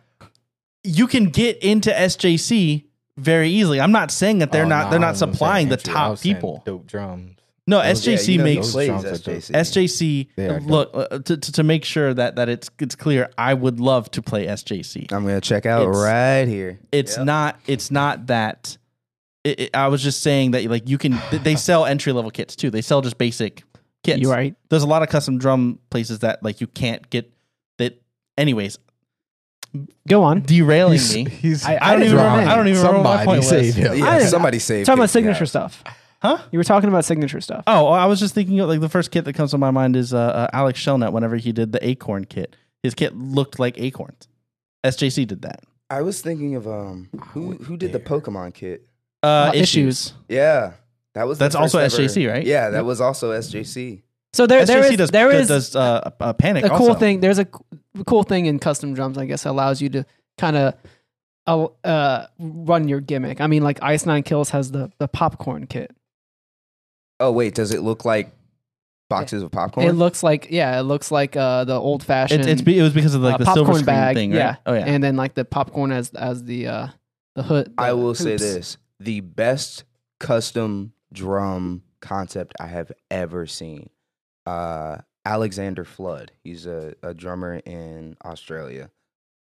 Speaker 3: you can get into SJC very easily. I'm not saying that they're
Speaker 6: Oh,
Speaker 3: not
Speaker 6: no,
Speaker 3: they're
Speaker 6: I
Speaker 3: not
Speaker 6: wasn't saying
Speaker 3: supplying the
Speaker 6: entry. I
Speaker 3: top
Speaker 6: was saying
Speaker 3: people.
Speaker 6: Dope drums.
Speaker 3: No,
Speaker 5: Those- yeah,
Speaker 3: SJC
Speaker 5: you know
Speaker 3: makes
Speaker 5: those plays
Speaker 6: drums are
Speaker 5: SJC.
Speaker 3: SJC.
Speaker 6: They are dope.
Speaker 3: Look uh, to, to to make sure that that it's it's clear. I would love to play SJC.
Speaker 6: Um,
Speaker 5: I'm gonna check out
Speaker 3: It's-
Speaker 5: right here.
Speaker 3: it's not it's not that it, it- i was just saying that like you can th- they sell entry level kits too they sell just basic kits
Speaker 1: You right?
Speaker 3: there's a lot of custom drum places that like you can't get that anyways
Speaker 1: Go on.
Speaker 3: derailing
Speaker 6: He's-
Speaker 3: me
Speaker 6: he's
Speaker 1: I-
Speaker 3: I don't even
Speaker 6: drowning.
Speaker 3: remember- I don't even remember what my
Speaker 6: Somebody
Speaker 3: point was.
Speaker 6: save him.
Speaker 5: Yeah,
Speaker 1: I didn't-
Speaker 5: somebody saved.
Speaker 1: talking about
Speaker 5: Casey
Speaker 1: signature
Speaker 5: out.
Speaker 1: stuff.
Speaker 3: huh
Speaker 1: You were talking about signature stuff.
Speaker 3: oh i was just thinking of like the first kit that comes to my mind is uh, uh alex shelnut whenever he did the acorn kit his kit looked like acorns sjc did that
Speaker 5: I was thinking of um who who did the Pokemon kit?
Speaker 1: Uh,
Speaker 3: uh,
Speaker 1: issues.
Speaker 5: Yeah, that was the
Speaker 3: That's also
Speaker 5: first ever-
Speaker 3: SJC, right?
Speaker 5: Yeah, that was also SJC.
Speaker 1: So there, there
Speaker 3: sjc
Speaker 1: is,
Speaker 3: does,
Speaker 1: there is
Speaker 3: does uh, uh panic
Speaker 1: a cool
Speaker 3: also.
Speaker 1: thing. There's a c- cool thing in custom drums, I guess, that allows you to kind of uh, uh, run your gimmick. I mean, like Ice Nine Kills has the, the popcorn kit.
Speaker 5: Oh wait, does it look like boxes of popcorn?
Speaker 1: It looks like yeah, it looks like uh, the old fashioned
Speaker 3: it, it's be- it was because of like
Speaker 1: uh,
Speaker 3: the silver screen thing right?
Speaker 1: yeah,
Speaker 3: oh yeah
Speaker 1: and then like the popcorn as as the uh, the hood.
Speaker 5: I
Speaker 1: the
Speaker 5: will say
Speaker 1: hoops.
Speaker 5: this: the best custom drum concept I have ever seen. Uh, Alexander Flood. He's a, a drummer in Australia.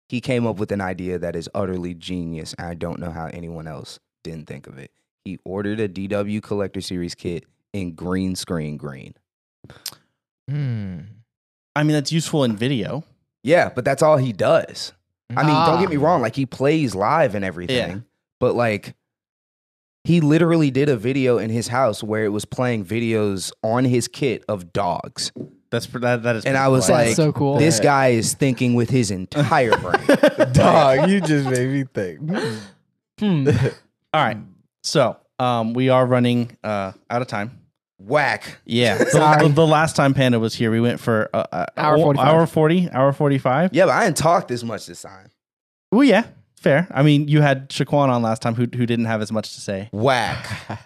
Speaker 5: He came up with an idea that is utterly genius, and I don't know how anyone else didn't think of it. He ordered a DW Collector Series kit in green screen green.
Speaker 6: Hmm.
Speaker 3: I mean, that's useful in video.
Speaker 5: Yeah, but that's all he does. I mean, don't
Speaker 1: Ah.
Speaker 5: get me wrong, like he plays live and everything, but like he literally did a video in his house where it was playing videos on his kit of dogs.
Speaker 3: That's pr- that. That is.
Speaker 5: And I was
Speaker 1: That's
Speaker 5: like,
Speaker 1: so cool.
Speaker 5: this guy is thinking with his entire brain.
Speaker 6: Dog, you just made me think.
Speaker 1: Hmm.
Speaker 3: all right. So, um, we are running uh out of time.
Speaker 5: Whack.
Speaker 3: Yeah. The,
Speaker 1: Sorry.
Speaker 3: the- the last time Panda was here, we went for uh, uh,
Speaker 1: Hour 45.
Speaker 3: hour forty, hour forty-five.
Speaker 5: Yeah, but I didn't talk this much this time.
Speaker 3: Well, yeah, fair. I mean, you had Shaquan on last time, who who didn't have as much to say.
Speaker 5: Whack.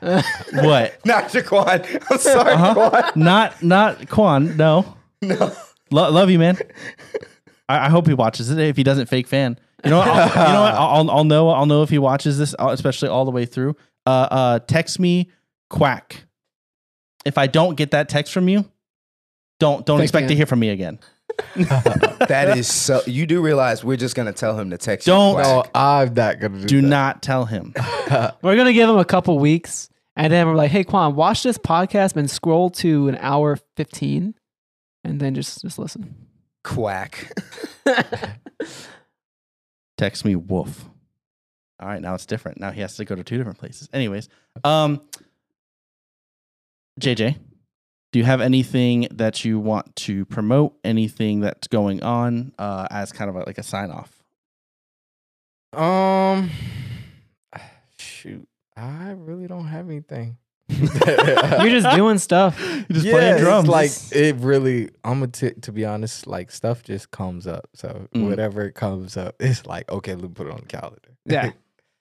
Speaker 3: What?
Speaker 5: Not Jaquan. I'm sorry,
Speaker 3: Uh-huh.
Speaker 5: Jaquan.
Speaker 3: not not Quan. No.
Speaker 5: No.
Speaker 3: Lo- love you, man. I, I hope he watches it. If he doesn't, fake fan. You know, what? I'll, you know what? I'll, I'll, I'll know. I'll know if he watches this, uh, especially all the way through. Uh, uh, text me, quack. If I don't get that text from you, don't don't
Speaker 1: Fake
Speaker 3: expect to
Speaker 1: fan.
Speaker 3: hear from me again.
Speaker 5: That is so. You do realize we're just going to tell him to text
Speaker 3: Don't-
Speaker 5: you.
Speaker 6: No,
Speaker 5: whack.
Speaker 6: I'm not gonna do,
Speaker 3: Do
Speaker 6: that.
Speaker 3: not tell him.
Speaker 1: We're gonna give him a couple weeks, and then we're like, "Hey, Quan, watch this podcast and scroll to an hour fifteen, and then just just listen."
Speaker 5: Quack.
Speaker 3: Text me, wolf. All right, now it's different. Now he has to go to two different places. Anyways, um, JJ, do you have anything that you want to promote? Anything that's going on uh, as kind of a, like a sign off?
Speaker 6: Um, shoot, I really don't have anything.
Speaker 1: You're just doing stuff.
Speaker 3: just
Speaker 6: yeah,
Speaker 3: playing
Speaker 6: it's
Speaker 3: drums.
Speaker 6: like it really. I'm a t- to be honest. Like stuff just comes up. So
Speaker 3: Mm.
Speaker 6: whatever comes up, it's like okay, let me put it on the calendar.
Speaker 1: Yeah.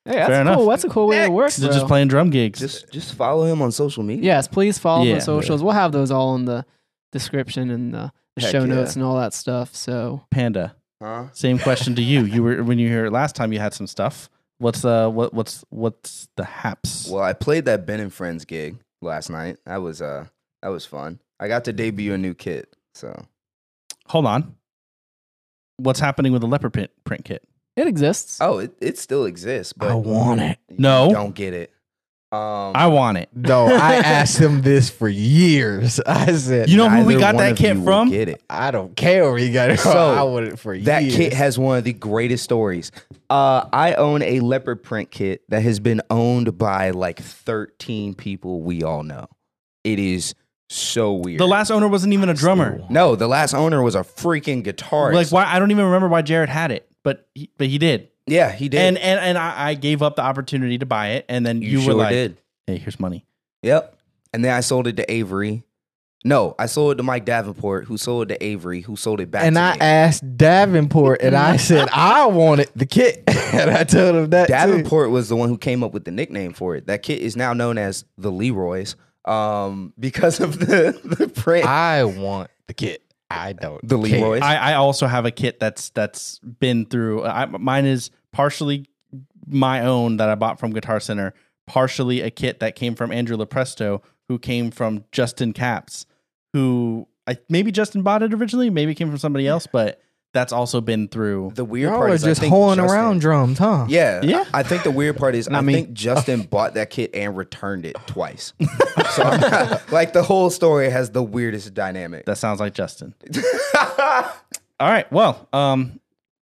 Speaker 1: Hey, that's
Speaker 3: Fair
Speaker 1: cool.
Speaker 3: enough.
Speaker 1: That's a cool way to work.
Speaker 3: They're
Speaker 1: bro.
Speaker 3: just playing drum gigs.
Speaker 5: Just, just follow him on social media.
Speaker 1: yes, please follow
Speaker 3: Yeah.
Speaker 1: the socials. We'll have those all in the description and the, the
Speaker 5: Heck
Speaker 1: show
Speaker 5: yeah.
Speaker 1: notes and all that stuff. So
Speaker 3: Panda.
Speaker 5: Huh?
Speaker 3: Same question to you. You were when you were here last time. You had some stuff. What's uh what what's what's the haps?
Speaker 5: Well, I played that Ben and Friends gig last night. That was uh that was fun. I got to debut a new kit. So
Speaker 3: Hold on. What's happening with the leopard print, print kit?
Speaker 1: it exists.
Speaker 5: oh, it, it still exists, but
Speaker 6: want it.
Speaker 5: you
Speaker 3: No.
Speaker 5: don't get it. Um,
Speaker 3: I want it.
Speaker 6: No, I asked him this for years. I said,
Speaker 3: You know who we
Speaker 5: neither
Speaker 3: got
Speaker 5: one
Speaker 3: that
Speaker 5: of
Speaker 3: kit
Speaker 5: you will
Speaker 3: from?
Speaker 5: Get it.
Speaker 6: I don't care where you got it. from.
Speaker 5: So,
Speaker 6: I want it for
Speaker 5: That
Speaker 6: years.
Speaker 5: kit has one of the greatest stories. Uh, I own a leopard print kit that has been owned by like 13 people we all know. It is so weird.
Speaker 3: The last owner wasn't even a drummer.
Speaker 5: no, the last owner was a freaking guitarist.
Speaker 3: Like why? I don't even remember why Jared had it, but he, but he did.
Speaker 5: Yeah, he did.
Speaker 3: And and and I, I gave up the opportunity to buy it, and then you,
Speaker 5: sure
Speaker 3: were like,
Speaker 5: did.
Speaker 3: "Hey, here's money."
Speaker 5: Yep. And then I sold it to Avery. No, I sold it to Mike Davenport, who sold it to Avery, who sold it back.
Speaker 6: and
Speaker 5: to
Speaker 6: I
Speaker 5: me.
Speaker 6: asked Davenport, and I said I wanted the kit, and I told him that too.
Speaker 5: Davenport was the one who came up with the nickname for it. That kit is now known as the Leroy's um, because of the, the print.
Speaker 6: I want the kit. I don't.
Speaker 5: the
Speaker 6: care.
Speaker 5: Leroy's.
Speaker 3: I, I also have a kit that's that's been through. I, mine is partially my own that I bought from Guitar Center, partially a kit that came from Andrew Lepresto, who came from Justin Caps, who I maybe Justin bought it originally, maybe it came from somebody else, but that's also been through.
Speaker 5: the weird
Speaker 6: Y'all
Speaker 5: part
Speaker 6: are
Speaker 5: is I
Speaker 6: just
Speaker 5: think
Speaker 6: hoeing
Speaker 5: Justin-
Speaker 6: around drums, huh?
Speaker 5: Yeah,
Speaker 3: Yeah.
Speaker 5: I think the weird part is I think Justin
Speaker 6: uh,
Speaker 5: bought that kit and returned it twice. so I'm not- like the whole story has the weirdest dynamic.
Speaker 3: that sounds like Justin. All right. Well, um,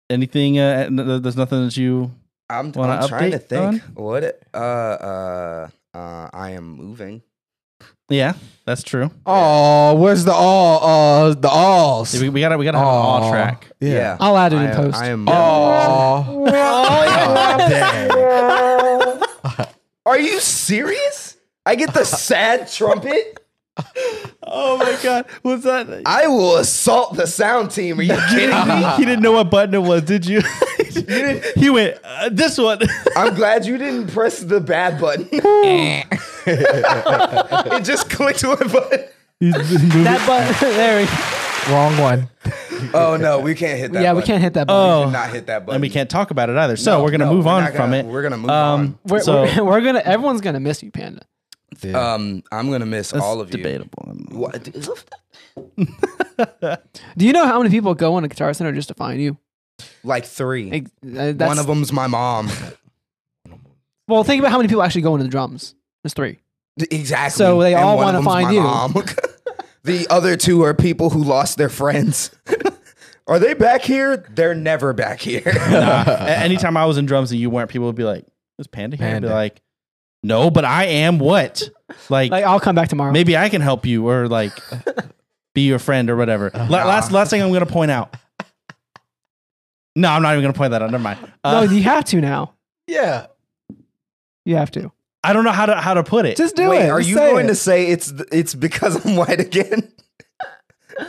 Speaker 3: anything? Uh, n- n- there's nothing that you.
Speaker 5: I'm,
Speaker 3: Wanna
Speaker 5: I'm trying to
Speaker 3: update,
Speaker 5: think. What? it- Uh, uh, uh, I am moving.
Speaker 3: Yeah, that's true.
Speaker 6: Oh, where's the all? Uh, the alls.
Speaker 3: We, we gotta we gotta have an all
Speaker 6: Aw.
Speaker 3: track.
Speaker 6: Yeah.
Speaker 4: I'll add it in
Speaker 5: I am-
Speaker 4: post.
Speaker 5: I am.
Speaker 6: Oh. Dang.
Speaker 5: Are you serious? I get the sad trumpet.
Speaker 3: Oh my god, what's that?
Speaker 5: I will assault the sound team. Are you kidding me?
Speaker 3: he didn't know what button it was, did you? he went, uh, this one.
Speaker 5: I'm glad you didn't press the bad button. it just clicked one button.
Speaker 1: That button. There we go.
Speaker 6: Wrong one.
Speaker 5: Oh no, we can't hit that.
Speaker 1: Yeah, we
Speaker 5: button.
Speaker 1: can't hit that button.
Speaker 5: We
Speaker 3: oh,
Speaker 5: cannot hit that button.
Speaker 3: and we can't talk about it either. So
Speaker 5: No,
Speaker 3: we're going to
Speaker 5: no,
Speaker 3: move
Speaker 5: we're
Speaker 3: on
Speaker 5: not
Speaker 3: from
Speaker 5: gonna-
Speaker 3: it. Um,
Speaker 5: we're gonna move on.
Speaker 1: We're,
Speaker 3: so
Speaker 1: we're, we're gonna. Everyone's gonna miss you, Panda.
Speaker 5: Um, I'm gonna miss all of you.
Speaker 3: debatable.
Speaker 5: What?
Speaker 1: Do you know how many people go on a Guitar Center just to find you?
Speaker 5: Like three.
Speaker 1: Ex- uh, that's,
Speaker 5: One of them's my mom.
Speaker 1: Well, think about how many people actually go into the drums. There's three.
Speaker 5: exactly.
Speaker 1: So they
Speaker 5: And
Speaker 1: all
Speaker 5: one of
Speaker 1: wanna
Speaker 5: them's
Speaker 1: find
Speaker 5: my
Speaker 1: you.
Speaker 5: mom. the other two are people who lost their friends. are they back here? They're never back here.
Speaker 3: Uh, A- anytime I was in drums and you weren't, people would be like, is Panda here? I'd be
Speaker 6: Panda.
Speaker 3: like, no, but I am what? Like,
Speaker 1: Like I'll come back tomorrow.
Speaker 3: maybe I can help you or like be your friend or whatever. La- last, last thing I'm going to point out. No, I'm not even going to point that out. Never mind.
Speaker 1: No,
Speaker 3: Uh,
Speaker 1: you have to now.
Speaker 6: Yeah.
Speaker 1: You have to.
Speaker 3: I don't know how to how to put it.
Speaker 1: Just do
Speaker 5: Wait,
Speaker 1: it.
Speaker 5: are
Speaker 1: Just
Speaker 5: you
Speaker 1: say
Speaker 5: going
Speaker 1: it.
Speaker 5: to say it's it's because I'm white again?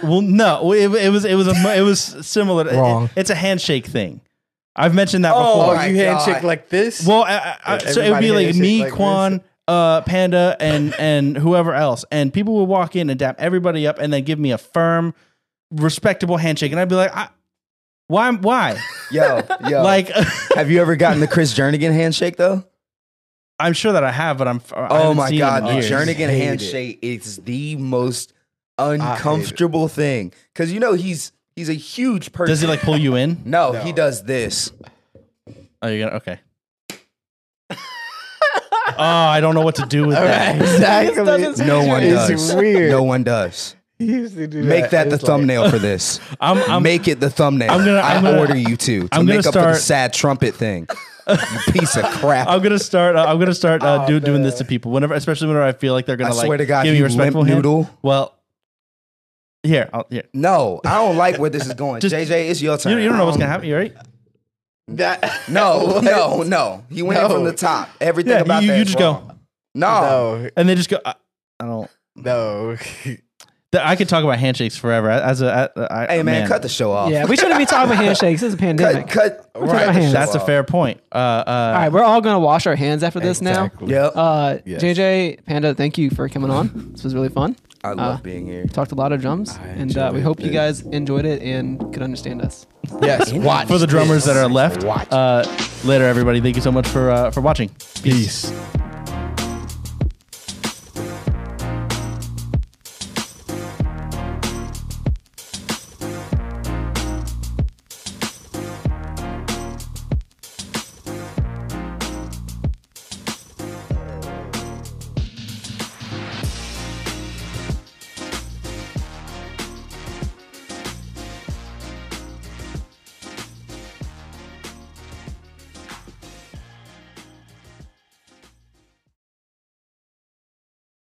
Speaker 3: Well, no, it, it was it was a mo- it was similar. It-
Speaker 6: Wrong.
Speaker 3: it's a handshake thing. I've mentioned that
Speaker 5: Oh,
Speaker 6: Oh,
Speaker 3: before.
Speaker 5: my
Speaker 6: you handshake
Speaker 5: God.
Speaker 6: like this?
Speaker 3: Well, I, I, I, so it would
Speaker 6: Everybody
Speaker 3: be like
Speaker 6: handshake
Speaker 3: me,
Speaker 6: like this.
Speaker 3: Quan, uh, Panda, and and whoever else, and people would walk in and dap everybody up, and then give me a firm, respectable handshake, and I'd be like, I, why, why?
Speaker 5: Yo, yo.
Speaker 3: Like,
Speaker 5: have you ever gotten the Chris Jernigan handshake though?
Speaker 3: I'm sure that I have, but I'm. uh, I
Speaker 5: Oh
Speaker 3: haven't
Speaker 5: my
Speaker 3: seen
Speaker 5: god,
Speaker 3: him
Speaker 5: the
Speaker 3: in years.
Speaker 5: Jernigan
Speaker 6: Hate it.
Speaker 5: handshake is the most uncomfortable thing because you know he's he's a huge person.
Speaker 3: Does he like pull you in?
Speaker 5: No, he does this.
Speaker 3: Oh, you're gonna okay. oh, I don't know what to do with that.
Speaker 6: exactly.
Speaker 5: No one
Speaker 6: It's
Speaker 5: does.
Speaker 6: weird.
Speaker 5: No one does.
Speaker 6: He used to do
Speaker 5: Make that the
Speaker 6: It's like-
Speaker 5: thumbnail for this.
Speaker 3: I'm, I'm
Speaker 5: make it the thumbnail.
Speaker 3: I'm gonna-
Speaker 5: I
Speaker 3: I'm gonna-
Speaker 5: order you to to
Speaker 3: I'm gonna
Speaker 5: make up for the
Speaker 3: start-
Speaker 5: sad trumpet thing. You piece of crap.
Speaker 3: I'm gonna start. Uh, I'm gonna start uh, do, doing this to people whenever, especially whenever I feel like they're gonna
Speaker 5: Oh, I
Speaker 3: like
Speaker 5: swear to God,
Speaker 3: give me
Speaker 5: you
Speaker 3: a respectful
Speaker 5: limp
Speaker 3: hand.
Speaker 5: noodle.
Speaker 3: Well, here, I'll, here.
Speaker 5: No, I don't like where this is going.
Speaker 3: Just-
Speaker 5: JJ, it's your turn.
Speaker 3: You, you don't know what's gonna happen, you right?
Speaker 6: That,
Speaker 5: No, no, no. He went in
Speaker 6: No.
Speaker 5: from the top. Everything
Speaker 3: Yeah,
Speaker 5: about
Speaker 3: you,
Speaker 5: that
Speaker 3: you
Speaker 5: is
Speaker 3: just
Speaker 5: wrong.
Speaker 3: go,
Speaker 5: No.
Speaker 6: no,
Speaker 3: and they just go. I, I don't.
Speaker 6: no.
Speaker 3: Th- I could talk about handshakes forever. As a, I, I,
Speaker 5: Hey man,
Speaker 3: man,
Speaker 5: cut the show off.
Speaker 1: Yeah, we shouldn't be talking about handshakes. This is a pandemic.
Speaker 5: Oh. Cut, cut.
Speaker 1: talking about hands.
Speaker 3: That's a fair point. Uh, uh,
Speaker 1: All right, we're all gonna wash our hands after this
Speaker 6: Exactly.
Speaker 5: Yep.
Speaker 1: now. Uh,
Speaker 6: Yes.
Speaker 1: JJ Panda, thank you for coming on. This was really fun.
Speaker 5: I love being here.
Speaker 1: Talked a lot of drums, and uh, we hope you guys enjoyed it and could understand us.
Speaker 6: Yes. Watch
Speaker 3: for the drummers
Speaker 6: this.
Speaker 3: that are left,
Speaker 6: Watch.
Speaker 3: uh, later, everybody. Thank you so much for uh, for watching.
Speaker 6: Peace.